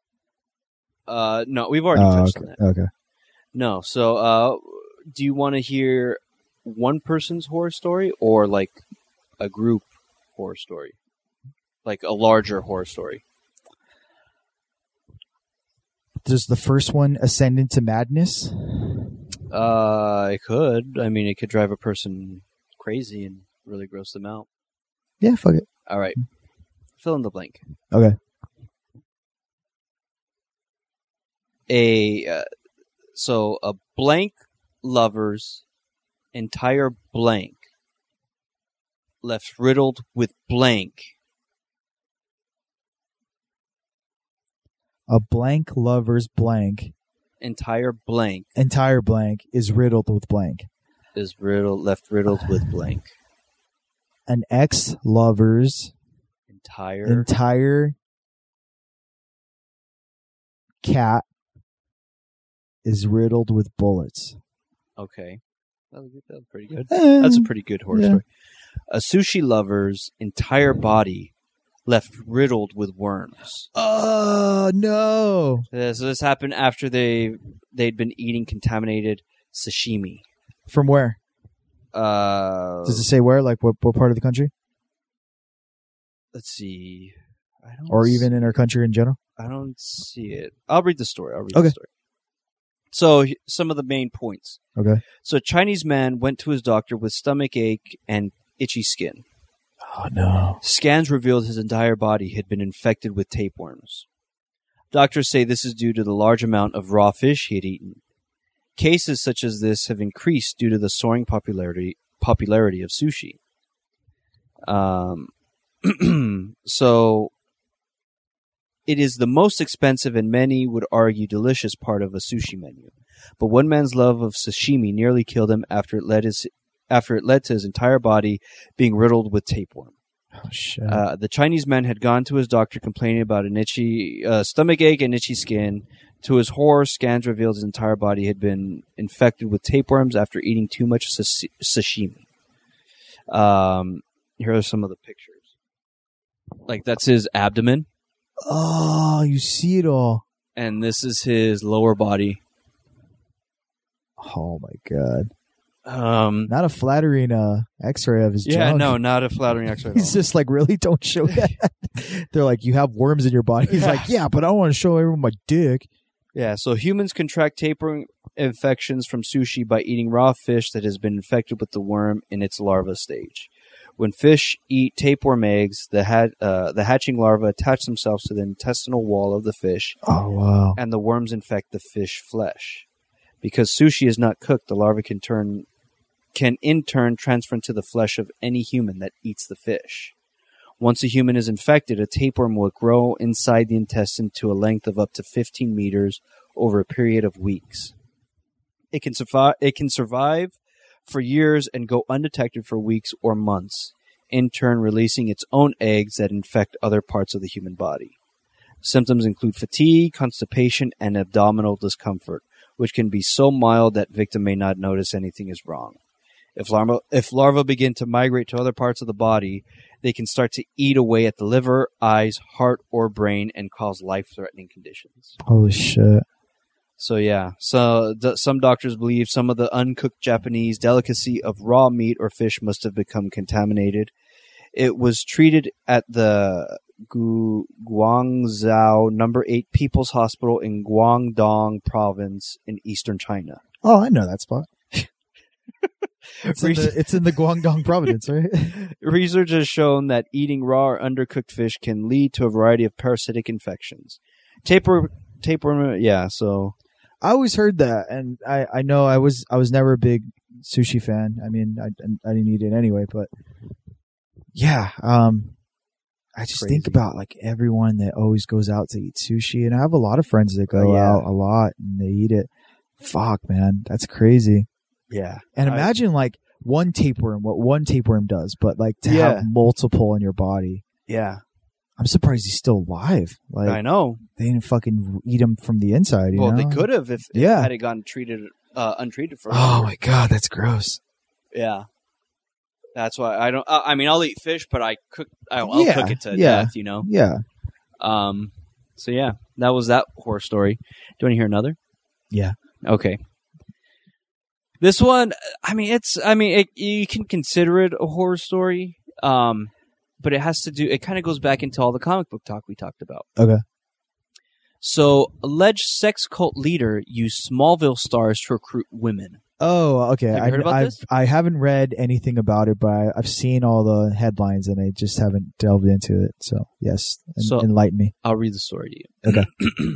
Uh, no, we've already
Oh,
touched
okay.
on that.
okay
No, so uh, do you want to hear one person's horror story or like a group horror story, like a larger horror story?
does the first one ascend into madness
Uh, it could. I mean, it could drive a person crazy and really gross them out.
yeah fuck it
All right, fill in the blank.
Okay.
A uh, so a blank lover's entire blank left riddled with blank.
a blank lover's blank
Entire blank
entire blank is riddled with blank
is riddled left riddled with blank.
an ex lover's
Entire
entire cat is riddled with bullets.
okay. That was, that was pretty good. That's
That's
a pretty good horror
Yeah.
story. A sushi lover's entire body left riddled with worms.
oh no!
Uh, So this happened after they they'd been eating contaminated sashimi.
From where
Uh,
does it say where? Like what what part of the country,
let's see. I don't
or
s-
even in our country in general?
I don't see it. I'll read the story. I'll read
Okay.
the story. So h- some of the main points.
Okay.
So a Chinese man went to his doctor with stomach ache and itchy skin.
Oh no.
Scans revealed his entire body had been infected with tapeworms. Doctors say this is due to the large amount of raw fish he had eaten. Cases such as this have increased due to the soaring popularity popularity of sushi. Um, so it is the most expensive and many would argue delicious part of a sushi menu. But one man's love of sashimi nearly killed him after it led his after it led to his entire body being riddled with tapeworm.
Oh shit.
Uh, the Chinese man had gone to his doctor complaining about an itchy uh, stomach ache and itchy skin. To his horror, scans revealed his entire body had been infected with tapeworms after eating too much sashi- sashimi. Um, here are some of the pictures. Like that's his abdomen,
oh, you see it all.
and this is his lower body.
Oh my god.
Um,
Not a flattering uh X-ray of his
yeah,
junk.
no, not a flattering X-ray. at all.
He's just like, really? Don't show that. They're like, you have worms in your body. He's
Yeah.
like, yeah, but I don't want to show everyone my dick.
Yeah, so humans contract tapeworm infections from sushi by eating raw fish that has been infected with the worm in its larva stage. When fish eat tapeworm eggs, the, ha- uh, the hatching larvae attach themselves to the intestinal wall of the fish,
Oh wow.
and the worms infect the fish flesh. Because sushi is not cooked, the larvae can turn can in turn transfer into the flesh of any human that eats the fish. Once a human is infected, a tapeworm will grow inside the intestine to a length of up to 15 meters over a period of weeks. It can survive it can survive for years and go undetected for weeks or months, in turn releasing its own eggs that infect other parts of the human body. Symptoms include fatigue, constipation, and abdominal discomfort, which can be so mild that victim may not notice anything is wrong. If larva, if larvae begin to migrate to other parts of the body, they can start to eat away at the liver, eyes, heart, or brain and cause life-threatening conditions.
Holy shit.
So yeah, so th- some doctors believe some of the uncooked Japanese delicacy of raw meat or fish must have become contaminated. It was treated at the Gu- Guangzhou Number Eight People's Hospital in Guangdong Province in eastern China.
Oh, I know that spot. It's in, the, it's in the Guangdong province, right?
Research has shown that eating raw or undercooked fish can lead to a variety of parasitic infections. Taper, tapeworm, yeah. So
I always heard that, and I, I know I was I was never a big sushi fan. I mean, I, I didn't eat it anyway, but yeah, um, I just think
Crazy.
about like everyone that always goes out to eat sushi, and I have a lot of friends that go
Oh, yeah.
out a lot and they eat it. Fuck, man, that's crazy.
yeah,
And
I-
imagine like one tapeworm, what one tapeworm does, but like to
Yeah.
have multiple in your body.
yeah.
I'm surprised he's still alive. Like
I know.
they didn't fucking eat him from the inside. You
Well,
know?
they could have if
Yeah.
had it gotten treated uh, untreated for.
Oh my god, that's gross.
yeah. That's why I don't. I I mean, I'll eat fish, but I cook. I'll, I'll
Yeah,
cook it to
yeah.
death. You know.
Yeah.
Um. So yeah, that was that horror story. Do you want to hear another?
Yeah.
Okay. This one, I mean, it's. I mean, it, you can consider it a horror story. Um, but it has to do. It kind of goes back into all the comic book talk we talked about.
Okay.
So, alleged sex cult leader used Smallville stars to recruit women.
Oh, okay.
Have you
I,
heard about
I've,
this?
I haven't read anything about it, but I, I've seen all the headlines and I just haven't delved into it. So, yes, en-
So-
enlighten me.
I'll read the story to you.
Okay.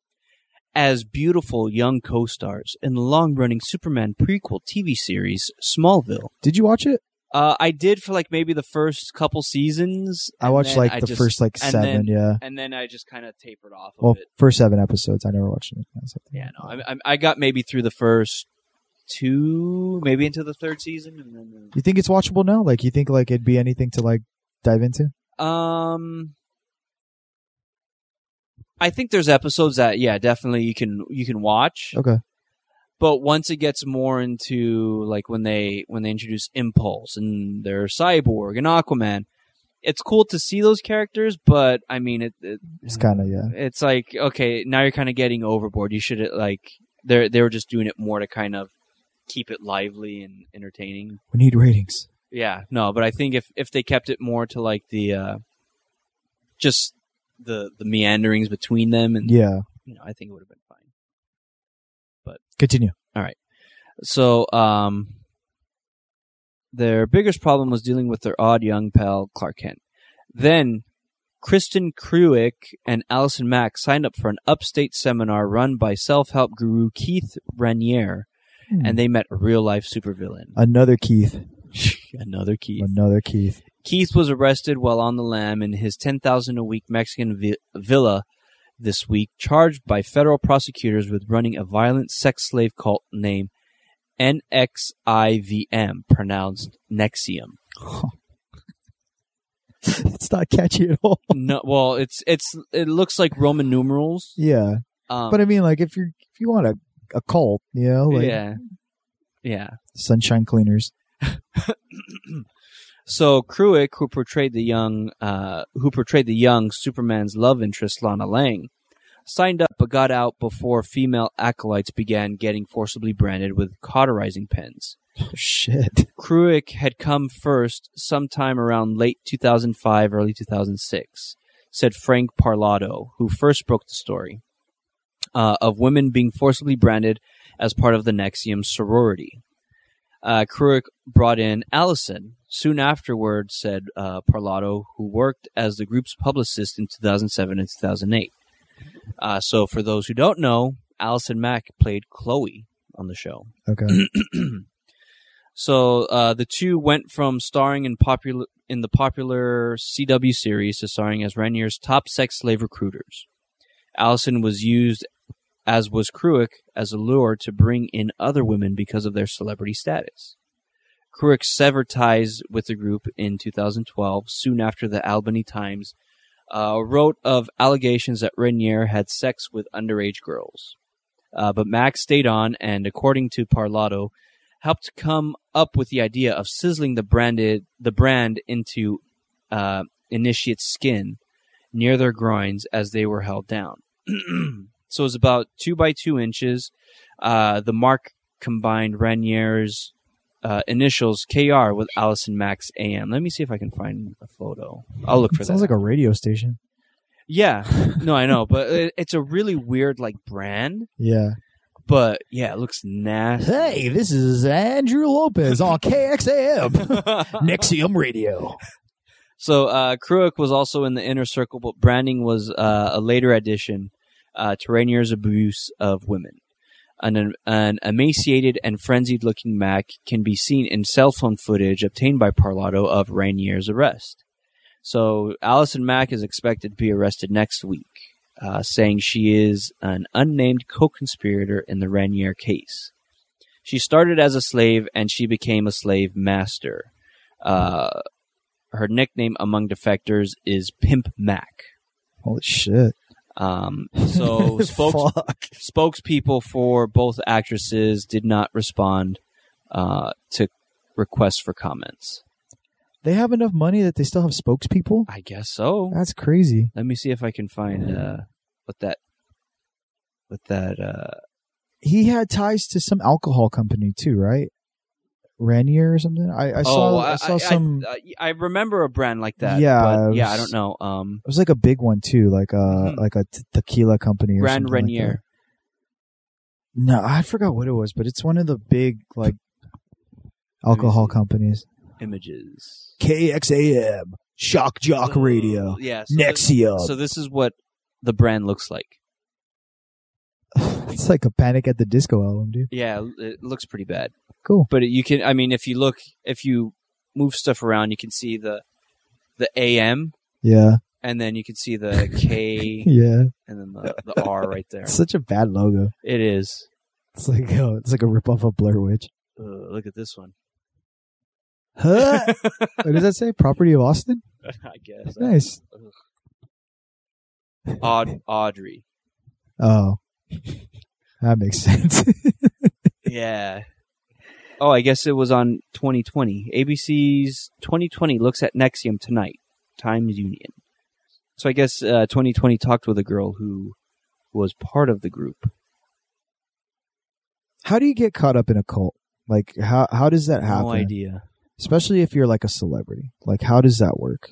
As beautiful young co stars in the long running Superman prequel TV series, Smallville.
Did you watch it?
Uh, I did for like maybe the first couple seasons.
I
and
watched
then
like
I
the
just-
first like
and
seven.
then-
yeah.
And then I just kind of tapered off a
Well,
bit.
first seven episodes. I never watched anything else. I think.
Yeah, no, I, I, I got maybe through the first two, maybe into the third season. And then,
You think it's watchable now? Like, you think like it'd be anything to like dive into?
um, I think there's episodes that, yeah, definitely you can you can watch.
Okay.
but once it gets more into like when they when they introduce impulse and their cyborg and aquaman it's cool to see those characters but i mean it, it
It's kind of,
Mm.
yeah.
it's like okay now you're kind of getting overboard you should like they they were just doing it more to kind of keep it lively and entertaining
We need ratings.
yeah no but i think if if they kept it more to like the uh just the the meanderings between them and
Yeah.
you know, I think it would have been fine. But
Continue.
so um, their biggest problem was dealing with their odd young pal Clark Kent. Then Kristen Kruick and Allison Mack signed up for an upstate seminar run by self-help guru Keith Raniere,
Hmm.
and they met a real-life supervillain.
Another Keith.
Another Keith.
Another Keith.
Keith was arrested while on the lam in his 10,000 a week Mexican vi- villa this week, charged by federal prosecutors with running a violent sex slave cult named NXIVM, pronounced Nexium.
it's not catchy at all.
No, well, it's it's it looks like Roman numerals.
Yeah,
Um,
but I mean, like if you are if you want a a cult, you know, like
yeah, yeah.
Sunshine Cleaners.
So Kruick, who portrayed the young, uh, who portrayed the young Superman's love interest Lana Lang, signed up but got out before female acolytes began getting forcibly branded with cauterizing pens.
Oh, shit.
Kruick had come first sometime around late 2005, early 2006, said Frank Parlato, who first broke the story uh, of women being forcibly branded as part of the Nexium sorority. Uh, Kruick brought in Allison. Soon afterward, said uh, Parlato, who worked as the group's publicist in 2007 and 2008. Uh, so, for those who don't know, Allison Mack played Chloe on the show.
Okay.
So uh, the two went from starring in popular in the popular CW series to starring as Renier's top sex slave recruiters. Allison was used, as was Kruick, as a lure to bring in other women because of their celebrity status. Kruick severed ties with the group in 2012, soon after the Albany Times uh, wrote of allegations that Renier had sex with underage girls. Uh, but Max stayed on, and according to Parlato, helped come up with the idea of sizzling the branded the brand into uh, initiate's skin near their groins as they were held down. so it was about two by two inches. Uh, the mark combined Renier's uh, initials KR with Allison Max AM. Let me see if I can find a photo. I'll look for
Sounds
that.
like a radio station.
yeah, no, I know, but it, it's a really weird like brand.
Yeah.
But yeah, it looks nasty.
this is Andrew Lopez on KXAM Nexium Radio.
So uh, Kruick was also in the inner circle, but branding was uh, a later addition uh, to Rainier's abuse of women. An, an emaciated and frenzied looking Mac can be seen in cell phone footage obtained by Parlato of Rainier's arrest. So Allison Mack is expected to be arrested next week, uh, saying she is an unnamed co conspirator in the Rainier case. She started as a slave and she became a slave master. Uh, her nickname among defectors is Pimp Mac.
Holy shit.
Um, so spokes,
Fuck.
spokespeople for both actresses did not respond uh, to requests for comments.
They have enough money that they still have spokespeople?
I guess so.
That's crazy.
Let me see if I can find uh, what that what that uh,
He had ties to some alcohol company too, right? Ranier or something? I, I saw
oh,
I, saw some
I, I remember a brand like that.
Yeah,
but
it
yeah,
was-
I don't know. Um,
it was like a big one too, like a
Mhm.
like a t- tequila company or
Grand
something like
Renier.
that. no, I forgot what it was, but it's one of the big like alcohol
see.
companies.
images.
KXAM Shock Jock Radio
Yeah. Oh, so this-
Nexium.
so this is what the brand looks like.
it's like a Panic at the Disco album, dude.
Yeah, it looks pretty bad.
Cool.
But you can, I mean, if you look, if you move stuff around, you can see the the AM,
Yeah,
and then you can see the K,
yeah.
and then the, the R right there.
It's such a bad logo.
It is.
It's like oh, it's like a rip off of Blur Witch.
Uh, look at this one.
Huh? what does that say? Property of Austin.
I guess
Nice.
Aud- Audrey.
Oh, that makes sense.
Yeah. Oh, I guess it was on 2020. ABC's 2020 looks at Nexium tonight. Times Union. So I guess uh, 2020 talked with a girl who was part of the group.
how do you get caught up in a cult? Like how how does that happen?
No idea.
Especially if you're like a celebrity. Like how does that work?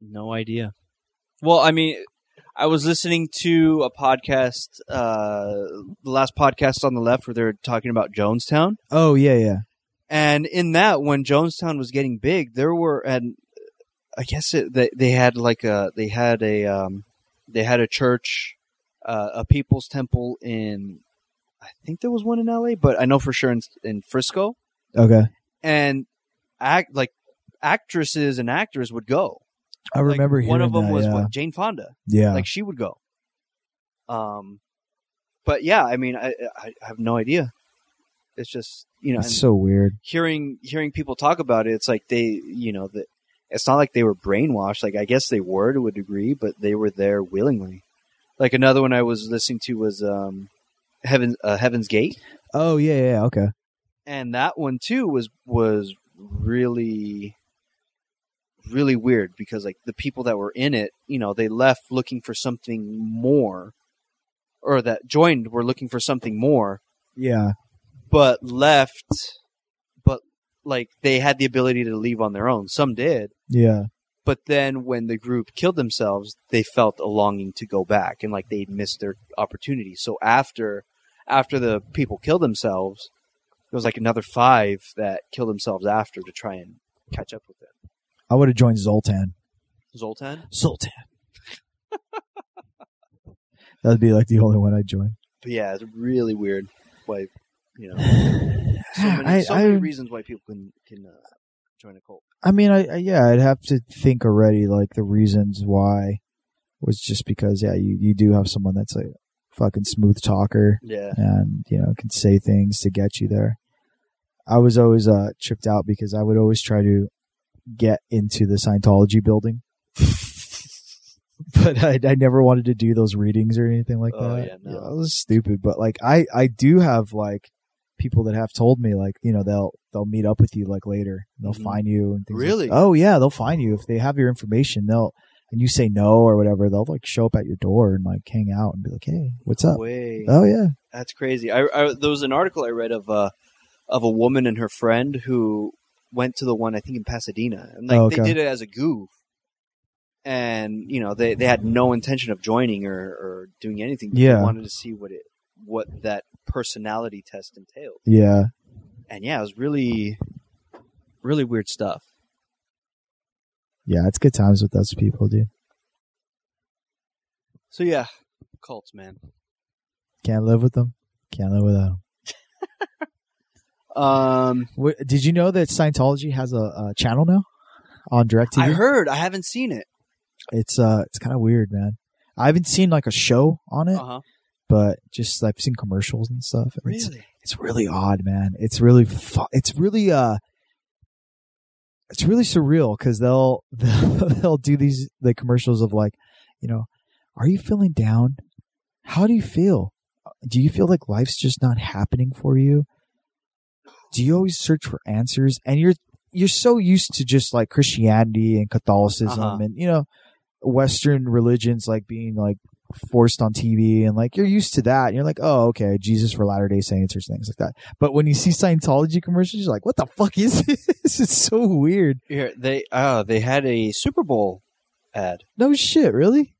No idea. Well, I mean, I was listening to a podcast, uh, the last podcast on the left, where they were talking about Jonestown.
Oh yeah, yeah.
And in that, when Jonestown was getting big, there were, and I guess it, they they had like a they had a um, they had a church, uh, a People's Temple in, I think there was one in L.A., but I know for sure in in Frisco,
Okay.
and act like actresses and actors would go.
I
Like,
remember
one
hearing
of them
that,
was
yeah.
what, Jane Fonda
yeah.
like she would go. Um, but yeah, I mean, I, I I have no idea. It's just you know, and
it's so weird.
hearing hearing people talk about it, it's like they you know that it's not like they were brainwashed. Like I guess they were to a degree, but they were there willingly. Like another one I was listening to was um, Heaven uh, Heaven's Gate,
Oh yeah, yeah. Okay.
and that one too was was really really weird because like the people that were in it you know they left looking for something more or that joined were looking for something more
Yeah.
but left but like they had the ability to leave on their own some did
Yeah.
but then when the group killed themselves they felt a longing to go back and like they'd missed their opportunity so after after the people killed themselves there was like another five that killed themselves after to try and catch up with them
I would have joined Zoltan.
zoltan
Zoltan. That'd be like the only one I'd join.
but yeah it's really weird why you know so many,
I,
so many
I,
reasons why people can can uh, join a cult
I mean, I, I yeah, I'd have to think already. Like the reasons why was just because yeah, you you do have someone that's a fucking smooth talker
yeah
and you know can say things to get you there. I was always uh tripped out because I would always try to get into the Scientology building. But I, I never wanted to do those readings or anything like
Oh,
that.
yeah, no.
that was stupid. But like, I, I do have like people that have told me like, you know, they'll, they'll meet up with you like later. They'll
Mhm.
find you and things. like-
Really?
oh yeah, they'll find you if they have your information. They'll and you say no or whatever. They'll like show up at your door and like hang out and be like, hey, what's up?
way
Oh yeah,
That's crazy. I, I there was an article I read of uh, of a woman and her friend who went to the one I think in Pasadena, and like
Oh,
they
okay.
did it as a goof, and you know they, they had no intention of joining or, or doing anything. but
Yeah.
they wanted to see what it what that personality test entailed,
yeah.
and yeah, it was really really weird stuff.
Yeah, it's good times with those people, dude.
So yeah, cults, man.
Can't live with them. Can't live without them.
Um,
Wh- Did you know that Scientology has a, a channel now on DirecTV?
I heard. I haven't seen it.
it's uh, it's kind of weird, man. I haven't seen like a show on it,
Uh huh.
but just I've seen commercials and stuff. and It's, it's really odd, man. It's really fu- it's really uh it's really surreal cuz they'll, they'll they'll do these the commercials of like, you know, are you feeling down? How do you feel? Do you feel like life's just not happening for you? Do you always search for answers? And you're you're so used to just like Christianity and Catholicism
Uh-huh.
and you know western religions like being like forced on TV and like you're used to that. And you're like, oh, okay, Jesus for Latter Day Saints or things like that. But when you see Scientology commercials, you're like, what the fuck is this? It's so weird.
Here they uh they had a Super Bowl ad.
No shit, really.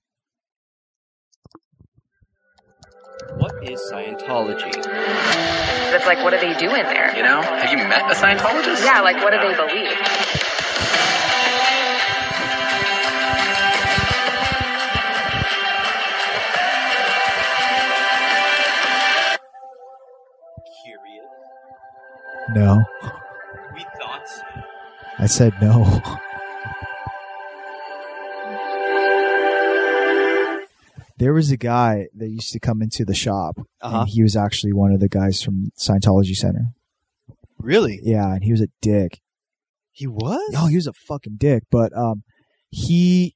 What is Scientology?
It's like, what do they do in there?
You know, have you met a Scientologist?
Yeah, like, what do they believe?
Curious.
No,
We thought so.
I said no. There was a guy that used to come into the shop,
Uh-huh.
and he was actually one of the guys from Scientology Center.
Really?
Yeah, and he was a dick.
He was?
Oh, he was a fucking dick. But um, he,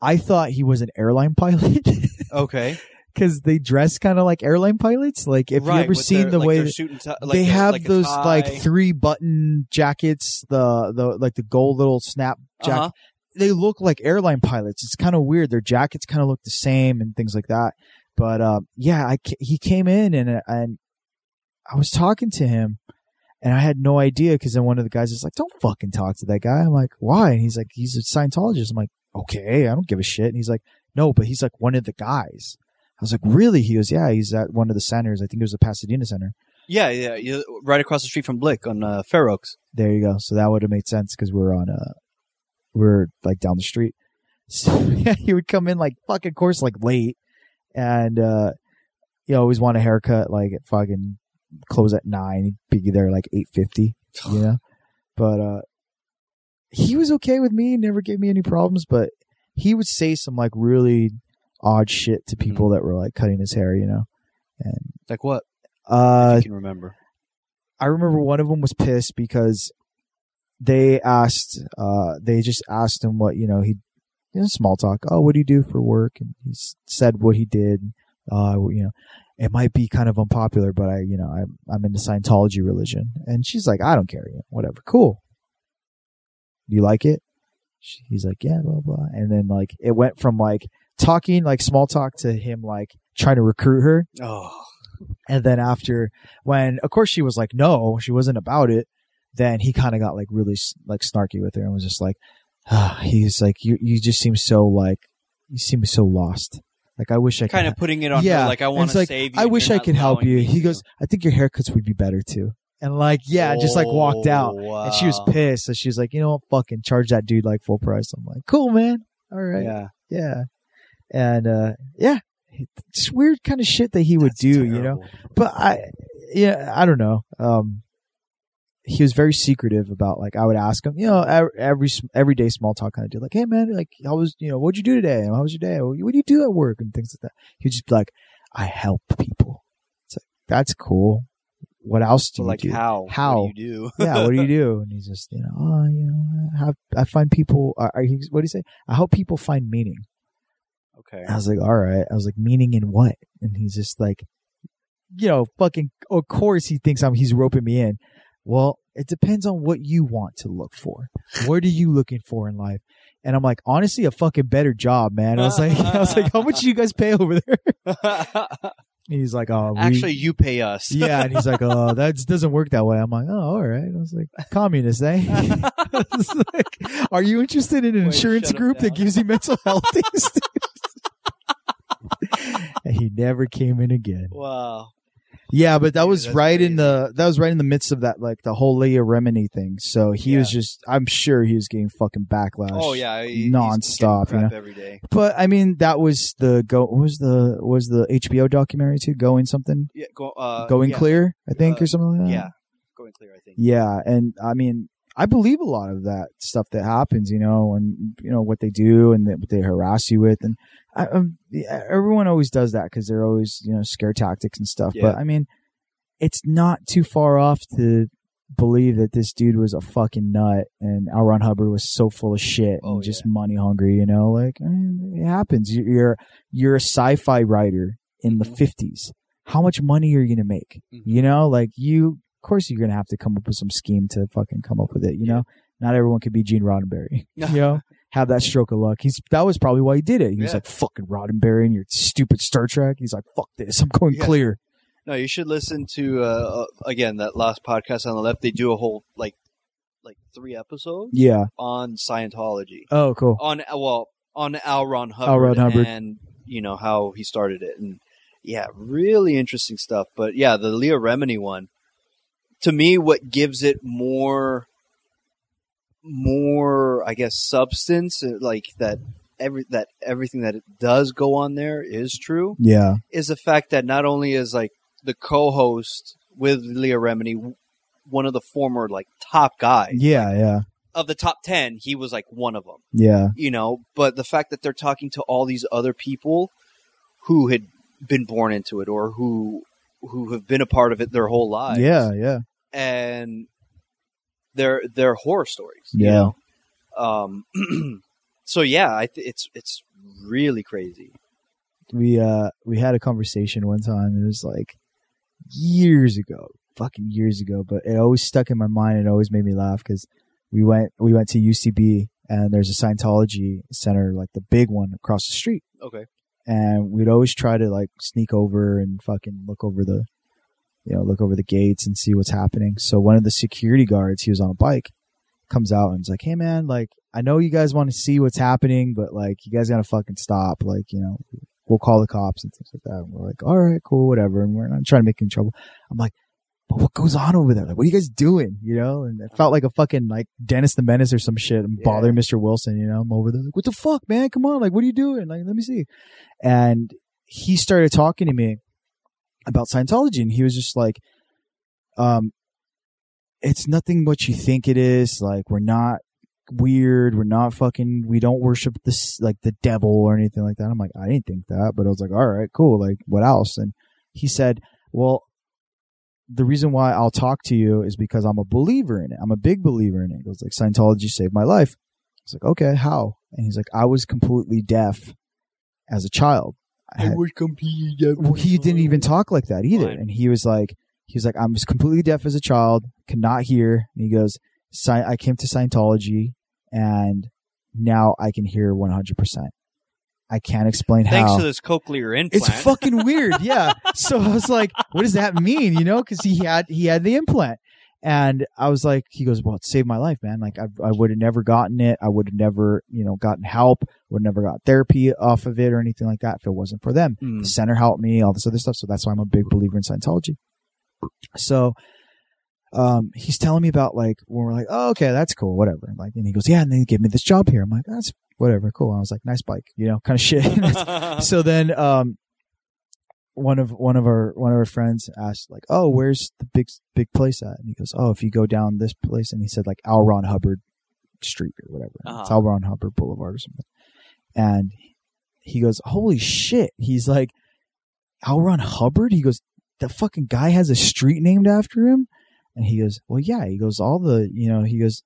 I thought he was an airline pilot
Okay.
because they dress kind of like airline pilots. Like if you ever
with
seen
their-
the
like
way
their
that-
suit and tie- like
they
the-
have
like a
those
tie.
like three button jackets, the the like the gold little snap jacket.
Uh-huh.
They look like airline pilots. It's kind of weird. Their jackets kind of look the same and things like that. But um, yeah, I ca- he came in and uh, and I was talking to him. And I had no idea because then one of the guys is like, "Don't fucking talk to that guy." I'm like, "Why?" And he's like, "He's a Scientologist." I'm like, "Okay, I don't give a shit." And he's like, no, but he's like one of the guys. I was like, really? He goes, yeah, he's at one of the centers. I think it was the Pasadena Center.
Yeah, yeah, yeah, right across the street from Blick on uh, Fair Oaks.
There you go. So that would have made sense because we're on uh we're like down the street. So yeah, he would come in like fucking course like late, and uh you always want a haircut like at fucking close at nine. He'd be there like eight fifty, you know. But uh he was okay with me. Never gave me any problems. But he would say some like really odd shit to people that were like cutting his hair, you know. And
Like what?
uh
I can remember.
I remember one of them was pissed because they asked, uh, they just asked him what, you know, he, in small talk, oh, what do you do for work? And he s- said what he did. Uh, you know, it might be kind of unpopular, but I, you know, I'm, I'm into Scientology religion. And she's like, I don't care. You know, whatever. Cool. Do you like it? She- He's like, yeah, blah, blah. And then like, it went from like talking, like small talk to him, like trying to recruit her.
Oh,
And then after, when of course she was like, no, she wasn't about it. Then he kind of got like really s- like snarky with her and was just like, ah, he's like, you you just seem so like, you seem so lost. Like I wish I
kind
could
of putting it on
Yeah,
her, like I
and
want
it's
to
like,
save you.
I
and
wish
you're
I
not
could help
allowing
you.
me
He
to.
goes, I think your haircuts would be better too. And like, yeah, just like walked out.
Oh,
And she was
wow.
pissed. So she was like, you know what, fucking charge that dude like full price. I'm like, cool, man. All right. Yeah.
Yeah,
And, uh, yeah, just weird kind of shit that he would do, you know? but I, yeah, I don't know. Um, he was very secretive about like I would ask him, you know, ev- every s- everyday small talk kind of deal, like, hey man, like how was you know what'd you do today? How was your day? What do you do at work and things like that. He'd just be like, I help people. It's like that's cool. What else do
So
you
like
do?
how?
How?
What do you do?
yeah, what do you do? And he's just, you know, oh, you know, I, have, I find people. Are, are he, what do you say? I help people find meaning.
Okay.
I was like, all right. I was like, meaning in what? And he's just like, you know, fucking, of course he thinks I'm, he's roping me in. Well, it depends on what you want to look for. What are you looking for in life? And I'm like, honestly, a fucking better job, man. I was like, I was like, how much do you guys pay over there? And he's like, oh, we,
Actually, you pay us.
yeah. And he's like, oh, that doesn't work that way. I'm like, oh, all right. I was like, communist, eh? I was like, are you interested in an
Way to
insurance
shut 'em
group that
down.
gives you mental health things? and he never came in again.
Wow.
Yeah, but that
Dude,
was
that's
right in
crazy.
the that was right in the midst of that like the whole Leah Remini thing. So he was just I'm sure he was getting fucking backlash.
Oh yeah, he- he's
nonstop,
getting
you
crap every day.
But I mean that was the go what was the what was the HBO documentary too? Going something?
Yeah, go, uh,
Going
yeah,
clear, I think,
Uh,
or something like that.
Yeah, going clear. I think.
Mm. Yeah, and I mean, I believe a lot of that stuff that happens, you know, and you know what they do and that- what they harass you with, and I, um, yeah, everyone always does that because they're always you know scare tactics and stuff.
Yeah.
But I mean, it's not too far off to believe that this dude was a fucking nut and L. Ron Hubbard was so full of shit
Oh,
and just money hungry, you know, like I mean, it happens. You- You're you're a sci-fi writer in the
Mm-hmm.
fifties. How much money are you gonna make?
Mhm.
You know, like you, of course, you're gonna have to come up with some scheme to fucking come up with it. You know, not everyone could be Gene Roddenberry. you know, have that stroke of luck. He's that was probably why he did it. He was
Yeah.
like fucking Roddenberry and your stupid Star Trek. He's like, fuck this, I'm going
Yeah.
clear.
No, you should listen to uh, uh, again that last podcast on the left. They do a whole like like three episodes
Yeah.
on Scientology
Oh, cool.
on uh, well on Al Ron Hubbard,
L. Ron Hubbard.
and you know how he started it and yeah, really interesting stuff. But yeah, the Leah Remini one to me what gives it more more I guess substance uh, like that every that everything that it does go on there is true
Yeah.
is the fact that not only is like the co-host with Leah Remini w- one of the former like top guys
Yeah. Yeah.
of the top 10 he was like one of them
Yeah.
you know but the fact that they're talking to all these other people who had been born into it or who who have been a part of it their whole lives
Yeah. Yeah.
and their their horror stories you
Yeah.
know? um so yeah I th- it's it's really crazy
we uh we had a conversation one time. It was like years ago, fucking years ago, but it always stuck in my mind. It always made me laugh because we went we went to UCB and there's a Scientology center, like the big one across the street,
okay
and we'd always try to like sneak over and fucking look over the you know look over the gates and see what's happening. So one of the security guards, he was on a bike, comes out and is like, "Hey, man, like I know you guys want to see what's happening, but like you guys gotta fucking stop. Like you know, we'll call the cops and things like that." And we're like, "All right, cool, whatever." And we're not trying to make any trouble. I'm like. But what goes on over there? Like, what are you guys doing? You know, and it felt like a fucking like Dennis the Menace or some shit. I'm bothering Mr. Wilson. You know, I'm over there like, what the fuck, man? Come on, like, what are you doing? Like, let me see. And he started talking to me about Scientology, and he was just like, um, it's nothing what you think it is. Like we're not weird. We're not fucking. We don't worship this like the devil or anything like that. I'm like, I didn't think that, but I was like, all right, cool. Like what else? And he said, well, the reason why I'll talk to you is because I'm a believer in it. I'm a big believer in it. It was like Scientology saved my life. I was like, okay, how? And he's like, I was completely deaf as a child. I had-
would compete. yeah.
well, he didn't even talk like that either.
Fine.
And he was like, he was like, I'm just completely deaf as a child, could not hear. And he goes, "Sci- I came to Scientology and now I can hear 100%. I can't explain
Thanks
how.
to this cochlear implant.
it's fucking weird. Yeah. So I was like, what does that mean? You know, cause he had, he had the implant and I was like, he goes, well, it saved my life, man. Like I, I would have never gotten it. I would have never, you know, gotten help, would never got therapy off of it or anything like that if it wasn't for them
Mm.
the center helped me, all this other stuff. So that's why I'm a big believer in Scientology. So um, he's telling me about like when we're like, oh, okay, that's cool, whatever. Like, and he goes, yeah, and they gave me this job here. I'm like, that's whatever, cool. I was like, nice bike, you know, kind of shit. so then um, one of one of our one of our friends asked like, oh, where's the big big place at? And he goes, oh, if you go down this place, and he said like Al Ron Hubbard Street or whatever. It's
Uh-huh.
Al Ron Hubbard Boulevard or something. And he goes, holy shit. He's like, Al Ron Hubbard? He goes, the fucking guy has a street named after him? And he goes, well, yeah. He goes, all the, you know, he goes,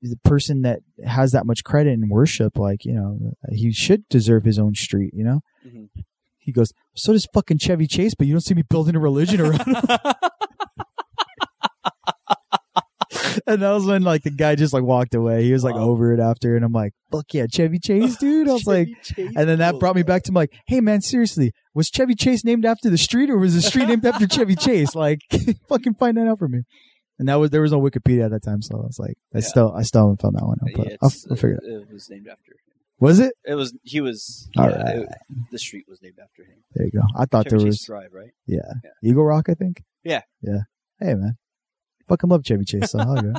the person that has that much credit in worship, like, you know, he should deserve his own street, you know?
Mhm.
He goes, so does fucking Chevy Chase, but you don't see me building a religion around him. and that was when, like, the guy just, like, walked away. He was, like, over it after. And I'm like, fuck yeah, Chevy Chase, dude. I was like, and then that brought me back to like, hey man, seriously, was Chevy Chase named after the street or was the street named after Chevy Chase? Like, fucking find that out for me. And that was there was no Wikipedia at that time, so I was like, I
Yeah.
still I still haven't found that one out, but
Uh, Yeah,
I'll,
it's-
I'll figure it. out.
It was named after.
Was it?
It was he was.
All
yeah,
right.
it- the street was named after him.
There you go. I thought
Chevy
there
Chase
was
Drive, right?
yeah.
Yeah.
Eagle Rock, I think.
Yeah.
yeah. Hey man, fucking love Chevy Chase. So I'll go.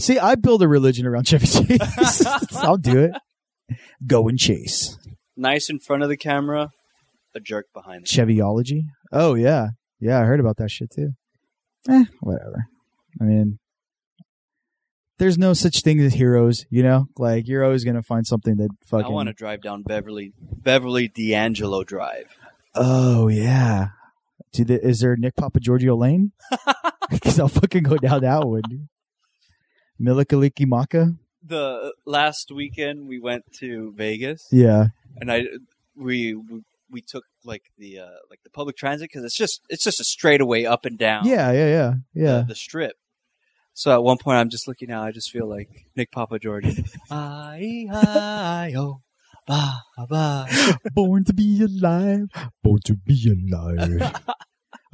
See, I build a religion around Chevy Chase. I'll do it. Go and chase
Nice in front of the camera, a jerk behind. The
Chevyology. Oh yeah, yeah. I heard about that shit too. Eh, whatever. I mean, there's no such thing as heroes, you know. Like you're always gonna find something that fucking.
I want to drive down Beverly Beverly D'Angelo Drive.
Oh yeah. Do the, is there Nick Papa Giorgio Lane? Because I'll fucking go down that one. dude. Milikaliki Maka.
The last weekend we went to Vegas,
Yeah.
and I we we took like the uh, like the public transit because it's just it's just a straightaway up and down.
Yeah. Yeah. Yeah. Yeah.
the, the strip. So at one point, I'm just looking out. I just feel like Nick Papa Jordan.
oh,
I-I-O, ba, ba.
Born to be alive. Born to be alive.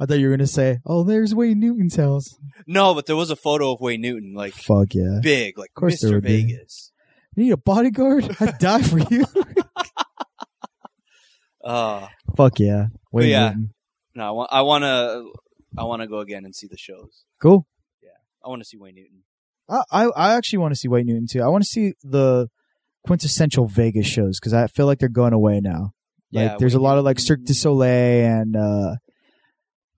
I thought you were gonna say, "Oh, there's Wayne Newton's house."
No, but there was a photo of Wayne Newton, like
Fuck yeah.
big, like
Of course there
Mr.
would be.
Vegas.
You need a bodyguard? I'd die for you.
Uh,
Fuck yeah. Wayne
yeah.
Newton.
no, I want, I want to, I want to go again and see the shows.
Cool.
I want to see Wayne Newton.
I, I, I actually want to see Wayne Newton too. I want to see the quintessential Vegas shows because I feel like they're going away now. Like
Yeah,
there's a
Wayne
lot of like
Newton.
Cirque du Soleil and uh, a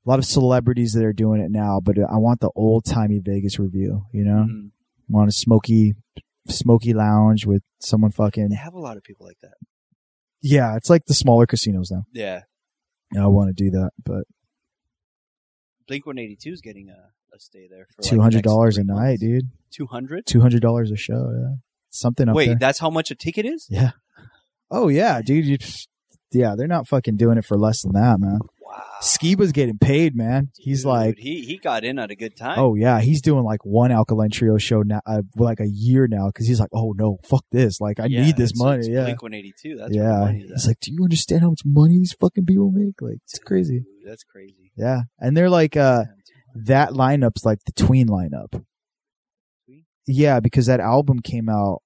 lot of celebrities that are doing it now, but I want the old timey Vegas review, you know?
Mhm.
I want a smoky smoky lounge with someone fucking
They have a lot of people like that.
Yeah, it's like the smaller casinos now.
Yeah,
Yeah, I want to do that, but
Blink 182 is getting a, a stay there for
two hundred dollars a night, dude.
Two hundred.
Two hundred dollars a show, yeah. Something up
Wait,
there.
that's how much a ticket is?
Oh yeah, dude. You, yeah, they're not fucking doing it for less than that, man.
Wow.
Skiba's getting paid, man. He's
Dude,
like,
he he got in at a good time.
oh yeah, he's doing like one Alkaline Trio show now, uh, like a year now, because he's like, oh no, fuck this, like I
Yeah,
need this
it's-
money,
it's
yeah,
Blink 182. That's where the
yeah.
money's at.
He's like, do you understand how much money these fucking people make? Like, it's crazy.
Dude, That's crazy.
uh, Yeah, and they're like, uh, that lineup's like the tween lineup. yeah, because that album came out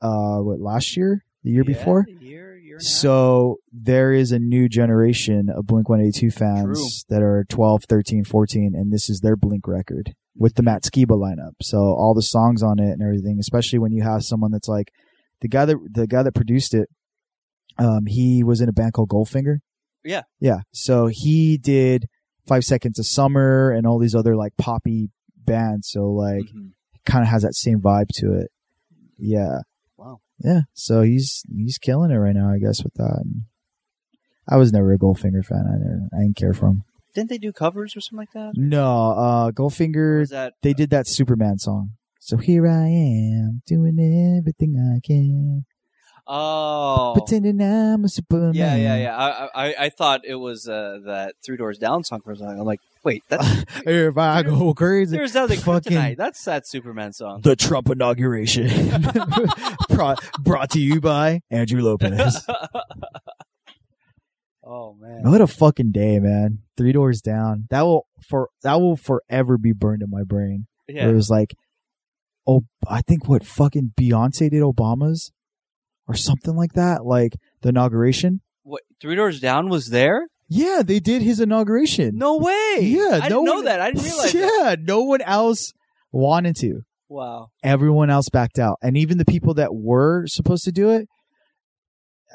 uh what last year, the year before.
year, year
So there is a new generation of Blink 182 fans that are 12, 13, 14 and this is their Blink record with the Matt Skiba lineup. So all the songs on it and everything, especially when you have someone that's like the guy that the guy that produced it um he was in a band called Goldfinger.
Yeah.
Yeah. So he did 5 Seconds of Summer and all these other like poppy bands. So
Mm-hmm.
like
Mm-hmm.
kind of has that same vibe to it. Yeah.
Wow.
Yeah. So he's he's killing it right now, I guess, with that. And I was never a Goldfinger fan. I didn't, I didn't care for him.
Didn't they do covers or something like that?
No, uh,
Or
Goldfinger.
is that
They did that Superman song. So here I am doing everything I can,
Oh,
pretending I'm a Superman.
yeah, yeah, yeah. I, I, I thought it was uh, that Three Doors Down song for a second. I'm like, wait, that's
If I go crazy,
there's nothing
fucking-
tonight. That's that Superman song.
the Trump inauguration brought brought to you by Andrew Lopez.
Oh man.
What a fucking day, man! Three doors down. That will for that will forever be burned in my brain. Where
Yeah.
It was like, oh, I think what fucking Beyonce did Obama's or something like that, like the inauguration.
What, Three Doors Down was there?
Yeah, they did his inauguration.
No way.
yeah,
I
no
didn't know
one-
that. I didn't realize.
yeah,
that.
no one else wanted to.
Wow.
Everyone else backed out, and even the people that were supposed to do it.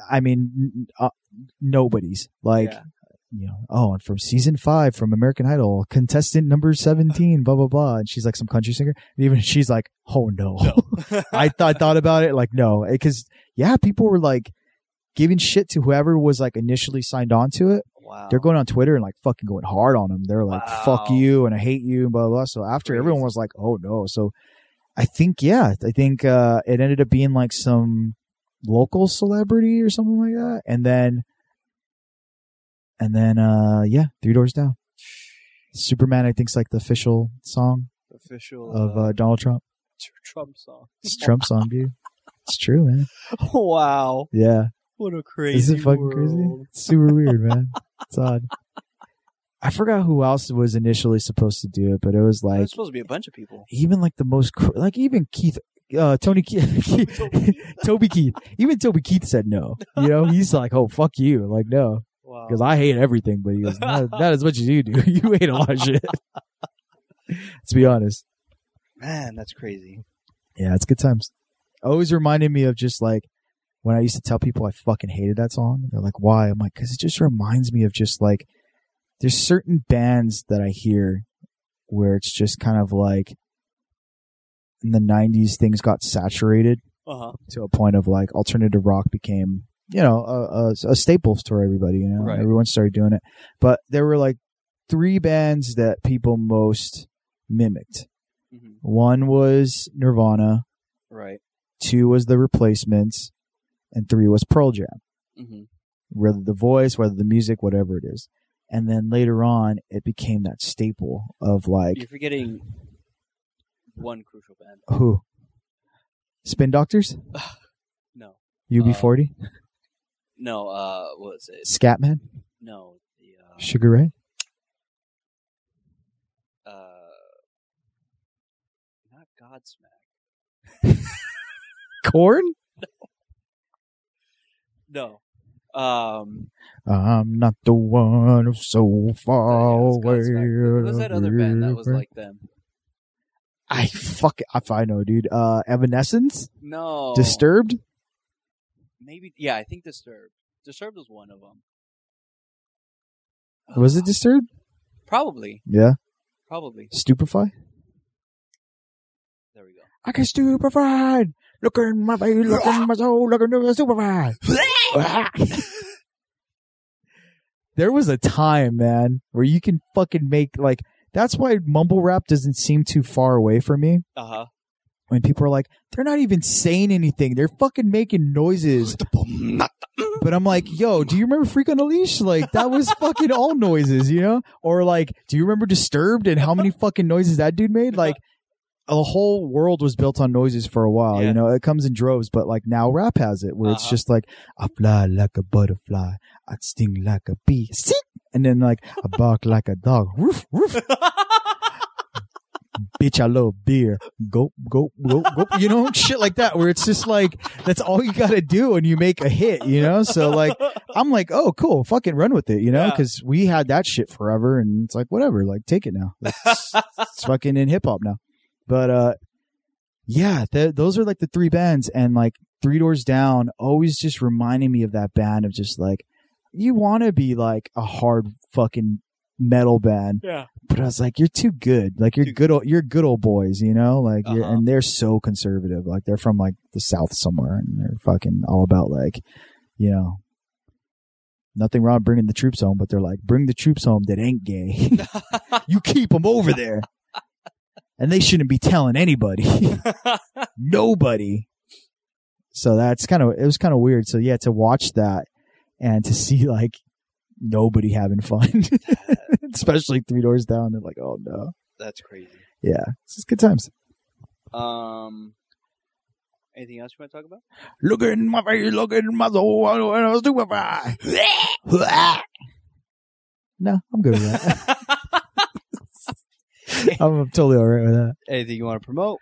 I mean, n- uh, nobody's like.
Yeah.
you know, oh, and from season five from American Idol, contestant number 17, blah, blah, blah. And she's like some country singer. And even she's like, oh no. I thought, thought about it like, no. Cause yeah, people were like giving shit to whoever was like initially signed on to it.
Wow.
They're going on Twitter and like fucking going hard on them. They're like,
Wow.
fuck you and I hate you and blah, blah, blah. So after everyone was like, oh no. So I think, yeah, I think, uh, it ended up being like some local celebrity or something like that. And then, and then, uh, yeah, Three Doors Down. Superman, I think, is like the official song
official
of uh, Donald Trump.
Trump song.
It's Trump song, dude. It's true, man.
Wow.
Yeah.
What a crazy.
Isn't it fucking crazy?
world.
It's super weird, man. It's odd. I forgot who else was initially supposed to do it, but it was like
There's supposed to be a bunch of people.
even like the most cr- like even Keith uh Tony Keith Toby Keith even Toby Keith said no you know he's like oh fuck you like no
Wow.
because I hate everything, but he goes, not, not as much as you do. You hate a lot of shit. Let's be honest.
Man, that's crazy.
Yeah, it's good times. Always reminded me of just like when I used to tell people I fucking hated that song. They're like, why? I'm like, because it just reminds me of just like there's certain bands that I hear where it's just kind of like in the 90s things got saturated
Uh huh.
to a point of like alternative rock became you know a, a, a staple for everybody you know
Right.
everyone started doing it but there were like three bands that people most mimicked
Mhm.
one was nirvana
Right.
two was the replacements and three was pearl jam
Mm-hmm.
whether the voice whether the music whatever it is and then later on it became that staple of like
You're forgetting one crucial band.
who spin doctors
Uh, No.
ub40
No. Uh, what was it?
scatman
No. The
sugar ray
uh, uh not Godsmack.
corn
No. Um,
I'm not the one so far
yeah, it's
away.
Godsmack. What was that other band that was like them?
I fuck if I know, dude. Uh, Evanescence,
No.
Disturbed.
Maybe. Yeah, I think Disturbed. Disturbed was one of them.
Was
Uh-huh.
it Disturbed?
Probably.
Yeah.
Probably.
Stupefy.
There we go.
I get stupefied. Look in my face, look in my soul, look into the stupefied. there was a time, man, where you can fucking make like. That's why mumble rap doesn't seem too far away from me.
Uh huh.
When people are like, they're not even saying anything. They're fucking making noises. But I'm like, yo, do you remember Freak on a Leash? Like that was fucking all noises, you know? Or like, do you remember Disturbed and how many fucking noises that dude made? Like a whole world was built on noises for a while,
Yeah.
you know. It comes in droves, but like now rap has it where it's
Uh-huh.
just like I fly like a butterfly, I sting like a bee. See? And then like I bark like a dog. Roof, roof. bitch, I love beer. Go, go, go, go. You know, shit like that, where it's just like, that's all you got to do and you make a hit, you know? So, like, I'm like, oh, cool, fucking run with it, you know?
Yeah.
Because we had that shit forever and it's like, whatever, like, take it now. Like, It's, it's fucking in hip hop now. But, uh, yeah, th- those are like the three bands and like Three Doors Down always just reminding me of that band of just like, you want to be like a hard fucking metal band
Yeah.
but I was like, you're too good. Like you're
Too
good. Old, you're good old boys, you know. Like, you're,
Uh-huh.
and they're so conservative. Like they're from like the south somewhere, and they're fucking all about like, you know, nothing wrong with bringing the troops home, but they're like, bring the troops home that ain't gay. you keep them over there, and they shouldn't be telling anybody, nobody. So that's kind of it was kind of weird. So yeah, to watch that and to see like nobody having fun. especially three doors down. They're like, oh no,
That's crazy.
yeah, it's just good times.
Um, anything else you want to talk about?
Look in my face, look in my soul, I know I was stupefied. no, I'm good with that. I'm totally all right with that.
Anything you want to promote?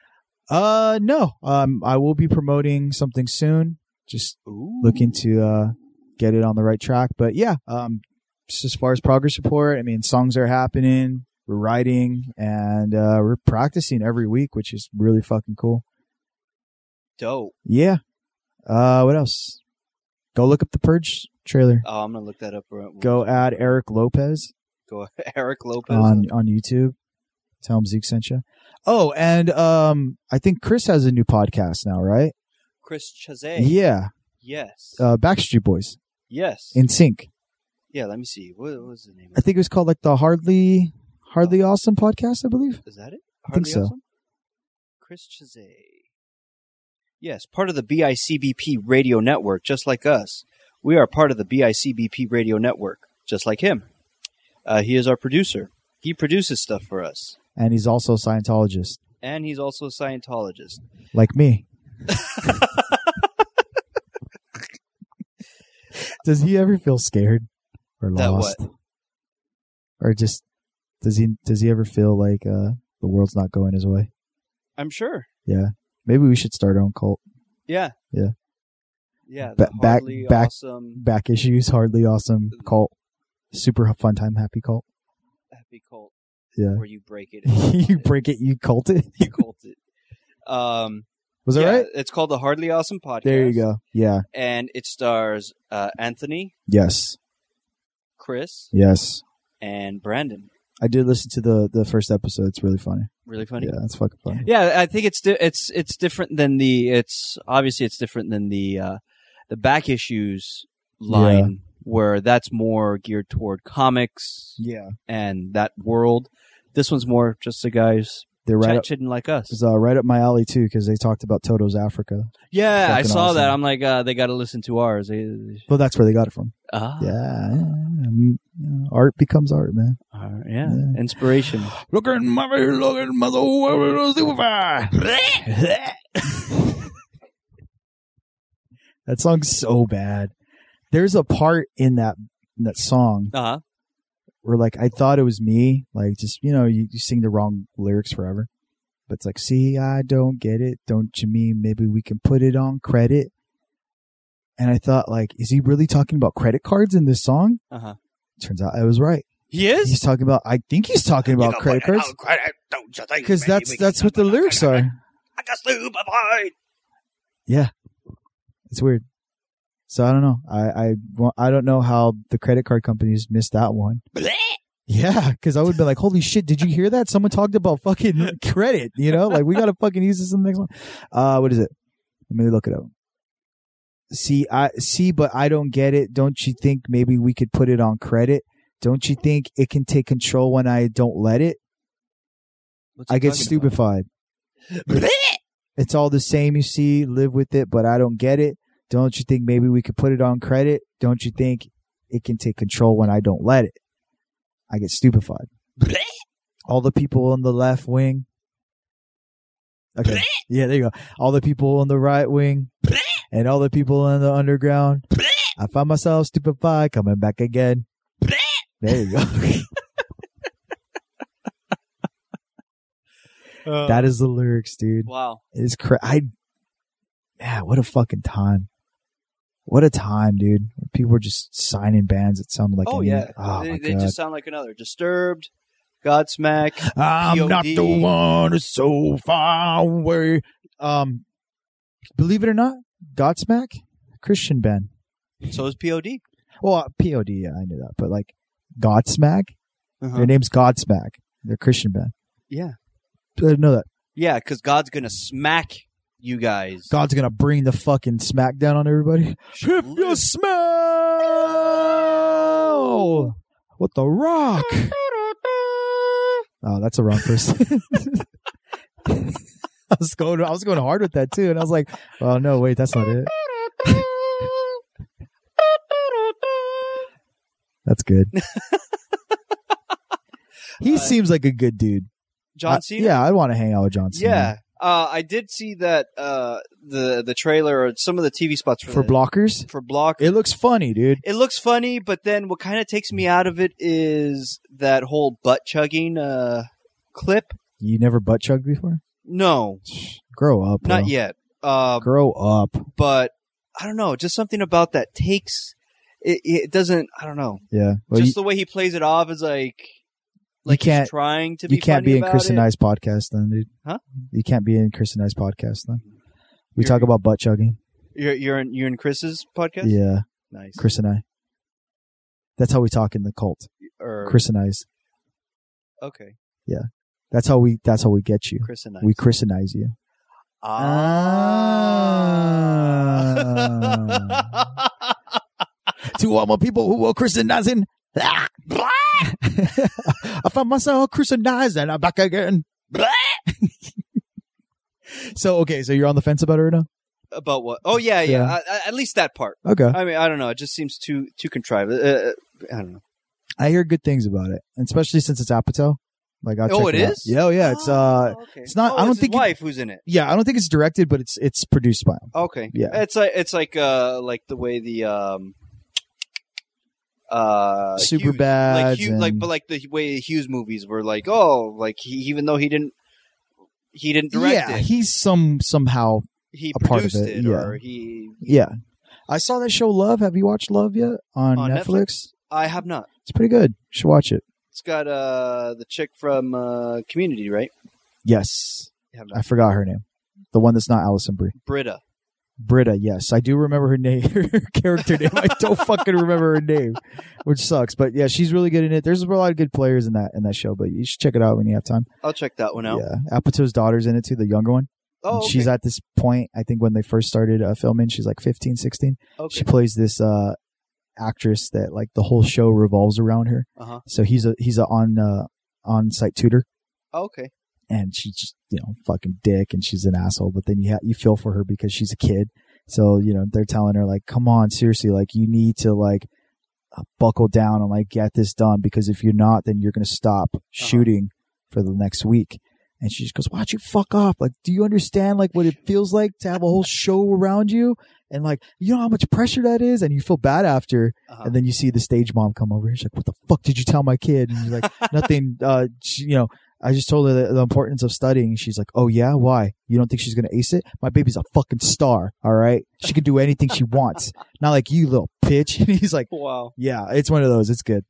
Uh, no, um, I will be promoting something soon. Just looking to uh get it on the right track. But yeah, um, just as far as progress report, I mean, songs are happening. We're writing and uh, we're practicing every week, which is really fucking cool.
Dope.
Yeah. Uh, what else? Go look up the Purge trailer.
Oh, I'm gonna look that up. Right
Go add Eric Lopez
go, Eric Lopez.
on on YouTube. Tell him Zeke sent you. Oh, and um, I think Chris has a new podcast now, right?
Chris Chazé.
Yeah.
Yes.
Uh, Backstreet Boys
yes.
in sync.
yeah. Let me see. What, what was the name?
I
Of it?
think it was called like the Hardly Hardly Awesome podcast. I believe.
Is that it?
I think
Harvey
so.
Oswald? Chris Chazé. Yes, part of the BICBP radio network, just like us. We are part of the BICBP radio network, just like him. Uh, he is our producer. He produces stuff for us,
And he's also a Scientologist,
and he's also a Scientologist.
like me. Does he ever feel scared or
That
lost? Or just does he does he ever feel like uh the world's not going his way?
I'm sure.
Maybe we should start our own cult.
Yeah.
Yeah.
Yeah.
Ba-
The
back-
hardly
back-
awesome
Back issues, hardly awesome cult. Super fun time, happy cult.
happy cult.
Yeah.
Where you break it. and
you break it, you cult it.
You cult it. Um,
Was that
yeah,
right?
It's called the Hardly Awesome Podcast.
There you go. Yeah.
And it stars uh, Anthony,
Yes.
Chris,
Yes.
and Brandon.
I did listen to the the first episode. It's really funny.
Really funny.
Yeah, it's fucking funny.
Yeah,
I think it's di- it's it's different than the it's obviously it's different than the uh, the back issues line where that's more geared toward comics
Yeah.
and that world. This one's more just the guys
They're right up,
chat chitting like us.
is, uh, right up my alley too because they talked about Toto's Africa.
Yeah, I
Fucking
saw that.
awesome.
I'm like, uh, they got to listen to ours. They-
Well, that's where they got it from.
Ah,
uh, Uh-huh.
Yeah, Mm, yeah. art becomes art, man.
all right, yeah.
Yeah.
inspiration.
Look at my look at my That song's so bad. There's a part in that in that song
Uh
Uh-huh,
huh.
where like I thought it was me, like just you know you, you sing the wrong lyrics forever. But it's like, see, I don't get it. Don't you mean maybe we can put it on credit? And I thought, like, is he really talking about credit cards in this song?
Uh-huh.
Turns out I was right.
He is.
He's talking about. I think he's talking about credit cards because that's that's what the lyrics are.
I got stupefied.
It's weird. So I don't know. I I wa- I don't know how the credit card companies missed that one. Yeah, because I would be like, "Holy shit! Did you hear that? Someone talked about fucking credit. You know, like we gotta fucking use this in the next one." Uh, what is it? Let me look it up. See, I see, but I don't get it. Don't you think maybe we could put it on credit? Don't you think it can take control when I don't let it?
What's he
I get
talking about?
stupefied. it's all the same, you see. Live with it, but I don't get it. Don't you think maybe we could put it on credit? Don't you think it can take control when I don't let it? I get stupefied. all the people on the left wing. Okay. yeah, there you go. All the people on the right wing and all the people on the underground. I find myself stupefied coming back again. there you go.
Uh,
that is the lyrics, dude.
Wow.
It's cra- I, yeah, what a fucking time. What a time, dude. People were just signing bands that sounded like
oh
any-
yeah,
Oh,
they,
my
they
God.
just sound like another Disturbed, Godsmack.
I'm not the
POD.
one who's so far away. Um, believe it or not, Godsmack, Christian band.
So is POD.
Well, uh, POD, yeah, I knew that, but like Godsmack,
Uh-huh.
their name's Godsmack. They're Christian band.
Yeah.
I didn't know that.
Yeah, because God's gonna smack you guys.
God's gonna bring the fucking smack down on everybody. If you smell what the rock. Oh, that's a wrong person. I was going I was going hard with that too, and I was like, oh no, wait, that's not it. that's good. he
Uh,
seems like a good dude. I-
John Cena.
uh, yeah, I'd want to hang out with John Cena.
yeah. Uh, I did see that uh, the the trailer or some of the TV spots for
For
the-
blockers?
for block. It,
It looks funny, dude.
looks funny, but then what kind of takes me out of it is that whole butt chugging uh, clip.
You never butt chugged before?
No,
Grow up.
not
bro.
yet. Uh,
Grow up.
but I don't know. Just something about that takes. It, it doesn't. I don't know.
Yeah. Well,
just
you,
the way he plays it off is like. Like
can't-
he's trying to be.
you can't
funny
be in
about
Chris
it.
and I's podcast then, dude.
Huh?
You can't be in Chris and I's podcast then. We
You're-
talk about butt chugging.
You're you're in, you're in Chris's podcast.
Yeah.
nice.
Chris and I. That's how we talk in the cult.
or
Chris and I's.
Okay,
That's how we that's how we get you.
Chris and I.
We christenize you. Ah. to all my people who were christenizing. Ah, blah. I found myself christenized and I'm back again. Blah. so okay, so you're on the fence about it right now?
About what? Oh yeah, yeah.
Yeah.
I- I- at least that part.
Okay.
I mean, I don't know. It just seems too too contrived. Uh, Uh, I don't know.
I hear good things about it, and especially since it's Apatow. Like, I'll
Oh,
check
it
it out.
is?
Yeah, oh, yeah. It's uh,
Oh, okay.
it's not-
Oh,
I don't
it's
think it-
his wife who's in it.
yeah. I don't think it's directed, but it's it's produced by him.
Okay.
Yeah.
It's like it's like uh like the way the um uh
Super
Hughes-
bad.
like Hugh, like but like the way the Hughes movies were like oh like he, even though he didn't he didn't direct
yeah,
it
he's some somehow.
he
a part of
produced
it,
it,
yeah.
or he
Yeah, I saw that show Love. Have you watched Love yet on,
On
Netflix?
I have not
It's pretty good. You should watch it.
It's got uh the chick from uh Community, right?
Yes,
Have
I forgot her name. The one that's not Allison Brie.
Britta.
Britta, yes. I do remember her name, her character name. I don't fucking remember her name, which sucks. But yeah, she's really good in it. There's a lot of good players in that in that show, but you should check it out when you have time.
I'll check that one out.
Yeah. Apatow's daughter's in it too, the younger one.
Oh,
And
okay.
She's at this point, I think when they first started uh, filming, she's like 15, 16.
okay.
She plays this uh actress that like the whole show revolves around her.
Uh-huh.
So he's a he's a on uh on site tutor
Oh, okay.
and she's just you know fucking dick and she's an asshole but then you ha- you feel for her because she's a kid so you know they're telling her like come on seriously like you need to like uh, buckle down and like get this done because if you're not then you're going to stop shooting for the next week and she just goes why don't you fuck off like do you understand like what it feels like to have a whole show around you and like you know how much pressure that is and you feel bad after
Uh-huh.
and then you see the stage mom come over. She's like, "What the fuck did you tell my kid?" And you're like, "Nothing. Uh, she, you know, I just told her the, the importance of studying." She's like, "Oh yeah, why? You don't think she's gonna ace it? My baby's a fucking star. All right, she can do anything she wants. Not like you, little bitch." And he's like,
wow.
"Yeah, it's one of those. It's good.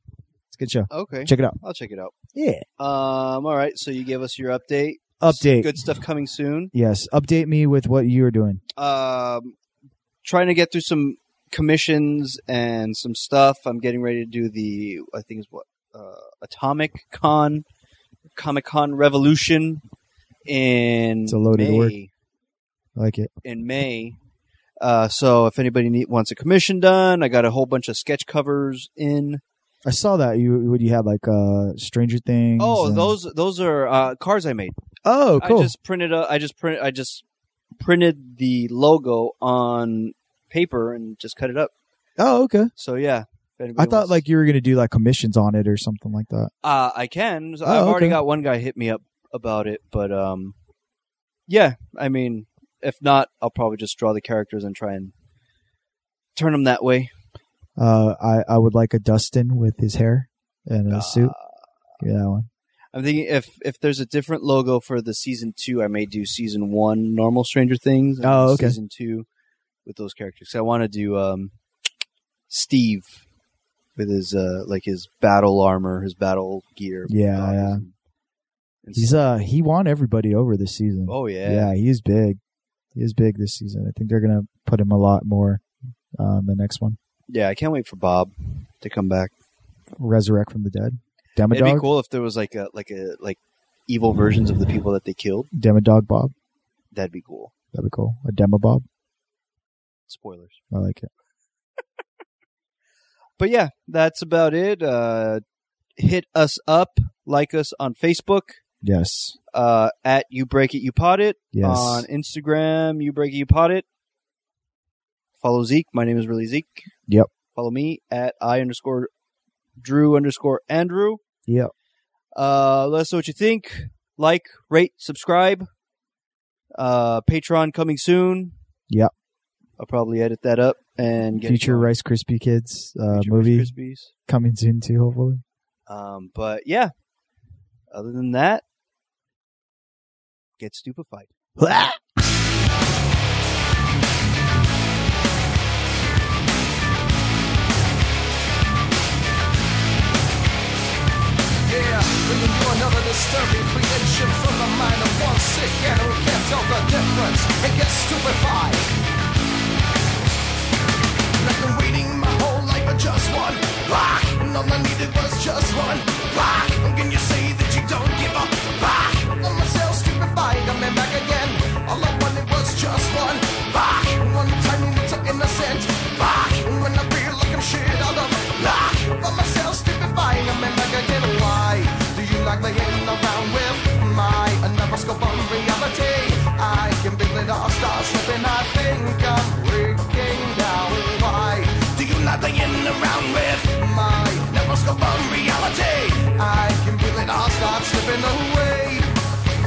It's a good show.
Okay.
Check it out."
I'll check it out.
Yeah.
Um all right, so you gave us your update.
Update.
Good stuff coming soon.
Yes. Update me with what you are doing.
Um trying to get through some commissions and some stuff. I'm getting ready to do the I think it's what uh Atomic Con Comic Con Revolution in
It's a loaded
May.
word. I like it.
in May. Uh, so if anybody need, wants a commission done, I got a whole bunch of sketch covers in.
I saw that you what you had like uh Stranger Things.
Oh,
and-
those those are uh, cars I made.
Oh, cool.
I just printed a, I just print I just printed the logo on paper and just cut it up.
oh, okay.
So yeah. if anybody
I thought
wants-
like you were gonna do like commissions on it or something like that.
uh, I can. So
Oh,
I've already
okay.
got one guy hit me up about it, but um, yeah. I mean, if not, I'll probably just draw the characters and try and turn them that way.
Uh, I I would like a Dustin with his hair and a
Uh,
suit. Give me that one.
I'm thinking if if there's a different logo for the season two, I may do season one normal Stranger Things. and
Oh, okay.
Season two with those characters. I want to do um, Steve with his uh like his battle armor, his battle gear.
Yeah,
goggles
yeah.
and- and
He's
stuff.
uh he won everybody over this season.
oh yeah.
yeah, he is big. He is big this season. I think they're gonna put him a lot more. Um, the next one,
Yeah, I can't wait for Bob to come back.
resurrect from the dead. Demodog,
It'd be cool if there was like a like a like evil versions of the people that they killed.
Demodog Bob.
That'd be cool.
That'd be cool. A Demo Bob.
Spoilers.
I like it.
But yeah, that's about it. Uh hit us up, like us on Facebook,
Yes.
uh at you break it you pod it,
Yes.
on Instagram, you break it you pod it. Follow Zeke. My name is really Zeke.
Yep.
Follow me at I underscore Drew underscore Andrew.
Yep.
Uh, let us know what you think. Like, rate, subscribe. Uh, Patreon coming soon.
Yep.
I'll probably edit that up and get
Future Rice Krispie Kids uh,
Future Rice
movie
Krispies.
coming soon too. Hopefully.
Um, but yeah. Other than that, get stupefied.
Yeah, bringing you another disturbing creation from the mind of one sick and who can't tell the difference and gets stupefied. And I've been waiting my whole life for just one rock, and all I needed was just one rock. And can you say that you don't give up? Rock, on myself stupefied, I'm in back again. All I wanted was just one rock, and one time you were so innocent. Rock, and when I feel like I'm shit out of rock, on myself stupefied, I'm in back again. Why do you like laying around with my another scope on reality? I can build it all, start slipping. I think I'm breaking down. Why do you like laying around with my never scope on reality? I can feel it all, start slipping away.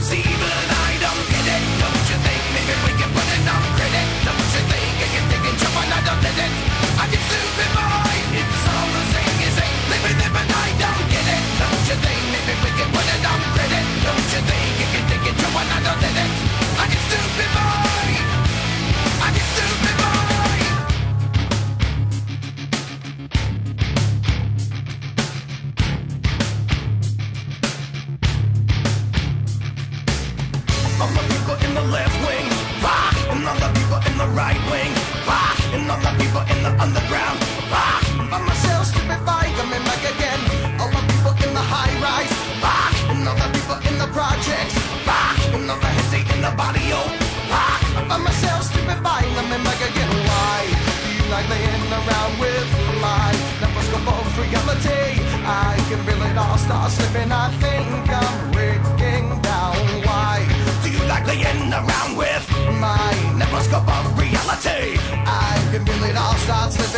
See, even I don't get it. Don't you think maybe we can put it on credit? Don't you think I can take and jump and I don't let it? I get stupid mind. It's all the same as ain't living it, but I don't get it. Don't you think maybe we can put it on credit? Don't you think I can take and jump and I don't let it? I get stupid mind. I get stupid mind. All the people in the left wing, rock, and all the people in the right wing, rock, and all the people in the underground, rock. By myself, stupefied, I'm in back again. All the people in the high rise, rock, and all the people in the projects, rock, and all the hate in the body, oh, rock. By myself, stupefied, I'm in back again. Why do you like laying around with my microscope of reality? I can feel it all start slipping. I think I'm breaking down. Why? Do you like laying around with my never scope of reality? I can feel it all start slipping.